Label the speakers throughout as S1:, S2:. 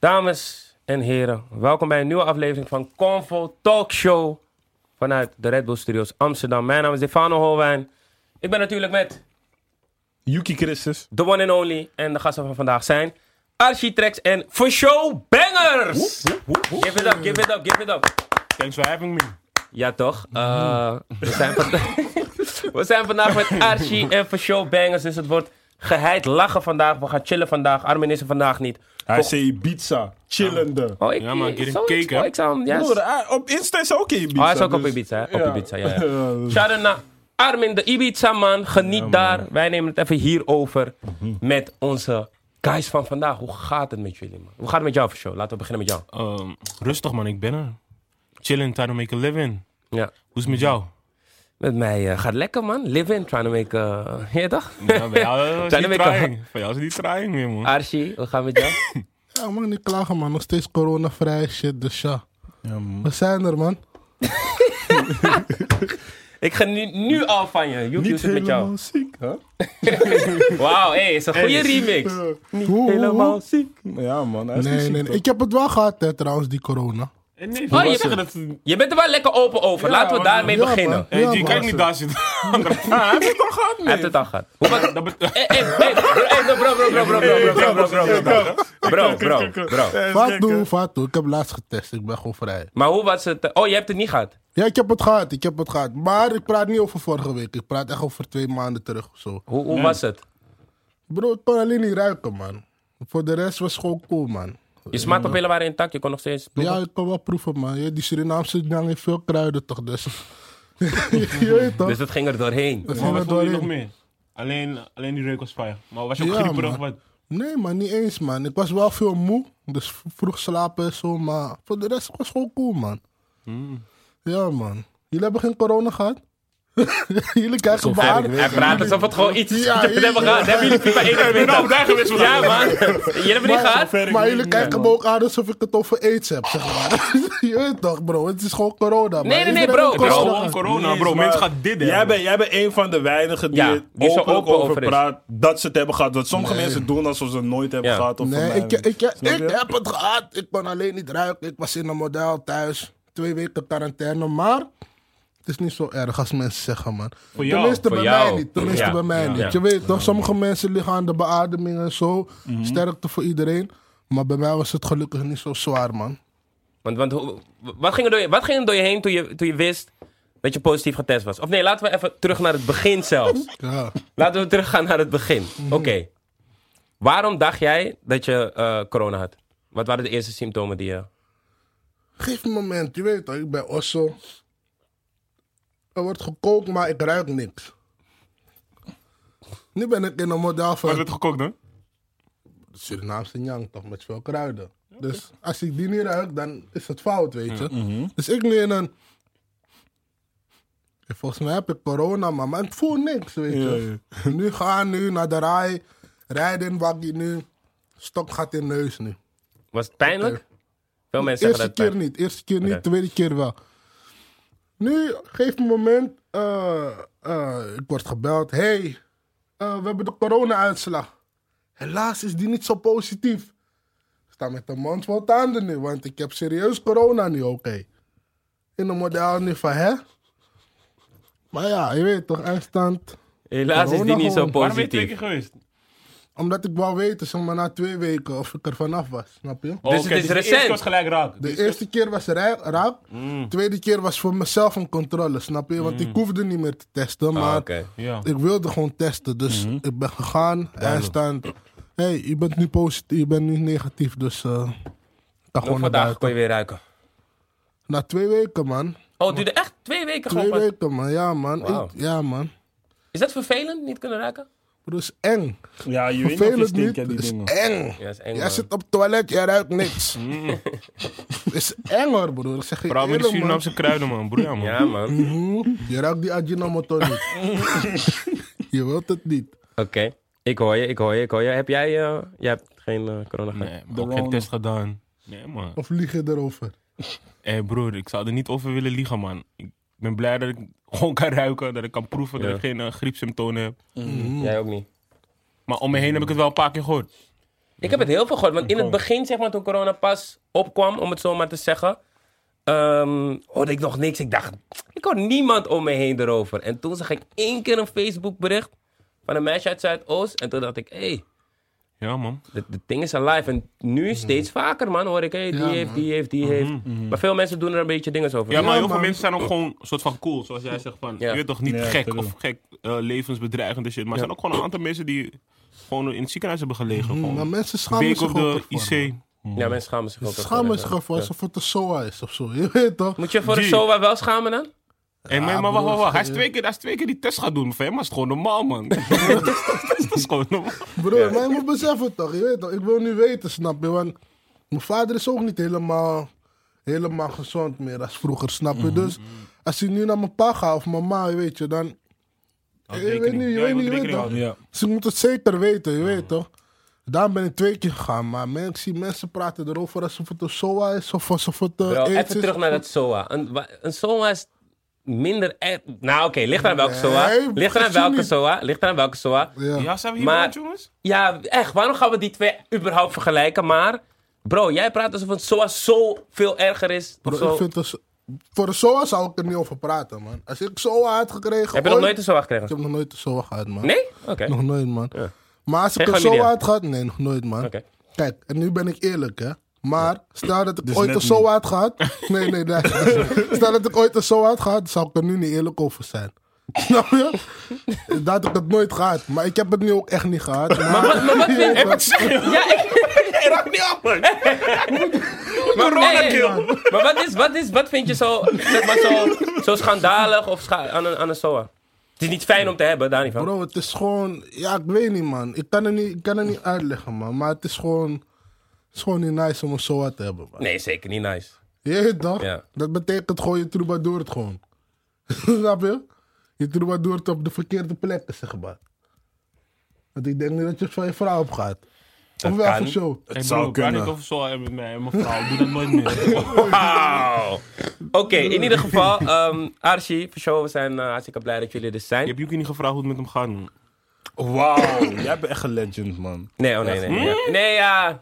S1: Dames en heren, welkom bij een nieuwe aflevering van Convo Talk Show vanuit de Red Bull Studios Amsterdam. Mijn naam is Stefano Holwijn. Ik ben natuurlijk met
S2: Yuki Christus.
S1: The One and Only en de gasten van vandaag zijn Architrex en For Show Bangers. Give it up, give it up, give it up.
S2: Thanks for having me.
S1: Ja, toch? Eh, we, zijn vandaag- we zijn vandaag met Archie en voor Show Bangers. Dus het wordt geheid lachen vandaag. We gaan chillen vandaag. Armin is er vandaag niet.
S2: Hij zei Ibiza, chillende.
S1: Oh, ik,
S3: Ja, man, get him
S1: zoiets,
S3: cake, hè?
S1: oh, ik zou hem- ja,
S2: Broer, hij- op Insta is hij ook in Ibiza.
S1: Oh, hij is ook op
S2: dus-
S1: Ibiza, hè? Op Ibiza, ja, ja.
S2: dus-
S1: Shout-out naar Armin, de Ibiza-man. Geniet daar. Wij nemen het even hierover met onze guys van vandaag. Hoe gaat het met jullie, man? Hoe gaat het met jou, voor show? Laten we beginnen met jou.
S3: Ehm, rustig man, ik ben er. Chilling, trying to make a living.
S1: Ja.
S3: Hoe is het met jou?
S1: Met mij eh, gaat lekker, man. Live in, trying to make... eh ja, toch?
S3: Ja, bij jou is
S1: Trying
S3: die
S1: to make a-
S3: trying. Bij jou is die trying weer man.
S1: Archie, we gaan met jou.
S4: Ja, man, niet klagen, man. Nog steeds coronavrij, shit, dus ja. We zijn er, man.
S1: Ik geniet nu al van je. Joep, hoe
S2: Niet
S1: is het met jou?
S2: dus helemaal ziek, hè?
S1: Wauw, hey, is een goede remix.
S2: Niet
S1: Helemaal ziek.
S2: Ja, man. Hij is
S4: Nee, nee, nee. Ik heb het wel gehad, hè, trouwens, die corona.
S3: Nee,
S1: Oh, je, je bent er wel lekker open over. Laten we
S3: want-
S1: daarmee
S4: ja,
S1: beginnen.
S4: man.
S3: Hey,
S4: Ja,
S3: G,
S4: man.
S3: kijk niet daar zitten. Ah, Heb je het al gehad,
S1: Hij heeft
S3: man?
S1: het al gehad. Hoe was...
S3: Dat bet-
S1: Hey, hey, hey, bro, hey, bro, bro, bro, bro, bro, bro, bro, bro, bro, bro, bro, bro, bro, bro.
S4: Fatu, Fatu. Ik heb laatst getest. Ik ben gewoon vrij.
S1: Maar hoe was het? eh, Oh, je hebt het niet gehad.
S4: Ja, ik heb het gehad. Ik heb het gehad. Maar ik praat niet over vorige week. Ik praat echt over twee maanden terug of zo.
S1: Hoe, hoe was het?
S4: Bro, ik kon alleen niet ruiken, man. Voor de rest was het gewoon cool, man.
S1: Je smaakpapillen waren intact, je kon nog steeds...
S4: Ja, ik kon wel proeven, man. Ja, die Surinaamse dang heeft veel kruiden, toch? Dus. je weet toch?
S1: Dus het ging er doorheen.
S4: Dat ging
S3: Maar
S4: er
S3: wat wil je nog
S4: doorheen.
S3: meer? Alleen, alleen die reuk was fire. Maar was je ook
S4: Ja,
S3: grieperig of
S4: man.
S3: wat?
S4: Nee, man, niet eens, man. Ik was wel veel moe, dus v- vroeg slapen en zo, maar voor de rest was het gewoon cool, man. Hmm. Ja, man. Jullie hebben geen corona gehad? Jullie kijken op
S1: Hij-
S4: haar.
S1: Hij praat alsof het gewoon iets is.
S4: Ja,
S1: dat jullie
S4: ja,
S1: hebben
S4: ja.
S1: gehad. Hebben jullie FIFA 21?
S3: daar geweest
S1: Ja, man. Jullie hebben niet gehad?
S4: Maar jullie kijken me ook aan alsof ik het over aids heb, zeg maar. Je weet toch, bro? Het is gewoon corona, man.
S1: nee,
S4: Iedereen
S1: nee, bro,
S4: heeft
S1: bro.
S4: corona
S3: Gewoon
S4: gehad.
S3: corona, bro. Mensen gaan dit,
S2: Jij
S3: hè.
S2: bent, jij bent een van de weinigen die
S1: Ja,
S2: er
S1: die zo
S2: openlijk
S1: open over
S2: over
S1: is.
S2: praat dat ze het hebben gehad. Want sommige mensen doen alsof ze het nooit hebben
S1: Ja.
S2: gehad. Of
S4: Nee,
S2: van
S4: ik,
S2: mij.
S4: ik, ik,
S2: Snap je?
S4: ik heb het gehad. Ik kon alleen niet ruiken. Ik was in een model thuis. Twee weken quarantaine. Maar het is niet zo erg als mensen zeggen, man.
S3: Voor jou,
S4: Tenminste
S1: voor
S4: bij
S1: jou.
S4: mij niet. Tenminste
S1: Ja,
S4: bij mij
S1: ja.
S4: niet.
S1: Ja.
S4: Je weet toch, sommige mensen liggen aan de beademing en zo. Sterkte voor iedereen. Maar bij mij was het gelukkig niet zo zwaar, man.
S1: Want, want hoe- wat, ging er door je, wat ging er door je heen toen je, toen je wist dat je positief getest was? Of nee, laten we even terug naar het begin zelfs.
S4: Ja.
S1: Laten we teruggaan naar het begin.
S4: Mhm.
S1: Oké. Waarom dacht jij dat je eh, corona had? Wat waren de eerste symptomen die je...
S4: Geef me een moment. Je weet toch, ik ben osso. Er wordt gekookt, maar ik ruik niks. Nu ben ik in een model van...
S3: Wat werd gekookt, dan?
S4: Surinaamse njang toch met veel kruiden. Dus als ik die niet ruik, dan is het fout, weet je. Dus ik nu in een. Ja, Volgens mij heb ik corona, man, maar ik voel niks, weet je. Nu gaan, nu naar de rij, rijden in waggie nu. Stok gaat in de neus nu.
S1: Was het pijnlijk? Veel mensen zeggen dat
S4: Eh, Eerste
S1: het
S4: keer
S1: pijn-
S4: niet, eerste keer niet,
S1: Oké.
S4: tweede keer wel. Nu, geef me een moment, eh, eh, ik word gebeld. Hé, hey, eh, we hebben de corona-uitslag. Helaas is die niet zo positief. Ik sta met een mond vol tanden nu, want ik heb serieus corona nu, oké. In een model nu van, hè? Maar ja, je weet toch, eindstand.
S1: Helaas is die niet zo
S4: Corona
S3: Waarom ben je twee
S1: positief.
S3: keer geweest?
S4: Omdat ik wou weten, zeg maar, na twee weken of ik er vanaf was, snap je?
S1: het
S3: Oh, Oké, dus
S1: is
S3: de
S1: recent.
S3: eerste was gelijk Dus- raak.
S4: De eerste keer was ra- raak. Tweede keer was voor mezelf een controle, snap je? Want ik hoefde niet meer te testen, maar
S1: Ah, oké.
S3: Ja.
S4: ik wilde gewoon testen. Dus ik ben gegaan en staan. Hé, hey, je bent nu positief, je bent nu negatief, dus eh ik ga
S1: Nog
S4: gewoon naar
S1: Oh, vandaag kon
S4: buiten.
S1: je weer ruiken.
S4: Na twee weken, man.
S1: Oh, het duurde echt twee weken gewoon
S4: Twee
S1: pas.
S4: weken, man. Ja, man.
S1: Wauw.
S4: Ik- ja, man.
S1: Is dat vervelend, niet kunnen ruiken?
S4: Het is eng.
S2: Ja, je weet niet of je
S4: Vervelend
S2: stinkt,
S4: niet.
S2: hè, die
S4: Het is
S2: dingen.
S4: eng.
S1: Ja, dat is eng,
S4: Jij
S1: man.
S4: zit op het toilet, jij ruikt niks. Het is eng hoor, broer. Ik zeg je
S3: Vooral met die
S4: eerlijk, man.
S3: Surinaamse kruiden, man. Broer, ja, man.
S1: Ja, man. Oké.
S4: Je ruikt die Ajinomoto niet. je wilt het niet.
S1: Ik hoor je, ik hoor je, ik hoor je. Heb jij... eh, jij hebt geen eh, corona gehad?
S3: Nee, maar ook geen test gedaan. Nee, man.
S4: Of lieg je erover?
S3: Hé broer, ik zou er niet over willen liegen, man. Ik ben blij dat ik gewoon kan ruiken, dat ik kan proeven,
S1: Ja.
S3: dat ik geen eh, griepsymptomen heb.
S1: Jij ook niet?
S3: Maar om me heen heb ik het wel een paar keer gehoord.
S1: Ik heb het heel veel gehoord. Want in het begin, zeg maar, toen corona pas opkwam, om het zo maar te zeggen, ehm, hoorde ik nog niks. Ik dacht, ik hoor niemand om me heen erover. En toen zag ik één keer een Facebook bericht van een meisje uit Zuidoost. En toen dacht ik, hé, hey,
S3: Ja, man.
S1: dit dit ding is alive. En nu steeds vaker, man, hoor ik, hé, hey, die
S4: Mhm. Ja,
S1: heeft,
S4: man.
S1: die heeft, die heeft. Maar veel mensen doen er een beetje dingen over.
S3: Mhm. Ja, maar heel veel
S4: man.
S3: mensen zijn ook gewoon een soort van cool. Zoals jij zegt van,
S1: Ja.
S3: je weet toch, niet
S2: Ja,
S3: gek
S2: true.
S3: of gek eh, levensbedreigend en shit. Maar er
S1: Ja.
S3: zijn ook gewoon een aantal mensen die gewoon in het ziekenhuis hebben gelegen.
S4: Mm, Maar
S3: Gewoon
S4: mensen schamen
S3: week
S4: zich
S3: op de
S4: ook ervoor.
S3: IC.
S1: Ja, mensen schamen zich ook.
S4: Ze schamen zich
S1: ervoor,
S4: ervoor
S1: ja.
S4: alsof het een SOA is of zo. Je weet toch?
S1: Moet je voor de
S3: Die-
S1: SOA wel schamen dan?
S3: Hé, maar, maar wacht,
S4: broer,
S3: wacht, wacht. Hij is,
S4: eh.
S3: twee keer, hij is twee keer die test gaan doen. Voor hem is het gewoon normaal, man. dat, is, dat is- dat is gewoon normaal.
S4: Broer, maar je moet beseffen toch, je weet toch, ik wil nu weten, snap je? Want mijn vader is ook niet helemaal, helemaal gezond meer als vroeger, snap
S1: Mhm.
S4: je? Dus als ik nu naar mijn pa ga of mijn ma, je weet je, dan... Je weet
S3: rekening.
S4: niet, je
S3: Ja,
S4: weet
S3: je
S4: niet,
S3: moet
S4: je weet
S3: rekening
S4: toch?
S3: houden.
S2: Ja.
S4: Ze moeten het zeker weten, je weet toch? Daarom ben ik twee keer gegaan, maar men- ik zie mensen praten erover alsof het een SOA is of alsof het eh,
S1: Bro,
S4: aids
S1: even
S4: is.
S1: terug naar dat SOA. Een, wa- een SOA is minder... e- Nou, oké, ligt eraan welke SOA.
S4: Nee,
S1: Ligt eraan
S4: gezien
S1: welke
S4: niet.
S1: SOA. Ligt eraan welke SOA.
S4: Ja.
S3: Ja, zijn we hier
S1: Maar-
S3: maar... jongens?
S1: Ja, echt, waarom gaan we die twee überhaupt vergelijken? Maar, bro, jij praat alsof een SOA zo veel erger is. of
S4: Bro,
S1: zo.
S4: ik vind het, voor de SOA zou ik er niet over praten, man. Als ik SOA had gekregen...
S1: Heb je nog
S4: ooit-
S1: nooit een SOA
S4: Ik
S1: gekregen?
S4: heb nog nooit een SOA gehad, man.
S1: Nee? Oké.
S4: Nog nooit, man. Maar als ik
S1: Geen
S4: er zo
S1: chlamydia?
S4: uit had, nee, nog nooit, man.
S1: Oké.
S4: Kijk, en nu ben ik eerlijk, hè. Maar stel dat ik
S2: Dus
S4: ooit
S2: net
S4: er zo
S2: niet.
S4: uit gehad. Nee, nee, nee. stel dat ik ooit er zo uit gehad, zou ik er nu niet eerlijk over zijn. Snap je? Dat ik het nooit gehad. Maar ik heb het nu ook echt niet gehad.
S1: Maar
S4: Maar,
S1: wat, maar wat vind Ja, ik...
S3: Hey, raak niet af, man.
S1: Maar,
S3: Corona
S1: nee,
S3: kill.
S1: nee. maar wat, is, wat, is, wat vind je zo, zeg maar zo, zo schandalig of scha- aan, een, aan een SOA? Het is niet fijn om te hebben, daar niet van.
S4: bro, het is gewoon. Ja, ik weet niet, man. Ik kan het niet, ik kan het niet uitleggen, man. Maar het is gewoon. Het is gewoon niet nice om een SOA te hebben, man.
S1: Nee, zeker niet nice.
S4: Je weet toch?
S1: Ja.
S4: Dat betekent gewoon je troubadour het gewoon. Snap je? Je troubadour het op de verkeerde plekken, zeg maar. Want ik denk niet dat je van je vrouw opgaat. Of wel
S1: kan.
S4: voor show.
S2: Het
S3: zou
S2: zou
S3: ik kan niet
S2: kunnen.
S3: over zo hebben met mij en mijn vrouw. Doe dat nooit meer.
S1: Wauw. Oké, in ieder geval, ehm Archie, voor show, we zijn eh, hartstikke blij dat jullie er
S3: Je
S1: zijn.
S3: hebt Yuki niet gevraagd hoe het met hem gaat, man.
S2: Wauw, jij bent echt een legend, man.
S1: Nee, oh nee, nee. Nee, ja. Nee, ja.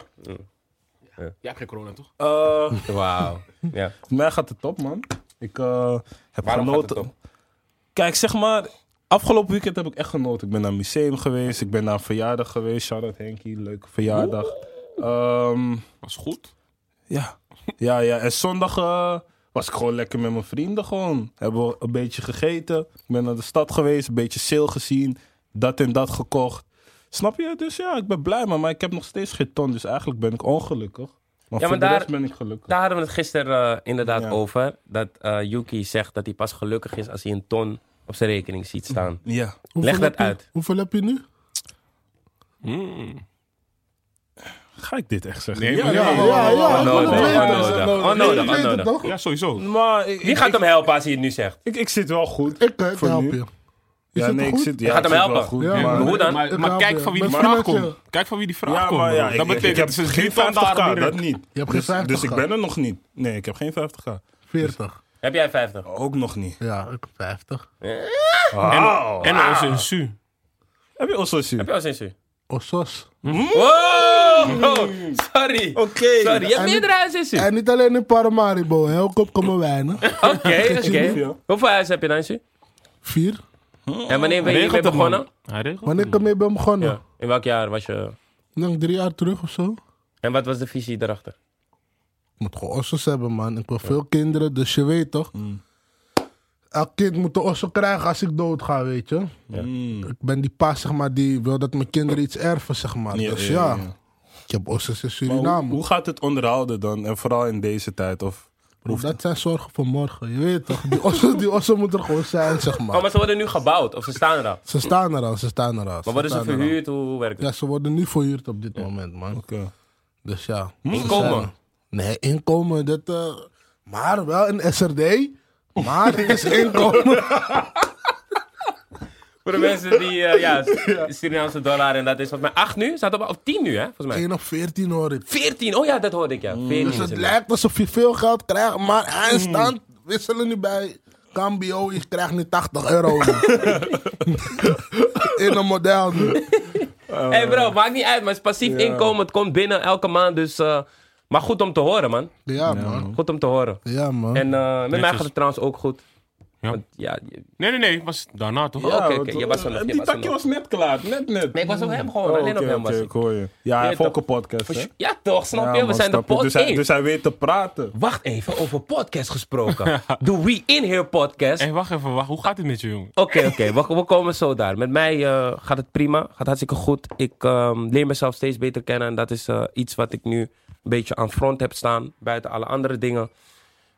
S3: Jij hebt geen corona, toch?
S2: Eh,
S1: Wauw. Ja.
S2: voor mij gaat het top, man. Ik eh, heb
S1: Waarom gaat het
S2: genoten.
S1: top?
S2: Kijk, zeg maar, afgelopen weekend heb ik echt genoten. Ik ben naar een museum geweest, ik ben naar een verjaardag geweest. Shout-out Henkie, leuke verjaardag. Ehm,
S3: Was goed.
S2: ja. ja, ja. En zondag eh, was ik gewoon lekker met mijn vrienden gewoon. Hebben we een beetje gegeten. Ik ben naar de stad geweest, een beetje sale gezien. Dat en dat gekocht. Snap je? Dus ja, ik ben blij, man. Maar ik heb nog steeds geen ton, dus eigenlijk ben ik ongelukkig. Maar
S1: Ja,
S2: voor
S1: maar
S2: de
S1: daar-
S2: rest ben ik gelukkig.
S1: Daar hadden we het gisteren eh, inderdaad
S2: Ja.
S1: over. Dat eh, Yuki zegt dat hij pas gelukkig is als hij een ton op zijn rekening ziet staan.
S2: Ja.
S4: Hoeveel
S1: Leg
S4: heb
S1: dat
S4: je-
S1: uit. Oh,
S4: Hoeveel heb je nu?
S3: Mm.
S2: Ga ik dit echt zeggen?
S3: Nee,
S2: ja,
S3: maar-
S2: ja.
S3: ja,
S4: ja,
S1: ja, onnodig,
S4: ik wil het
S1: onnodig,
S4: weten. Ik wil het
S1: onnodig,
S4: weten,
S1: onnodig.
S4: toch?
S3: Ja, sowieso.
S2: Maar ik,
S1: Wie gaat hem helpen als hij het nu zegt?
S2: ik, ik zit wel goed.
S4: Ik kan ik
S2: Voor
S4: help
S2: nu?
S4: je.
S2: ja,
S4: zit
S2: nee,
S4: er
S2: ik
S4: goed?
S2: zit, ja,
S1: gaat hem
S2: ik zit
S1: helpen.
S2: wel goed,
S4: Ja,
S2: maar-
S4: man.
S1: Hoe dan?
S3: Maar,
S4: Ik
S3: maar
S4: raad
S3: kijk
S4: je.
S3: van wie die
S4: Met
S3: vraag
S4: financieel.
S3: komt. Kijk van wie die vraag
S2: Ja,
S3: komt.
S2: maar ja,
S3: dat
S2: ik, ik
S3: betekent
S2: heb
S3: het is
S2: geen
S3: geen standaard
S2: 50k,
S3: meer.
S2: dat niet.
S4: Je hebt geen
S2: dus,
S4: 50k.
S2: dus ik ben er nog niet. Nee, ik heb geen 50k.
S4: 40.
S1: Heb jij 50?
S2: Ook nog niet.
S4: Ja, ik heb 50.
S2: Wauw.
S3: En onze een su.
S2: Heb je ons
S1: Heb
S2: gezien?
S1: jij al sinds u?
S4: Of sos.
S1: Wow! Oh, Sorry.
S2: Oké.
S1: Sorry, je hebt
S4: Mm. En-
S1: meerdere huizen sinds u.
S4: En niet alleen in Paramaribo, hè. Ook op komen weinig.
S1: Oké, oké.
S2: ja.
S1: Hoeveel huizen heb je dan sinds u?
S4: Vier.
S1: En wanneer ben je mee
S3: toch, man?
S1: begonnen?
S3: Hij regelt.
S4: Wanneer ik ermee ben begonnen.
S1: Ja. In welk jaar was je...
S4: Ik denk drie jaar terug of zo.
S1: En wat was de visie daarachter?
S4: Ik moet gewoon osses hebben, man. Ik wil veel kinderen, dus je weet toch?
S2: Mm.
S4: Elk kind moet een osso krijgen als ik doodga, weet je? Ik ben die pa, zeg maar, die wil dat mijn kinderen iets erven, zeg maar.
S2: Ja,
S4: dus
S2: ja,
S4: ja,
S2: ja.
S4: ik heb osses in
S2: Maar hoe,
S4: Suriname.
S2: hoe gaat het onderhouden dan? En vooral in deze tijd? Of hoeft
S4: dat zijn zorgen voor morgen, je weet toch? Die osso, die osso moet er gewoon zijn, zeg maar.
S1: Oh, maar ze worden nu gebouwd of ze staan er al.
S4: Ze staan er al, ze staan er al.
S1: Maar worden ze
S4: staan er al.
S1: verhuurd? Hoe hoe werkt het?
S4: Ja, ze worden nu verhuurd op dit moment, man.
S2: Oké.
S4: Dus ja.
S1: Inkomen?
S4: Dus, eh, nee, inkomen. Dat, eh, maar wel een SRD. Maar het is inkomen.
S1: Voor de mensen die eh, ja, S- Surinaamse dollar en dat is wat mij 8 nu? Staat op, op 10 nu, hè? Volgens mij.
S4: 1 op 14 hoor ik.
S1: 14, oh ja, dat hoorde ik ja. 14
S4: Dus
S1: is
S4: het
S1: het.
S4: lijkt alsof je veel geld krijgt, maar eindstand wisselen nu bij Cambio. Je krijgt nu 80 euro. nu. In een model nu.
S1: hey bro, maakt niet uit, maar het is passief inkomen. Het komt binnen elke maand, dus... eh, maar goed om te horen, man.
S4: Ja, man.
S1: Goed om te horen.
S4: Hm. Ja, man.
S1: En eh, met mij
S3: Netjes.
S1: gaat het trouwens ook goed.
S3: Ja.
S1: Want, ja, je-
S3: Nee, nee, nee. Het was daarna toch?
S1: Ja. oké,
S2: want,
S1: je was er nog,
S2: eh,
S1: je
S2: Die
S1: was er
S2: takje
S1: nog.
S2: was net klaar, net net.
S1: nee, ik was op hem gewoon.
S2: Oh,
S1: alleen
S2: oké,
S1: op hem
S2: oké,
S1: was ik.
S2: ik hoor je. Ja, hij
S1: Ja,
S2: heeft ook
S1: toch.
S2: een podcast, hè?
S1: Ja toch, snap
S2: Ja,
S1: je? We
S2: man,
S1: zijn de
S2: snap je?
S1: podcast.
S2: Dus hij- Dus hij weet te praten.
S1: Wacht even, over podcast gesproken. De We In Here podcast.
S3: Hé, wacht even. Wacht. Hoe gaat het met je, jongen?
S1: Oké, oké, we, we komen zo daar. Met mij eh, gaat het prima, gaat hartstikke goed. Ik ehm, leer mezelf steeds beter kennen en dat is eh, iets wat ik nu een beetje aan front heb staan, buiten alle andere dingen.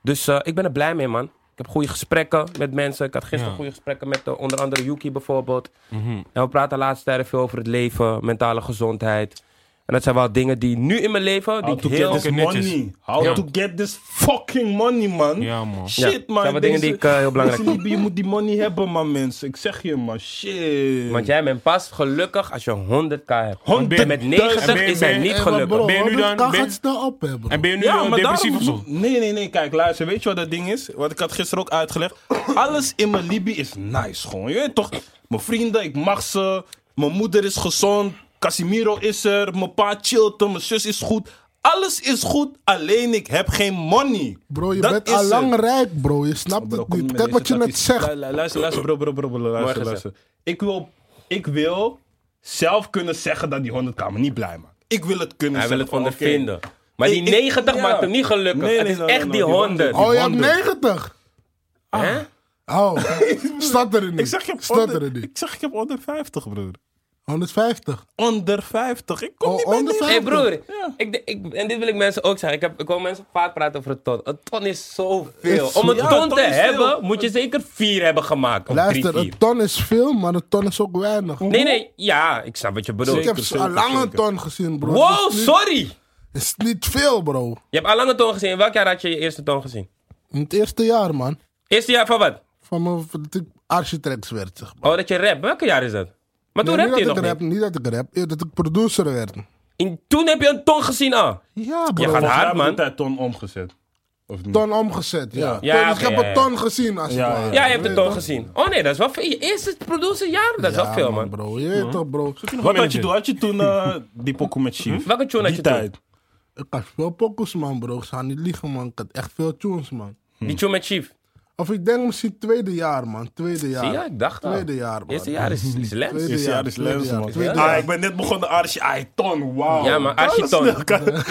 S1: Dus eh, ik ben er blij mee, man. Ik heb goede gesprekken met mensen. Ik had gisteren
S3: Ja.
S1: goede gesprekken met eh, onder andere Yuki bijvoorbeeld. En we praten de laatste tijd veel over het leven, mentale gezondheid. En dat zijn wel dingen die nu in mijn leven, die
S2: How
S1: ik
S2: to
S1: heel...
S2: get this
S3: Oké, netjes.
S2: money. How
S3: Ja.
S2: to get this fucking money, man.
S3: Ja, man.
S2: Shit,
S1: Ja,
S2: man.
S1: zijn wel dingen die ik, eh, heel belangrijk
S2: deze Libië, je moet die money hebben, man, mensen. Ik zeg je, man. Shit.
S1: Want jij bent pas gelukkig als je 100k hebt.
S2: 100.000.
S1: Met 90
S3: Ben je-
S1: is hij
S3: ben je-
S1: niet
S4: Hey, maar
S1: gelukkig.
S4: bro,
S3: Ben je nu
S4: want het
S3: dan-
S4: kan
S3: ben-
S4: gaat snel op, hè, bro.
S3: En ben je nu
S2: Ja,
S3: eh,
S2: maar
S3: depressief of
S2: daarom-
S3: zo?
S2: Nee, nee, nee. Kijk, luister. Weet je wat dat ding is? Wat ik had gisteren ook uitgelegd. Alles in mijn Libië is nice, gewoon. Je weet toch? Mijn vrienden, ik mag ze. Mijn moeder is gezond. Casimiro is er. Mijn pa chillt. Mijn zus is goed. Alles is goed, alleen ik heb geen money.
S4: Bro, je
S2: Dat
S4: bent
S2: is
S4: al lang
S2: het.
S4: rijk, bro. Je
S2: Oh,
S4: snapt
S2: bro,
S4: het
S2: kom
S4: niet.
S2: met
S4: Kijk
S2: deze
S4: wat je net
S2: takties.
S4: zegt.
S2: Lu- lu- Luister, luister, bro, bro, bro, bro, luister,
S1: gezegd.
S2: luister. Ik wil, ik wil zelf kunnen zeggen dat die 100 kamer niet blij maakt. Ik wil het kunnen
S1: Hij wil het
S2: zeggen. van, oké.
S1: ondervinden. Maar die
S2: Ik- ik-
S1: 90
S2: ja.
S1: maakt hem niet gelukkig.
S2: Nee,
S1: het
S2: nee,
S1: is
S2: no, no,
S1: echt
S2: no,
S1: die
S2: die
S1: 100.
S4: Oh, je hebt
S2: 100.
S4: 90.
S1: Hè?
S4: Oh, staat er niet.
S2: Ik zeg, ik heb
S4: staat er
S2: onder,
S4: niet.
S2: ik zeg, ik heb onder 50, broer.
S4: 150.
S2: Onder 50. Ik kom
S4: Oh,
S2: niet bij
S4: onder
S2: die-
S4: 50.
S1: Hé broer, ik, de- ik, en dit wil ik mensen ook zeggen. Ik, heb, ik hoor mensen vaak praten over een ton. Een ton is zoveel.
S4: Is-
S1: Om een
S2: ja,
S1: ton
S2: een ton
S1: te
S2: is veel.
S1: hebben, moet je zeker vier hebben gemaakt. Of
S4: Luister,
S1: drie, vier.
S4: een ton is veel, maar een ton is ook weinig.
S1: Nee, nee, ja, ik snap wat je bedoelt.
S4: ik heb
S2: zeker,
S4: al lang een
S2: zeker.
S4: ton gezien, bro.
S1: Wow,
S4: is niet,
S1: sorry!
S4: is niet veel, bro.
S1: Je hebt al lang een ton gezien. In welk jaar had je je eerste ton gezien?
S4: In het eerste jaar, man.
S1: Eerste jaar van wat?
S4: Van mijn van dat ik architect werd, zeg maar.
S1: Oh, dat je rap. Welke jaar is dat? Maar toen
S4: Nee,
S1: rapte je
S4: niet dat
S1: nog
S4: ik rap,
S1: niet.
S4: niet dat ik rap, eh, dat ik producer werd.
S1: In- toen heb je een ton gezien ah. al. Je
S4: Ja, bro.
S1: gaat
S2: Volgens mij
S1: hard,
S2: heb ik
S1: man.
S2: tijd ton omgezet. Of niet?
S4: Ton omgezet, ja.
S1: Ja,
S4: Ton- dus ik
S1: oké,
S4: heb
S1: ja,
S4: een ton gezien, als
S2: Ja,
S4: het ware.
S2: ja.
S1: Ja, je hebt
S4: weet
S1: het toch
S4: toch?
S1: gezien. Oh nee, dat is wel veel. Je eerste producerjaar, dat is
S4: Ja,
S1: wel veel, man. Mhm.
S4: bro, je weet toch, bro.
S2: Wat had je toen? Had je toen eh, die pokoe met Chief?
S1: Hm? Welke tune had
S2: Die
S1: je toen?
S2: tijd.
S4: Ik had veel pokus, man, bro. Ik zou niet liegen, man. Ik had echt veel tunes, man.
S1: Die tune met Chief.
S4: Of ik denk misschien tweede jaar, man. Tweede jaar.
S1: Zie je, ik dacht al.
S4: Tweede jaar, man.
S1: Eerste jaar is, is lens.
S4: Tweede
S2: Eerste jaar is
S4: tweede
S2: Lens,
S4: jaar,
S2: man.
S4: tweede
S2: Ah,
S4: jaar.
S2: ik ben net begonnen Archie. Ai, ton, wauw.
S1: Ja, maar
S2: Kan
S1: Archie
S2: het
S1: Ton.
S2: snel, kan het-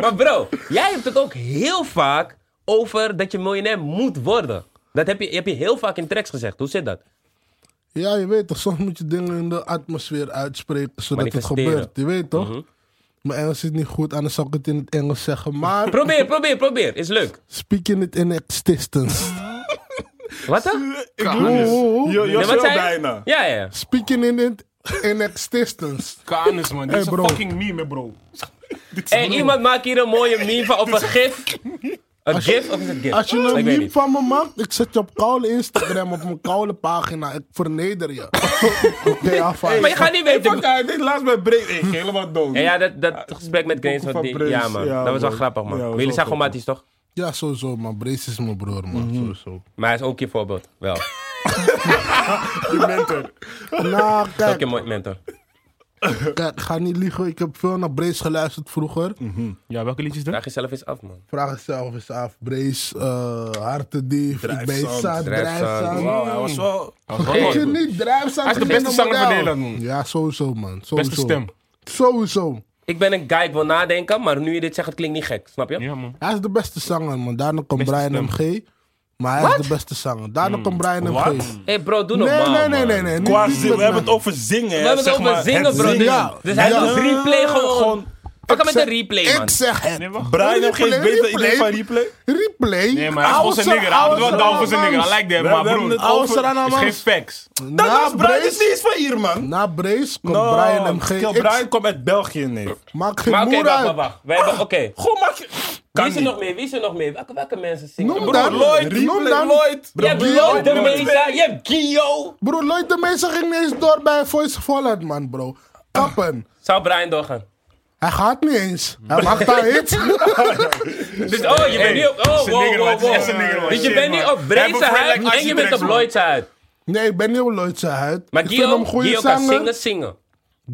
S1: Maar bro, jij hebt het ook heel vaak over dat je miljonair moet worden. Dat heb je, heb je heel vaak in tracks gezegd. Hoe zit dat?
S4: Ja, je weet toch, soms moet je dingen in de atmosfeer uitspreken zodat het
S1: Manifesteren. Mhm.
S4: gebeurt. Je weet toch? Mijn Engels is niet goed, anders zou ik het in het Engels zeggen. Maar
S1: Probeer, probeer, probeer. Is leuk.
S4: speaking it in existence.
S1: Wat dan?
S2: Ik doe het. Je je was
S1: wat
S2: wel
S1: zei je?
S2: bijna.
S1: Ja, ja, ja.
S4: Speaking in it in existence.
S3: Kanus, man. Dit
S4: Hey,
S3: is
S4: bro.
S3: een fucking meme, bro.
S1: En iemand maakt hier een mooie meme van of een gif. Een gif of is het gif?
S4: Als je
S1: Ik
S4: een
S1: weet
S4: meme
S1: niet.
S4: van me maakt, ik zet je op koude Instagram, op mijn koude pagina. Ik verneder je. Oké, af.
S1: Maar je gaat niet weten.
S2: Fuck, hij deed laatst bij Breek. Ik ging helemaal dood.
S1: Ja, ja, dat, dat gesprek met Grains,
S2: boeken
S1: wat
S2: van
S1: die-
S2: Prins,
S1: ja man,
S2: ja,
S1: dat was wel
S2: man.
S1: grappig man.
S2: Ja,
S1: Maar
S2: was
S1: jullie
S2: wel
S1: zijn gewoon matties toch?
S4: Ja, sowieso, man. Brace is mijn broer,
S1: Mhm.
S4: man. Sowieso.
S1: Maar hij is ook je voorbeeld, wel.
S2: mentor.
S4: Nou,
S1: Ook
S4: kijk,
S1: je mooi mentor.
S4: kijk, ga niet liegen. Ik heb veel naar Brace geluisterd vroeger.
S1: Mhm.
S3: Ja, welke liedjes dan?
S1: Vraag jezelf eens af man.
S4: Vraag jezelf eens af. Brace, eh hartendief, ik ben
S2: Drijfzand,
S4: zand,
S1: drijfzand.
S4: drijfzand.
S2: Wauw, Oh, hij
S3: Hm.
S2: was wel...
S4: Vergeet je niet, drijfzand.
S3: Hij is de
S4: geen
S3: beste zanger van
S4: model.
S3: Nederland, man.
S4: Ja, sowieso, man. Sowieso.
S3: Beste stem.
S4: Sowieso.
S1: Ik ben een guy, ik wil nadenken, maar nu je dit zegt, het klinkt niet gek, snap je?
S3: Ja, man.
S4: Hij is de beste zanger, man. Daarna komt Brian MG. Maar hij is de beste zanger.
S3: Hmm.
S4: Daarna komt Brian
S2: Wat?
S4: MG.
S1: Hé hey bro, doe
S4: Nee,
S1: normaal
S4: nee, nee,
S1: man.
S4: nee, nee.
S2: Qua
S4: niet-
S2: zin-
S4: niet met
S2: we hebben het
S4: naam.
S2: over zingen.
S1: We hebben het
S2: zeg
S1: over
S2: maar,
S1: zingen bro. Dus,
S2: zingen.
S4: Hm. Ja.
S1: dus hij
S4: Ja.
S1: doet replay gewoon.
S2: Gewoon-
S1: Pak hem met
S4: Ik
S1: een
S4: zeg-
S1: replay man.
S4: Ik zeg het.
S3: Nee, wacht.
S2: Brian heeft geen beter idee van replay.
S4: Replay?
S3: Nee, maar hij is gewoon zijn nigger. Hij houdt wel
S4: nou
S3: down voor zijn nigger. I like
S2: We
S3: that, maar
S2: hebben
S3: broer.
S2: het
S3: Het
S2: over-
S3: is geen facts.
S2: Dat
S4: Na
S2: was Brian is
S4: Brace,
S2: niet eens van hier, man.
S4: na Brace komt
S2: No,
S4: Nou, Brian MG.
S2: Kill
S4: Ik-
S2: Brian komt uit België, nee.
S4: Maak geen
S1: Maar oké,
S4: moer
S1: wacht,
S4: uit.
S1: wacht, wacht. Wij hebben, oké.
S2: Gewoon maak je...
S1: Wie
S2: Kan
S1: is er
S2: niet.
S1: nog meer? Wie is er nog meer? Welke, welke mensen zingen?
S4: Noem
S1: Bro,
S4: dan.
S2: Broer, Lloyd.
S4: Noem
S2: Replay,
S4: dan.
S2: Lloyd.
S1: Je hebt
S4: Guillaume
S1: Lloyd de
S2: nummer
S1: Mesa, je hebt Gio.
S4: Broer, Lloyd de Meester ging niet eens door bij Voice of Holland, man, bro. Kappen.
S1: Zou Brian doorgaan?
S4: Hij gaat niet eens. Hij maakt daar hits.
S1: Dus oh, je bent nu op... Oh,
S3: Zijn
S1: wow,
S3: nigger, man.
S1: wow,
S3: Het is echt
S1: wow.
S3: zijn nigger, man.
S1: Dus je
S3: Shit,
S1: bent nu
S3: man.
S1: op Breedse
S3: Hij heeft een
S1: huid
S3: vergelijking
S1: en je bent op
S3: actietracks, man.
S1: Lloyd's huid.
S4: Nee, ik ben heel Lloyd zijn huid.
S1: Maar
S4: ik vind
S1: Gio,
S4: hem goede
S1: Gio kan
S4: zanger.
S1: zingen, zingen.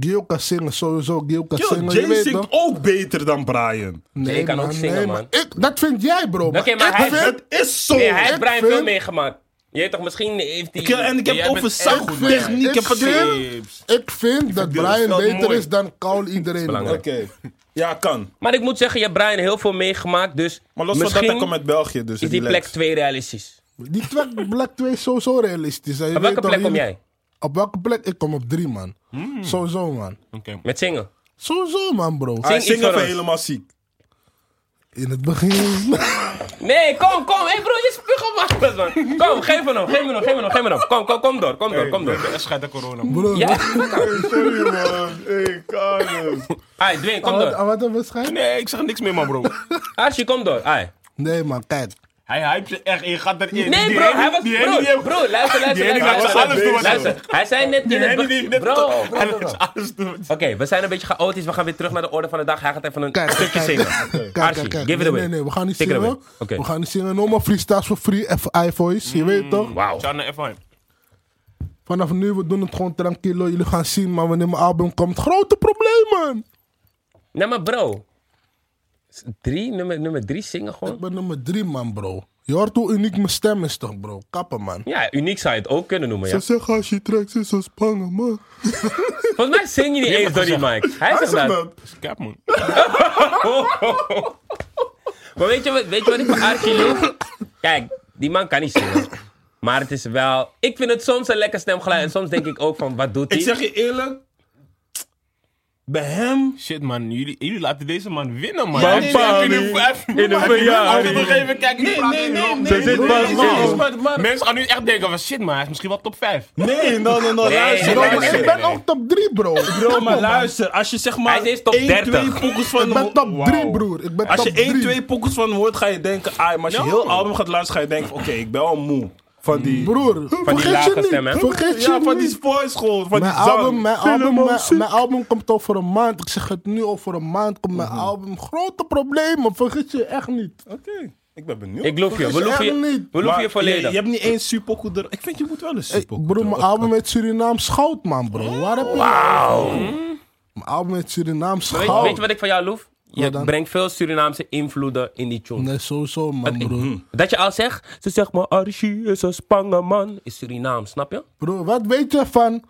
S4: Gio kan zingen, sowieso. Gio kan
S2: Yo,
S4: zingen, je
S2: Jay
S4: weet toch?
S2: zingt ook beter dan Brian.
S4: Nee,
S1: Jay kan ook zingen,
S4: nee,
S1: man.
S4: ik, dat vind jij, bro.
S1: Oké, maar
S4: ik
S1: hij-
S4: vind-
S2: Het is zo.
S1: Nee, hij heeft
S4: ik
S1: Brian
S4: vind-
S1: veel meegemaakt. Je weet toch, misschien heeft hij...
S2: Ik- en ik heb
S3: Jij bent
S2: over
S3: echt
S2: sound
S4: goed, man.
S2: techniek, ik heb
S4: Ik zweer-
S2: over-
S4: Ik vind dat
S2: bedoel, het is
S4: Brian
S2: wel
S4: beter
S2: mooi.
S4: is dan Kaul iedereen.
S1: belangrijk.
S2: Oké. Ja, kan.
S1: Maar ik moet zeggen, je hebt Brian heel veel meegemaakt, dus...
S2: Maar los
S1: misschien
S2: van dat, hij komt uit België, dus
S1: is die
S2: relax.
S1: plek twee realistisch.
S4: Die track Black 2 is sowieso realistisch. En je
S1: Op
S4: weet
S1: welke
S4: toch,
S1: plek kom
S4: hier-
S1: jij?
S4: Op welke plek? Ik kom op drie, man.
S1: Hmm.
S4: Sowieso, man.
S3: Oké.
S1: Met zingen.
S4: Sowieso, man, bro.
S2: Hij
S1: Zing iets
S2: zingt
S1: voor
S2: even
S1: ons.
S2: helemaal ziek.
S4: In het begin.
S1: Nee, kom, kom. Hé hey bro, je spuugt op alles, man. Kom, geef me hem, geef me hem, geef me hem, geef me hem. Kom, kom, kom door, kom door, kom door.
S3: Echt schijt aan corona.
S4: Bro,
S1: Ja,
S4: wat,
S2: Sorry man, ik kan het.
S1: Ai, Dwayne, kom
S4: wat,
S1: door.
S4: wat een waarschijn?
S3: Nee, ik zeg niks meer, man, bro.
S1: Archie, kom door. Ai.
S4: Nee, man, kijk.
S3: Hij hype je echt. Je gaat erin.
S1: Nee,
S3: Die
S1: bro,
S3: Henny-
S1: hij was.
S3: die Henny die
S1: Bro,
S3: heeft-
S1: bro, luister, luister,
S3: Die Henny
S1: luister.
S3: was
S1: luister,
S3: alles doen,
S1: luister. Hij zei net
S3: Die
S1: in het
S3: Henny die heeft
S1: begin.
S3: net Oh.
S1: Bro,
S2: Oh,
S3: Hij was alles doen.
S1: Oké, we zijn een beetje chaotisch. We gaan weer terug naar de orde van de dag. Hij gaat even een
S4: Kijk, kijk,
S1: stukje
S4: kijk.
S1: zingen.
S4: Kijk, kijk,
S1: Archie,
S4: kijk.
S1: give it
S4: nee,
S1: away.
S4: nee, nee, we gaan niet
S1: Take it
S4: zingen.
S1: away. Oké. Hmm.
S4: We gaan niet zingen. Normaal freestyles voor free, even iVoice. Je weet toch?
S1: Wauw.
S3: Charna F1.
S4: Vanaf nu, we doen het gewoon tranquilo. Jullie gaan zien, maar wanneer mijn album komt, grote probleem, man.
S1: Nee, maar bro. Drie, nummer, nummer drie zingen
S4: Ik
S1: gewoon.
S4: ben nummer drie, man, bro. Je hoort hoe uniek mijn stem is, toch, bro? Kappen, man.
S1: Ja, uniek zou je het ook kunnen noemen, ja.
S4: zeggen als je trekt, is ze spangen, man.
S1: Volgens mij zing je niet eens door die mic. Hij zegt dat.
S3: Dat is cap, man.
S1: Maar weet je, wat- weet je wat ik van Archie doe? Kijk, die man kan niet zingen. Maar het is wel... Ik vind het soms een lekker stemgeluid. En soms denk ik ook van, wat doet
S2: Ik
S1: hij?
S2: zeg je eerlijk, bij hem
S3: Shit, man. Jullie, jullie laten deze man winnen, man.
S2: Maar
S3: Hij heeft- hij heeft
S2: Bali,
S3: nu- hij heeft-
S1: in een
S3: hij heeft nu
S1: verjaardag.
S3: op een gegeven moment, kijk,
S2: Nee, nee, nee, nee.
S3: Ze
S2: Ze zit
S3: zit
S2: pas
S3: maar
S2: nou.
S3: Mensen gaan nu echt denken van shit, maar hij is misschien wel top 5.
S2: Nee, no, no, no,
S1: Nee,
S2: luister.
S1: nee,
S4: Bro,
S1: nee,
S4: maar
S2: luister.
S4: ik ben ook top 3, bro.
S2: Bro,
S4: Kappen,
S2: maar
S4: man.
S2: luister, als je zeg maar
S1: Hij is eerst top
S2: 1, 2
S1: 30.
S2: pokkels van
S4: Ik ben top 3,
S2: Wauw.
S4: broer. Ik ben
S2: Als je
S4: top 3.
S2: 1, 2 pokkels van hoort, ga je denken, ah, maar als je heel album gaat luisteren, ga je denken, oké, ik ben al moe. Van die...
S4: Broer,
S1: Van die
S4: vergeet
S1: lage
S4: je niet.
S1: stem, hè?
S4: Vergeet
S2: ja,
S4: je
S2: van die
S4: niet.
S2: spoilschool, van
S4: Mijn
S2: die zang.
S4: album, mijn,
S2: Film
S4: album,
S2: om
S4: mijn,
S2: zin.
S4: mijn album komt over een maand. Ik zeg het nu, over een maand komt mijn album. Grote problemen, vergeet je echt niet.
S2: Oké, ik ben benieuwd.
S1: Ik loof je. We
S4: Vergis je
S1: loeven
S4: echt
S1: je,
S4: niet.
S1: we loeven
S2: Maar
S1: je volledig.
S2: Je, je hebt niet eens superpokoe er... Ik vind, je moet wel een superpokoe
S4: Bro,
S2: er-
S4: mijn album heet Surinaam Schout, man, bro. Waar heb je Wauw. Mijn album heet Surinaam
S1: Weet, je- weet
S4: Schout.
S1: je wat ik van jou loef? Je
S4: dan?
S1: brengt veel Surinaamse invloeden in die tune.
S4: Nee, sowieso, man,
S1: Dat-
S4: bro.
S1: Dat je al zegt, ze zegt maar Archie is een Spangeman. Is Surinaam, snap je?
S4: Bro, wat weet je van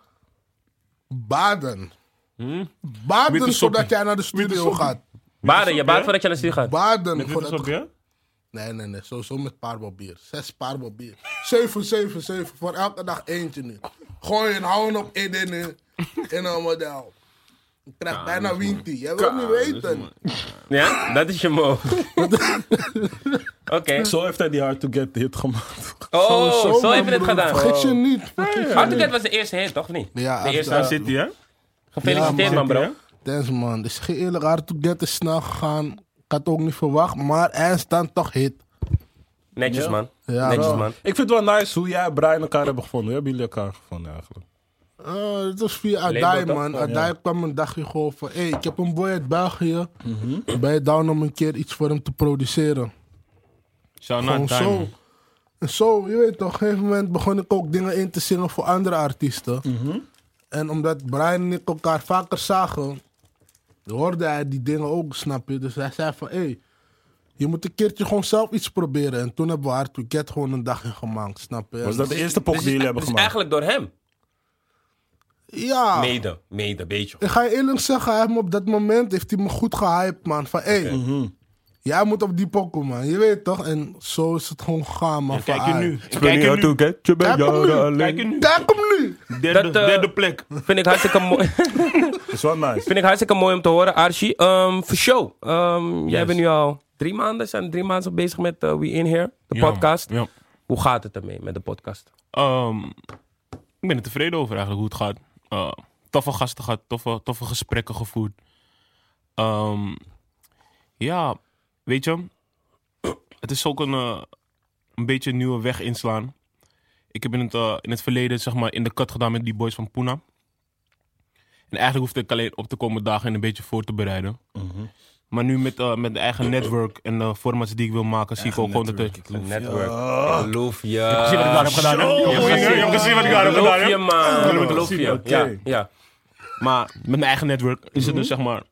S4: baden?
S3: Witte
S4: Baden
S3: sokken.
S4: voordat jij naar de studio gaat.
S1: Baden, je baat voordat je naar de studio gaat.
S4: Baden
S3: Dit is
S4: voordat
S3: ook, hè?
S4: Nee, nee, nee. Sowieso met paarbal bier. Zes paarbal bier. Zeven, zeven, zeven. Voor elke dag eentje nu. Gooi en hou op in in in- in een model. Ik krijg bijna wintie. Jij wil het niet weten.
S1: Ja, dat is je mo. Oké.
S2: Zo heeft hij die Hard to Get hit gemaakt.
S1: Oh, zo,
S4: man,
S1: hebben we het
S4: broer.
S1: gedaan. Oh,
S4: Vergis je niet. Vergis je
S1: Hard to
S4: niet.
S1: Get was de eerste hit, toch? Of niet?
S4: Ja,
S1: de
S4: echt,
S1: eerste.
S4: ja.
S3: Daar zit hij, hè?
S1: Gefeliciteerd,
S4: Ja,
S1: man,
S4: man.
S1: bro.
S4: Thanks man. Dus geen eerlijk, hard to get is snel gegaan. Ik had ook niet verwacht, maar eindstand toch hit.
S1: Netjes, man.
S4: Ja,
S1: Netjes,
S4: wel.
S1: man.
S2: Ik vind het wel nice hoe jij en Brian elkaar hebben gevonden. Hoe hebben jullie elkaar gevonden eigenlijk?
S4: Eh, het was via
S1: Label
S4: Adai,
S1: toch? Oh,
S4: man. Adai kwam een dagje gewoon van... hey, ik heb een boy uit België.
S1: Mhm.
S4: Ben je down om een keer iets voor hem te produceren?
S3: Shout
S4: Gewoon
S3: out
S4: zo.
S3: time.
S4: En zo, je weet toch. Op een gegeven moment begon ik ook dingen in te zingen voor andere artiesten. En omdat Brian en ik elkaar vaker zagen... hoorde hij die dingen ook, snap je? Dus hij zei van... hey, je moet een keertje gewoon zelf iets proberen. En toen hebben we Hard To Get gewoon een dagje gemaakt, snap je?
S2: Was dat de eerste pok die jullie hebben
S1: Dus
S2: gemaakt?
S1: eigenlijk door hem.
S4: Ja.
S1: Mede, mede, beetje.
S4: Ik ga je eerlijk zeggen, hij heeft me op dat moment heeft hij me goed gehyped, man. Van, hé, jij moet op die pokoe, man. Je weet toch? En zo is het gewoon gegaan, man.
S3: Kijk je
S4: van,
S3: nu.
S4: "Ai,
S3: Kijk je nu.
S4: Kijk hem nu.
S3: Kijk je nu.
S4: Kijk hem nu.
S3: Derde,
S1: Dat, eh,
S3: derde plek.
S1: Vind ik hartstikke mooi.
S2: Dat is wel nice.
S1: Vind ik hartstikke mooi om te horen, Archie. Ehm, voor show. Ehm, Jij
S3: Yes.
S1: bent nu al drie maanden, zijn drie maanden bezig met eh, We In Here, de
S3: Ja,
S1: podcast.
S3: man. Ja.
S1: Hoe gaat het ermee met de podcast?
S3: Ehm, ik ben er tevreden over eigenlijk hoe het gaat. Eh, toffe gasten gehad, toffe, toffe gesprekken gevoerd. Ehm, ja, weet je, het is ook een, eh, een beetje een nieuwe weg inslaan. Ik heb in het, eh, in het verleden zeg maar in de cut gedaan met die boys van Puna.
S2: Mhm.
S3: En eigenlijk hoefde ik alleen op te komen dagen en een beetje voor te bereiden. Maar nu met, eh, met de eigen network en de formats die ik wil maken, zie ik ook gewoon dat er...
S2: netwerk, ik loef.
S1: Network. Ik Geloof je. Je
S3: Ik zie wat ik daar heb gedaan. hè? Je hebt gezien- je hebt gezien wat ik daar heb gedaan.
S1: Geloof je,
S3: hè?
S1: man.
S3: Geloof
S1: Geloof je.
S2: oké.
S1: Ja, ja.
S3: Maar met mijn eigen netwerk is
S1: Mhm.
S3: het dus zeg maar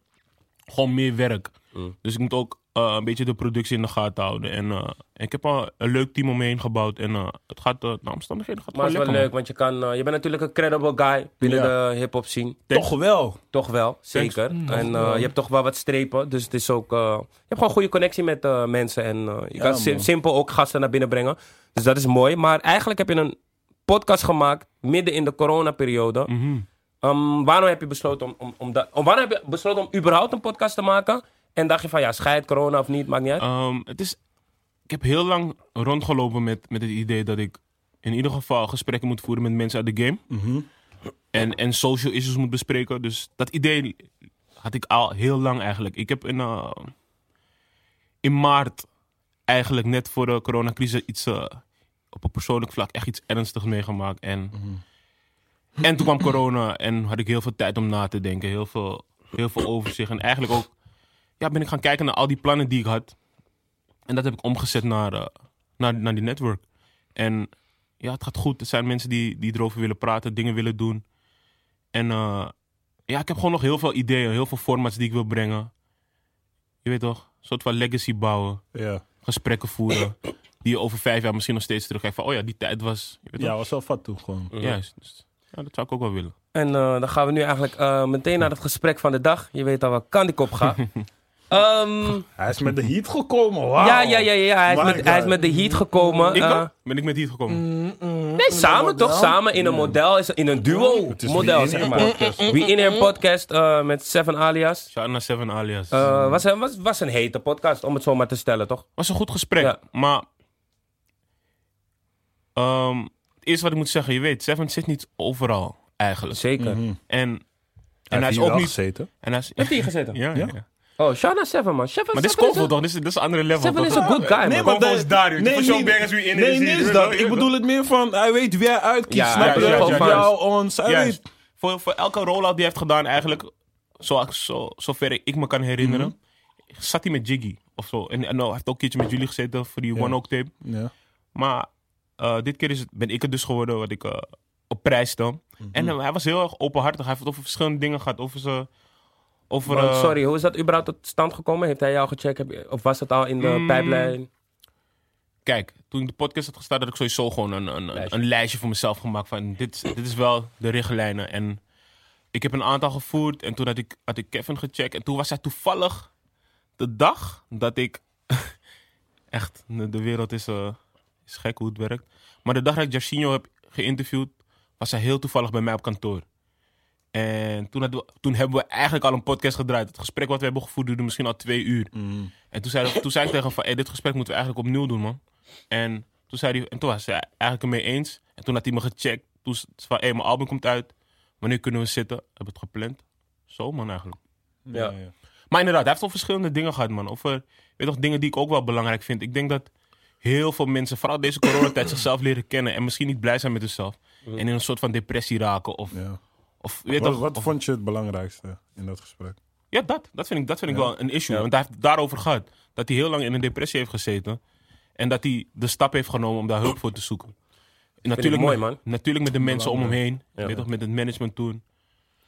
S3: gewoon meer werk.
S1: Mm.
S3: Dus ik moet ook eh, een beetje de productie in de gaten houden. En eh, ik heb al een leuk team om me heen gebouwd. En eh, het gaat, eh naar omstandigheden, gaat
S1: Maar
S3: het
S1: het is
S3: gewoon
S1: wel
S3: lekker.
S1: leuk, want je, kan, eh, je bent natuurlijk een credible guy binnen
S2: Ja.
S1: de hip-hop scene.
S2: Toch wel.
S1: Toch wel, zeker.
S2: Mm.
S1: en eh, je hebt toch wel wat strepen, dus het is ook... eh, je hebt gewoon goede connectie met eh, mensen en eh, je
S2: Ja,
S1: kan sim-
S2: man.
S1: simpel ook gasten naar binnen brengen. Dus dat is mooi. Maar eigenlijk heb je een podcast gemaakt midden in de coronaperiode.
S2: Mm.
S3: man. Mhm.
S1: Ehm, waarom heb je besloten om, om, om dat... Om, waarom heb je besloten om überhaupt een podcast te maken? En dacht je van, ja, scheid corona of niet, maakt niet uit.
S3: Ehm, het is, ik heb heel lang rondgelopen met, met het idee dat ik in ieder geval gesprekken moet voeren met mensen uit de game. en, en social issues moet bespreken. Dus dat idee had ik al heel lang eigenlijk. Ik heb in, eh, in maart eigenlijk net voor de coronacrisis iets eh, op een persoonlijk vlak echt iets ernstigs meegemaakt. En, en toen kwam corona en had ik heel veel tijd om na te denken. Heel veel, heel veel overzicht. En eigenlijk ook ja, ben ik gaan kijken naar al die plannen die ik had. En dat heb ik omgezet naar, eh, naar, naar die network. En ja, het gaat goed. Er zijn mensen die, die erover willen praten, dingen willen doen. En eh, ja, ik heb gewoon nog heel veel ideeën, heel veel formats die ik wil brengen. Je weet toch, een soort van legacy bouwen,
S2: Ja.
S3: gesprekken voeren. Die je over vijf jaar misschien nog steeds terugkijkt van, oh ja, die tijd was. Je weet
S2: Ja,
S3: toch?
S2: was wel fat toen gewoon.
S3: Juist. Dus, ja, dat zou ik ook wel willen.
S1: En eh, dan gaan we nu eigenlijk eh, meteen naar het gesprek van de dag. Je weet al waar kan die kop gaat. Ehm,
S2: Hij is met de heat gekomen, wauw.
S1: ja, ja, ja, ja, ja, Hij, is
S2: My
S1: met, hij is
S2: God.
S1: met de heat gekomen.
S3: Ik
S1: eh, mm.
S3: ook? Ben ik met hier gekomen?
S1: Nee, samen toch? Samen in een model, is- in
S3: Oh,
S1: een duo
S2: Het is
S1: model,
S2: wie in
S1: zeg
S2: een
S1: maar.
S2: podcast.
S1: Wie in een podcast eh, met Seven Alias.
S3: Shout out naar Seven Alias.
S1: Eh, was, een, was, was een hete podcast, om het zo maar te stellen, toch?
S3: was een goed gesprek,
S1: Ja.
S3: maar... ehm, het eerste wat ik moet zeggen, je weet, Seven zit niet overal eigenlijk.
S1: Zeker.
S3: En,
S2: Hij
S3: en hij
S2: heeft
S3: is
S2: hier
S3: ook
S2: wel
S3: niet...
S2: gezeten.
S3: En hij is,
S1: Heeft hij hier gezeten?
S3: Ja, ja.
S2: Ja.
S3: ja.
S1: Oh, shout out Seven, man. Seven,
S3: Maar dit is
S1: Seven
S3: Convo
S1: een-
S3: toch? Dit is, dit is een andere level.
S1: Seven
S3: toch?
S1: is een good guy, man.
S3: Convo is daar, joh. Voor zo'n
S2: niet-
S3: bangers wie in
S2: nee,
S3: is,
S2: niet
S3: je
S2: eens
S3: weet
S2: dus dat.
S3: wel,
S2: Ik
S3: je
S2: bedoel het meer van, hij weet wie hij uitkiest.
S1: Ja,
S2: snap
S3: ja,
S2: je?
S3: ja,
S2: Of
S3: ja,
S2: jou, ons, hij
S3: Juist.
S2: weet.
S3: Voor, voor elke rollout die hij heeft gedaan eigenlijk, zo, zo, zover ik me kan herinneren,
S2: Mhm.
S3: zat hij met Jiggy of zo. En, en nou, hij heeft ook een keertje met jullie gezeten voor die
S2: Ja.
S3: One Oak tape.
S2: Ja.
S3: Maar eh, dit keer is het, ben ik het dus geworden wat ik eh, op prijs stel. En eh, hij was heel erg openhartig. Hij heeft het over verschillende dingen gehad. Over ze... Over,
S1: Want,
S3: eh,
S1: Oh, sorry, hoe is dat überhaupt tot stand gekomen? Heeft hij jou gecheckt? Heb je- Of was dat al in de
S3: Mm.
S1: pijplijn?
S3: Kijk, toen ik de podcast had gestart, had ik sowieso gewoon een, een,
S1: Lijstje.
S3: lijstje. een lijstje voor mezelf gemaakt. Van dit, is- dit is wel de richtlijnen. En ik heb een aantal gevoerd. En toen had ik, had ik Kevin gecheckt. En toen was hij toevallig de dag dat ik. echt, de de wereld is, eh, is gek hoe het werkt. Maar de dag dat ik Jarcinho heb geïnterviewd, was hij heel toevallig bij mij op kantoor. En toen, hadden we- toen hebben we eigenlijk al een podcast gedraaid. Het gesprek wat we hebben gevoerd duurde misschien al twee uur.
S2: Mm.
S3: En toen zei, toen zei ik tegen hem van, hey, dit gesprek moeten we eigenlijk opnieuw doen, man. En toen, zei hij, en toen was hij eigenlijk ermee eens. En toen had hij me gecheckt. Toen zei hij van, hey, mijn album komt uit. Wanneer kunnen we zitten? Heb het gepland. Zo, man, eigenlijk.
S1: Ja.
S3: Maar inderdaad, hij heeft al verschillende dingen gehad, man. Over, weet je toch, dingen die ik ook wel belangrijk vind. Ik denk dat heel veel mensen, vooral deze coronatijd, zichzelf leren kennen. En misschien niet blij zijn met zichzelf. En in een soort van depressie raken. Of,
S2: Ja.
S3: of weet je
S2: Wat,
S3: toch,
S2: wat
S3: of-
S2: vond je het belangrijkste in dat gesprek?
S3: ja, dat. Dat vind ik, dat vind ik wel een issue. Want hij heeft het daarover gehad. Dat hij heel lang in een depressie heeft gezeten. En dat hij de stap heeft genomen om daar hulp voor te zoeken. En natuurlijk,
S1: mooi,
S3: met,
S1: man.
S3: natuurlijk met de mensen om hem heen. Weet toch, met het management toen.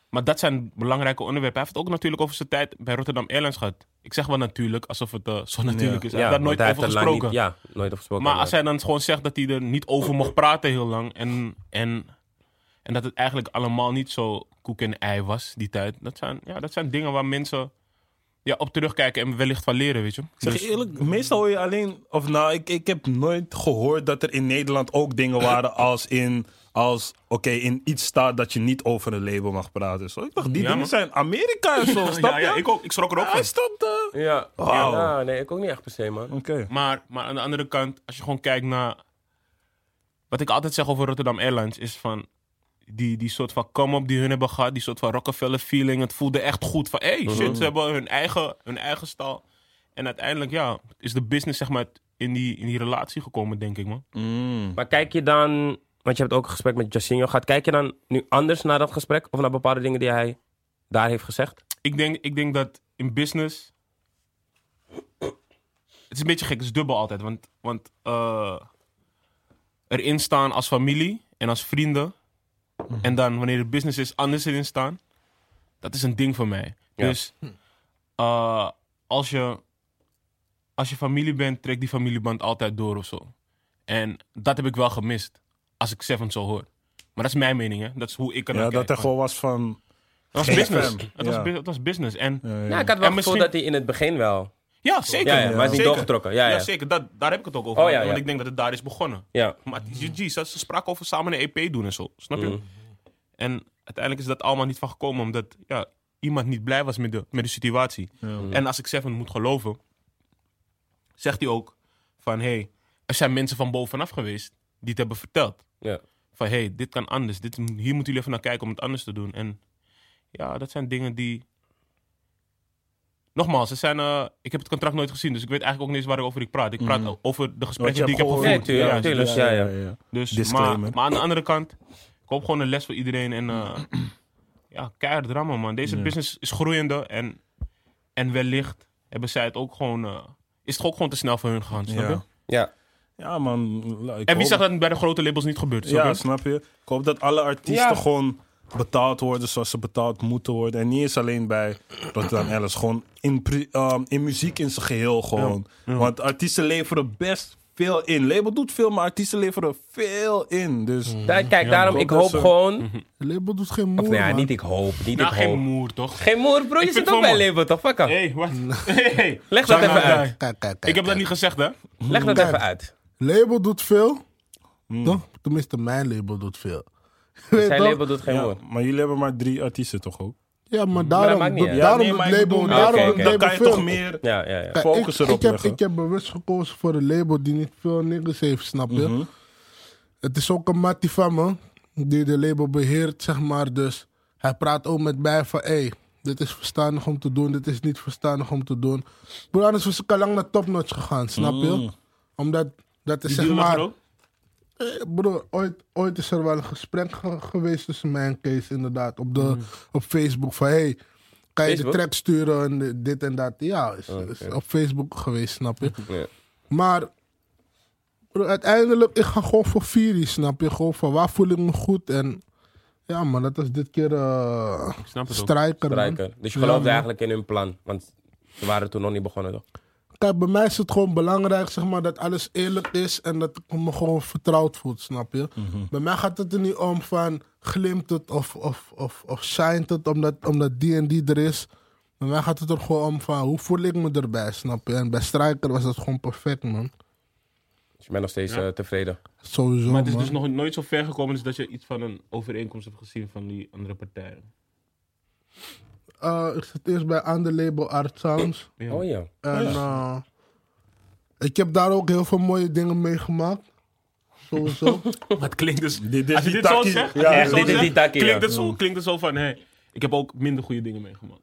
S3: Maar dat zijn belangrijke onderwerpen. Hij heeft het ook natuurlijk over zijn tijd bij Rotterdam Airlines gehad. Ik zeg wel natuurlijk, alsof het eh, zo natuurlijk is. Hij
S1: Ja,
S3: heeft daar
S1: want
S3: nooit
S1: hij
S3: over
S1: heeft er lang
S3: gesproken.
S1: niet- ja, nooit over gesproken.
S3: Maar als hij dan gewoon zegt dat hij er niet over mocht praten heel lang. En, en, en dat het eigenlijk allemaal niet zo koek en ei was die tijd. Dat zijn, ja, dat zijn dingen waar mensen ja, op terugkijken en wellicht van leren, weet je.
S2: Ik zeg je eerlijk, meestal hoor je alleen... Of nou, ik, ik heb nooit gehoord dat er in Nederland ook dingen waren als in... Als, oké, in iets staat dat je niet over een label mag praten. Zo, ik dacht, die
S3: Ja,
S2: dingen
S3: man.
S2: zijn Amerika en zo, snap
S3: ja,
S2: je?
S3: ja, ik, ook, ik schrok er ook
S2: Hij
S3: van.
S2: stond... eh,
S1: Ja.
S2: Wauw.
S1: Ja, nee, ik ook niet echt per se, man.
S2: Oké.
S3: Maar, maar aan de andere kant, als je gewoon kijkt naar... Wat ik altijd zeg over Rotterdam Airlines is van... Die, die soort van come-up die hun hebben gehad. Die soort van Rockefeller feeling. Het voelde echt goed van... hey, shit, ze hebben hun eigen, hun eigen stal. En uiteindelijk, ja, is de business zeg maar in die, in die relatie gekomen, denk ik, man.
S2: Mm.
S1: Maar kijk je dan, want je hebt ook een gesprek met Jacinho gehad, kijk je dan nu anders naar dat gesprek of naar bepaalde dingen die hij daar heeft gezegd?
S3: Ik denk, ik denk dat in business Het is een beetje gek, het is dubbel altijd. Want, want eh, erin staan als familie en als vrienden.
S2: Mhm.
S3: En dan wanneer het business is, anders erin staan. Dat is een ding voor mij.
S1: Ja.
S3: Dus
S2: Hm.
S3: eh, als, je, als je familie bent, trek die familieband altijd door of zo. En dat heb ik wel gemist. Als ik Seven zo hoor. Maar dat is mijn mening, hè? Dat is hoe ik er
S2: Ja,
S3: naar
S2: dat er
S3: kijk.
S2: gewoon was van...
S3: Dat
S2: Geen
S3: was business.
S2: FM.
S3: Het was,
S2: Ja.
S3: bu- het was business. En
S2: eh,
S1: Ja, Nou, ik had wel
S3: En
S1: het gevoel
S3: misschien-
S1: dat hij in het begin wel...
S3: ja, zeker.
S1: Ja, ja, maar hij is niet
S3: Zeker.
S1: doorgetrokken. Ja,
S3: Ja,
S1: ja.
S3: zeker. Dat, daar heb ik het ook over.
S1: Oh, ja, ja. Mhm.
S3: Want ik denk dat het daar is begonnen.
S1: ja.
S3: Maar GG, ze ze spraken over samen een EP doen en zo. Snap
S1: Mhm.
S3: je?
S1: Mm.
S3: En uiteindelijk is dat allemaal niet van gekomen. Omdat ja, iemand niet blij was met de, met de situatie.
S1: Mm.
S3: En als ik Seven moet geloven, zegt hij ook van... hey, er zijn mensen van bovenaf geweest die het hebben verteld.
S1: Ja.
S3: Van hé, hey, dit kan anders. Dit, hier moeten jullie even naar kijken om het anders te doen. En ja, dat zijn dingen die... Nogmaals, ze zijn, eh, ik heb het contract nooit gezien, dus ik weet eigenlijk ook niet eens waarover ik praat. Ik praat over de
S2: wat Mm. je
S3: gesprekken die ik heb
S2: hebt
S3: gevoerd.
S2: gehoord.
S1: Nee, tuurlijk,
S3: Ja,
S1: tuurlijk. ja, ja.
S3: dus, maar,
S2: Disclaimer.
S3: maar aan de andere kant, ik hoop gewoon een les voor iedereen. En eh, ja, keihard rammen, man. Deze business is groeiende. En, en wellicht hebben zij het ook gewoon... eh, is het ook gewoon te snel voor hun gegaan, snap
S2: Ja.
S3: je?
S1: Ja.
S2: Ja, man. la- ik
S3: En wie
S2: hoop-
S3: zegt dat het bij de grote labels niet gebeurt, snap
S2: Ja,
S3: je?
S2: snap je? Ik hoop dat alle artiesten
S1: Ja.
S2: gewoon betaald worden zoals ze betaald moeten worden. En niet eens alleen bij Rotterdam Ellis. Gewoon in, pri- ehm, in muziek in zijn geheel gewoon. Want artiesten leveren best veel in. Label doet veel, maar artiesten leveren veel in. Dus
S1: Daar- kijk, daarom,
S2: klopt,
S1: ik
S2: dat
S1: hoop
S2: ze-
S1: gewoon...
S4: Het label doet geen
S1: Of
S4: moeite.
S1: nou ja, niet ik hoop. Niet
S3: Nou,
S1: ik
S3: geen
S1: hoop.
S3: moer, toch?
S1: Geen moer, bro. Je
S3: vind
S1: zit
S3: het
S1: ook
S3: wel
S1: bij
S3: mooi.
S1: label, toch? Fuck up.
S3: hey, wat? Hey.
S1: Leg dat
S3: Zeg
S1: even
S3: nou,
S1: uit.
S3: kijk. Ik heb dat niet gezegd, hè?
S1: Leg dat even uit.
S4: Label doet veel.
S1: Mm.
S4: Toch? Tenminste, mijn label doet veel. Weet
S1: Zijn
S4: toch?
S1: label doet geen
S2: ja,
S1: moer.
S2: maar jullie hebben maar drie artiesten toch ook?
S4: Ja, maar daarom,
S1: maakt niet
S4: doet-
S1: uit.
S4: daarom
S2: nee, maar
S4: doet
S2: ik
S4: label,
S2: bedoel,
S1: oké,
S4: daarom doet
S1: oké.
S2: Dan
S4: label
S2: kan je
S4: veel.
S2: toch meer...
S1: Ja, ja, ja.
S4: Kijk,
S2: focus
S4: ik,
S2: erop
S4: ik heb,
S2: leggen.
S4: ik heb bewust gekozen voor een label die niet veel niggas heeft, snap je?
S2: Mhm.
S4: Het is ook een mattie van me, die de label beheert, zeg maar. Dus hij praat ook met mij van, hé, hey, dit is verstandig om te doen, dit is niet verstandig om te doen. Broer, anders was ik al lang naar topnotch gegaan, snap je?
S2: Mm.
S4: Omdat, dat is
S3: Die
S4: zeg
S3: deal was er
S4: maar...
S3: ook.
S4: Eh, Broer, ooit, ooit is er wel een gesprek ge- geweest tussen mij en Kees, inderdaad. Op, de, op Facebook van, hey, kan je
S1: Facebook?
S4: de track sturen en de- dit en dat. Ja, is, is op Facebook geweest, snap je?
S1: Ja.
S4: Maar broer, uiteindelijk, ik ga gewoon voor Fury, snap je? Gewoon van, waar voel ik me goed? En ja, maar dat is dit keer eh
S3: Ik snap het ook.
S4: strijker, man.
S1: Strijker. Dus je
S4: Ja,
S1: geloofde
S4: man.
S1: eigenlijk in hun plan. Want ze waren toen nog niet begonnen, toch?
S4: Kijk, bij mij is het gewoon belangrijk, zeg maar, dat alles eerlijk is en dat ik me gewoon vertrouwd voel, snap je?
S3: Mhm.
S4: Bij mij gaat het er niet om van glimt het of, of, of, of shint het omdat, omdat die en die er is. Bij mij gaat het er gewoon om van hoe voel ik me erbij, snap je? En bij Strijker was dat gewoon perfect, man.
S1: Dus je bent nog steeds eh, tevreden.
S4: Sowieso,
S3: Maar het is
S4: man.
S3: dus nog nooit zo ver gekomen is dat je iets van een overeenkomst hebt gezien van die andere partijen.
S4: Eh, ik zit eerst bij ander label Art Sounds.
S3: Ja.
S1: Oh ja.
S4: En eh, ik heb daar ook heel veel mooie dingen meegemaakt. Sowieso.
S3: Maar het klinkt dus...
S2: Dit is
S3: als je
S2: die
S3: dit zo
S2: takkie.
S3: zegt,
S2: Ja,
S3: als je dit zo
S1: dit is die
S3: zegt,
S1: takkie, ja.
S3: klinkt, het zo, klinkt het zo van, hé, ik heb ook minder goede dingen meegemaakt.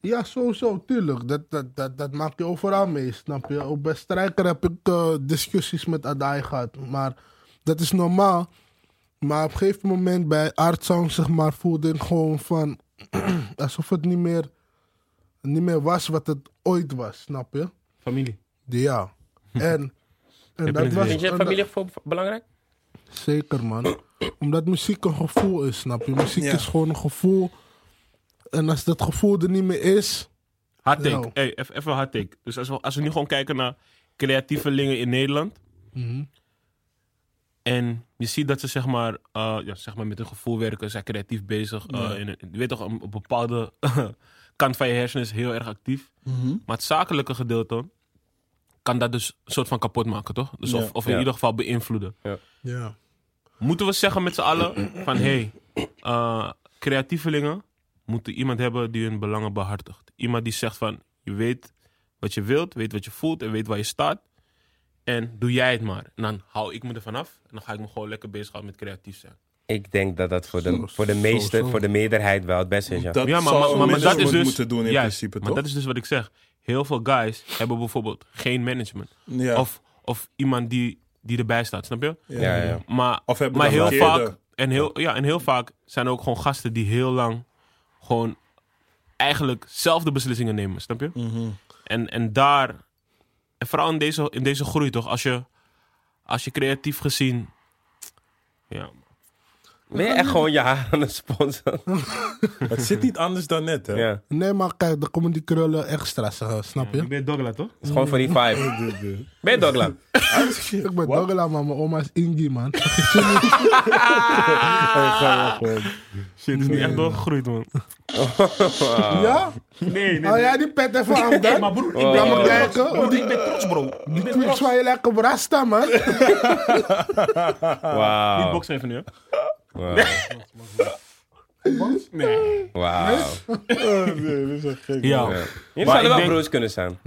S4: Ja, sowieso, tuurlijk. Dat, dat, dat, dat maak je overal mee, snap je? Ook bij Strijker heb ik eh, discussies met Adai gehad. Maar dat is normaal. Maar op een gegeven moment bij Art Sound, zeg maar, voelde ik gewoon van... alsof het niet meer, niet meer was wat het ooit was, snap je?
S3: Familie.
S4: Ja. En, en
S3: het
S4: dat was...
S1: Vind je
S4: en dat-
S1: familiegevoel belangrijk?
S4: Zeker, man. Omdat muziek een gevoel is, snap je? Muziek
S2: Ja.
S4: is gewoon een gevoel. En als dat gevoel er niet meer is...
S3: Hard take.
S4: Nou.
S3: Hey, eff- even hard take. Dus als we, als we nu gewoon kijken naar creatievelingen in Nederland. En je ziet dat ze zeg maar, eh, ja, zeg maar met hun gevoel werken. Zijn creatief bezig. eh, in een- je weet toch, een, een bepaalde kant van je hersenen is heel erg actief.
S4: Mhm.
S3: Maar het zakelijke gedeelte kan dat dus een soort van kapot maken, toch? Dus of,
S2: Ja.
S3: of in
S1: Ja.
S3: ieder geval beïnvloeden.
S4: Ja.
S3: Moeten we zeggen met z'n allen van... Hé, hey, eh, creatievelingen moeten iemand hebben die hun belangen behartigt. Iemand die zegt van... Je weet wat je wilt, weet wat je voelt en weet waar je staat. En doe jij het maar. En dan hou ik me ervan af. En dan ga ik me gewoon lekker bezighouden met creatief zijn.
S1: Ik denk dat dat voor de, voor de meeste, voor de meerderheid wel het beste is. Ja.
S2: Dat
S3: Ja, maar, maar, maar, maar dat is dus...
S2: moeten doen in
S3: juist,
S2: principe,
S3: Maar
S2: toch?
S3: dat is dus wat ik zeg. Heel veel guys hebben bijvoorbeeld geen management.
S2: ja.
S3: Of, of iemand die, die erbij staat, snap je?
S1: Ja, ja.
S3: Maar,
S2: Of hebben
S3: maar
S2: dan
S3: heel
S2: verkeerde.
S3: vaak. En heel, ja, en heel vaak zijn er ook gewoon gasten die heel lang gewoon
S4: Mhm.
S3: eigenlijk zelf de beslissingen nemen, snap je? En, en daar En vooral in deze, in deze groei toch, als je, als je creatief gezien... Ja,
S1: Ben je echt gewoon je haar aan het sponsoren?
S2: Het zit niet anders dan net, hè?
S1: Ja.
S4: Nee, maar kijk, dan komen die krullen extra's, eh, snap je?
S3: ik ben Douglas toch?
S1: Het is gewoon voor die vibe. Ben je Douglas?
S4: Ik ben Douglas, maar mijn oma is Ingi, man.
S3: Shit, is niet echt doorgegroeid, man. Ah.
S4: Ja?
S3: Nee, nee,
S4: Hou jij die pet even af, dan?
S3: maar broer, ik
S1: Oh.
S3: ben,
S4: Laat me kijken. Oh, die
S3: ik ben trots, bro. Ik ben
S4: tweaks
S3: trots.
S4: van je lekker brasta, man.
S3: Niet
S1: Wauw.
S3: boksen even nu, hè?
S1: Wauw.
S3: Nee.
S1: Wauw.
S2: nee, dat is echt gek.
S3: Ja.
S1: Ja. Jullie
S3: Maar ik
S1: zouden wel
S3: denk-
S1: broers kunnen zijn.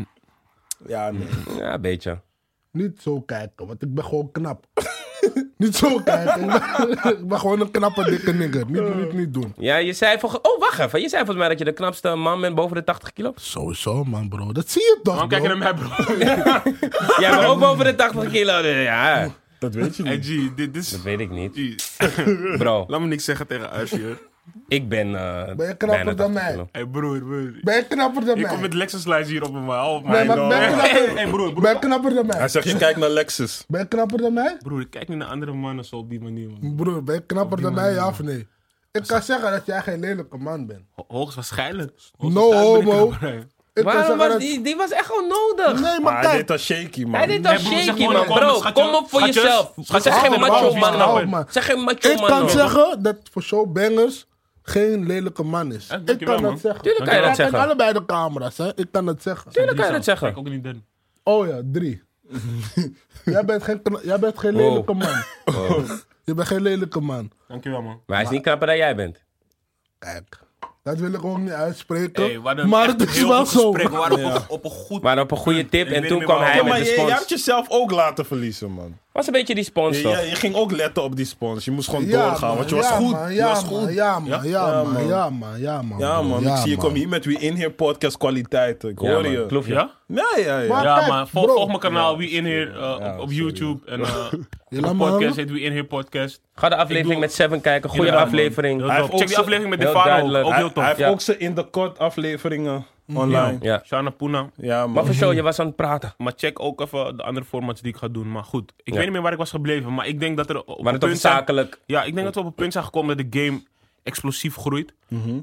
S2: Ja, nee.
S1: Ja, een beetje.
S4: Niet zo kijken, want ik ben gewoon knap. niet zo kijken. Ik ben, ik ben gewoon een knappe, dikke nigger. Niet, niet, niet doen.
S1: Ja, je zei volgens... Oh, wacht even. Je zei volgens mij dat je de knapste man bent boven de 80 kilo.
S4: Sowieso, man, bro. Dat zie je toch,
S3: Dan
S4: bro?
S3: kijk je naar mij, bro.
S1: Jij bent ook boven de 80 kilo. dus Ja,
S2: Dat weet je
S3: Hey,
S2: niet.
S3: G, dit is...
S1: dat weet ik niet.
S3: G.
S1: Bro,
S3: Laat me niks zeggen tegen Asje, hoor.
S1: ik ben... eh
S4: Ben je knapper
S1: bijna
S4: dan
S1: 80
S4: mij?
S1: kilo.
S3: Hey, broer, broer.
S4: Ben je knapper dan
S3: Je komt
S4: mij?
S3: met Lexus Lines hier op me, maar oh my
S4: Nee, maar
S3: god.
S4: ben je knapper-
S3: Hey, broer, broer.
S4: Ben je knapper dan
S2: Hij
S4: mij?
S2: zegt, je kijkt naar Lexus.
S4: Ben je knapper dan mij?
S3: Broer, kijk niet naar andere mannen zo op die manier, man.
S4: Broer, ben je knapper dan mij, ja of nee? Ik kan zeggen dat jij geen lelijke man bent.
S3: Ho- Hoogstwaarschijnlijk.
S4: No
S3: Hoogstwaarschijnlijk ben ik
S4: homo.
S3: knapper, hè.
S4: Ik kan
S1: Waarom
S4: zeggen
S1: was
S4: dat...
S1: die... Die was echt gewoon nodig.
S4: Nee, maar
S2: Maar hij
S4: kijk.
S2: deed dat shaky, man.
S1: Hij deed al
S3: Nee, broer, zeg
S1: shaky,
S3: gewoon
S1: man.
S3: gewoon,
S1: Bro,
S3: schatje.
S1: kom op voor
S3: Schatjes,
S1: jezelf.
S3: schatjes,
S1: zeg geen
S4: hou
S1: macho
S4: ervan,
S1: man,
S4: hou
S1: man.
S4: ervan.
S1: Zeg geen macho
S4: Ik
S1: man.
S4: kan
S1: man. nou.
S4: zeggen dat voor show bangers geen lelijke man is.
S3: Eh,
S4: Ik
S3: dankjewel,
S4: kan dat
S3: man.
S4: zeggen.
S1: Tuurlijk kan je
S4: Ik
S1: dat
S4: kijk
S1: zeggen.
S4: allebei de camera's, hè. Ik kan dat zeggen.
S1: Tuurlijk kan je
S3: Zo,
S1: dat zeggen.
S3: Kijk ook niet dan.
S4: Oh ja, drie. jij, bent geen, kna- jij bent geen
S1: Wow.
S4: lelijke man. Je bent geen lelijke man.
S3: Dankjewel, man.
S1: Maar hij is niet knapper dan jij bent.
S4: Kijk, dat wil ik ook niet uitspreken.
S3: Hey, we hadden
S4: maar
S3: echt
S4: het
S3: een
S4: is
S3: heel
S4: wel
S3: goed
S4: zo.
S3: gesprek. We waren op een- op een goed...
S1: Maar op een goede tip
S3: Ik
S1: en
S3: weet
S1: toen
S3: niet
S1: kwam
S3: meer
S1: hij
S2: Ja,
S3: waarom.
S1: met
S2: maar
S1: de
S2: je, je hebt
S1: spons.
S2: jezelf ook laten verliezen, man.
S1: Was een beetje die spons
S2: Je,
S1: toch?
S2: je- je ging ook letten op die spons. Je moest gewoon doorgaan,
S4: man,
S2: want je was
S4: ja,
S2: goed.
S4: man,
S2: je
S4: ja,
S2: was
S4: man,
S2: goed.
S4: Ja, man, ja,
S2: Ja,
S4: man,
S2: man.
S4: ja, man, ja, man.
S2: Ja,
S4: bro,
S2: man. ik zie je kom hier met wie in hier podcast kwaliteit. Ik
S1: Ja,
S2: hoor
S1: man.
S2: je.
S1: Klopt je.
S3: Ja?
S2: Ja, ja, ja.
S4: Maar-
S3: Ja,
S4: Kijk,
S3: maar volg,
S4: bro.
S3: volg mijn kanaal, Wie In Here, eh,
S2: Ja,
S3: op, op
S2: sorry,
S3: YouTube. En eh
S4: laat
S3: de
S4: me hangen.
S3: podcast heet Wie In Here Podcast.
S1: Ga de aflevering
S3: doe-
S1: met Seven kijken. Goede
S3: Inderdaad,
S1: aflevering.
S3: Heel
S2: Hij
S3: dope.
S2: heeft ook
S3: Check die
S2: zo-
S3: aflevering met de
S1: heel
S3: vader
S1: duidelijk.
S3: ook. Ook
S2: Hij,
S3: heel
S2: hij
S3: tof.
S2: heeft
S1: Ja.
S2: ook zijn in de kort afleveringen
S4: Mhm.
S2: online. Ja,
S1: Ja.
S3: Shana Puna.
S1: Maar
S2: man.
S1: voor show, je was aan het praten.
S3: Maar check ook even de andere formats die ik ga doen. Maar goed, ik
S1: Ja.
S3: weet niet meer waar ik was gebleven. Maar ik denk dat er op
S1: Maar
S3: een
S1: het over
S3: punt zijn,
S1: zakelijk.
S3: Ja, ik denk dat we op een punt zijn gekomen dat de game explosief groeit.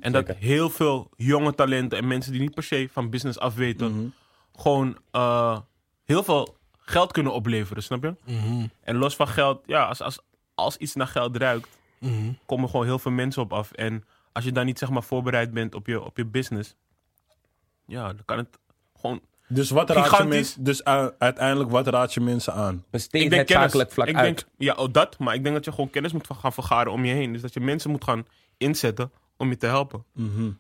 S3: en dat heel veel jonge talenten en mensen die niet per se van business afweten, gewoon eh, heel veel geld kunnen opleveren, snap je? En los van geld, ja, als, als, als iets naar geld ruikt, komen gewoon heel veel mensen op af. En als je daar niet zeg maar voorbereid bent op je, op je business, ja, dan kan het gewoon.
S2: Dus, wat raad je
S3: Gigantisch.
S2: mensen, dus u- uiteindelijk, wat raad je mensen aan?
S1: Besteed het zakelijk vlak
S3: ik
S1: uit.
S3: Denk, ja, oh, dat. Maar ik denk dat je gewoon kennis moet van- gaan vergaren om je heen. Dus dat je mensen moet gaan inzetten om je te helpen.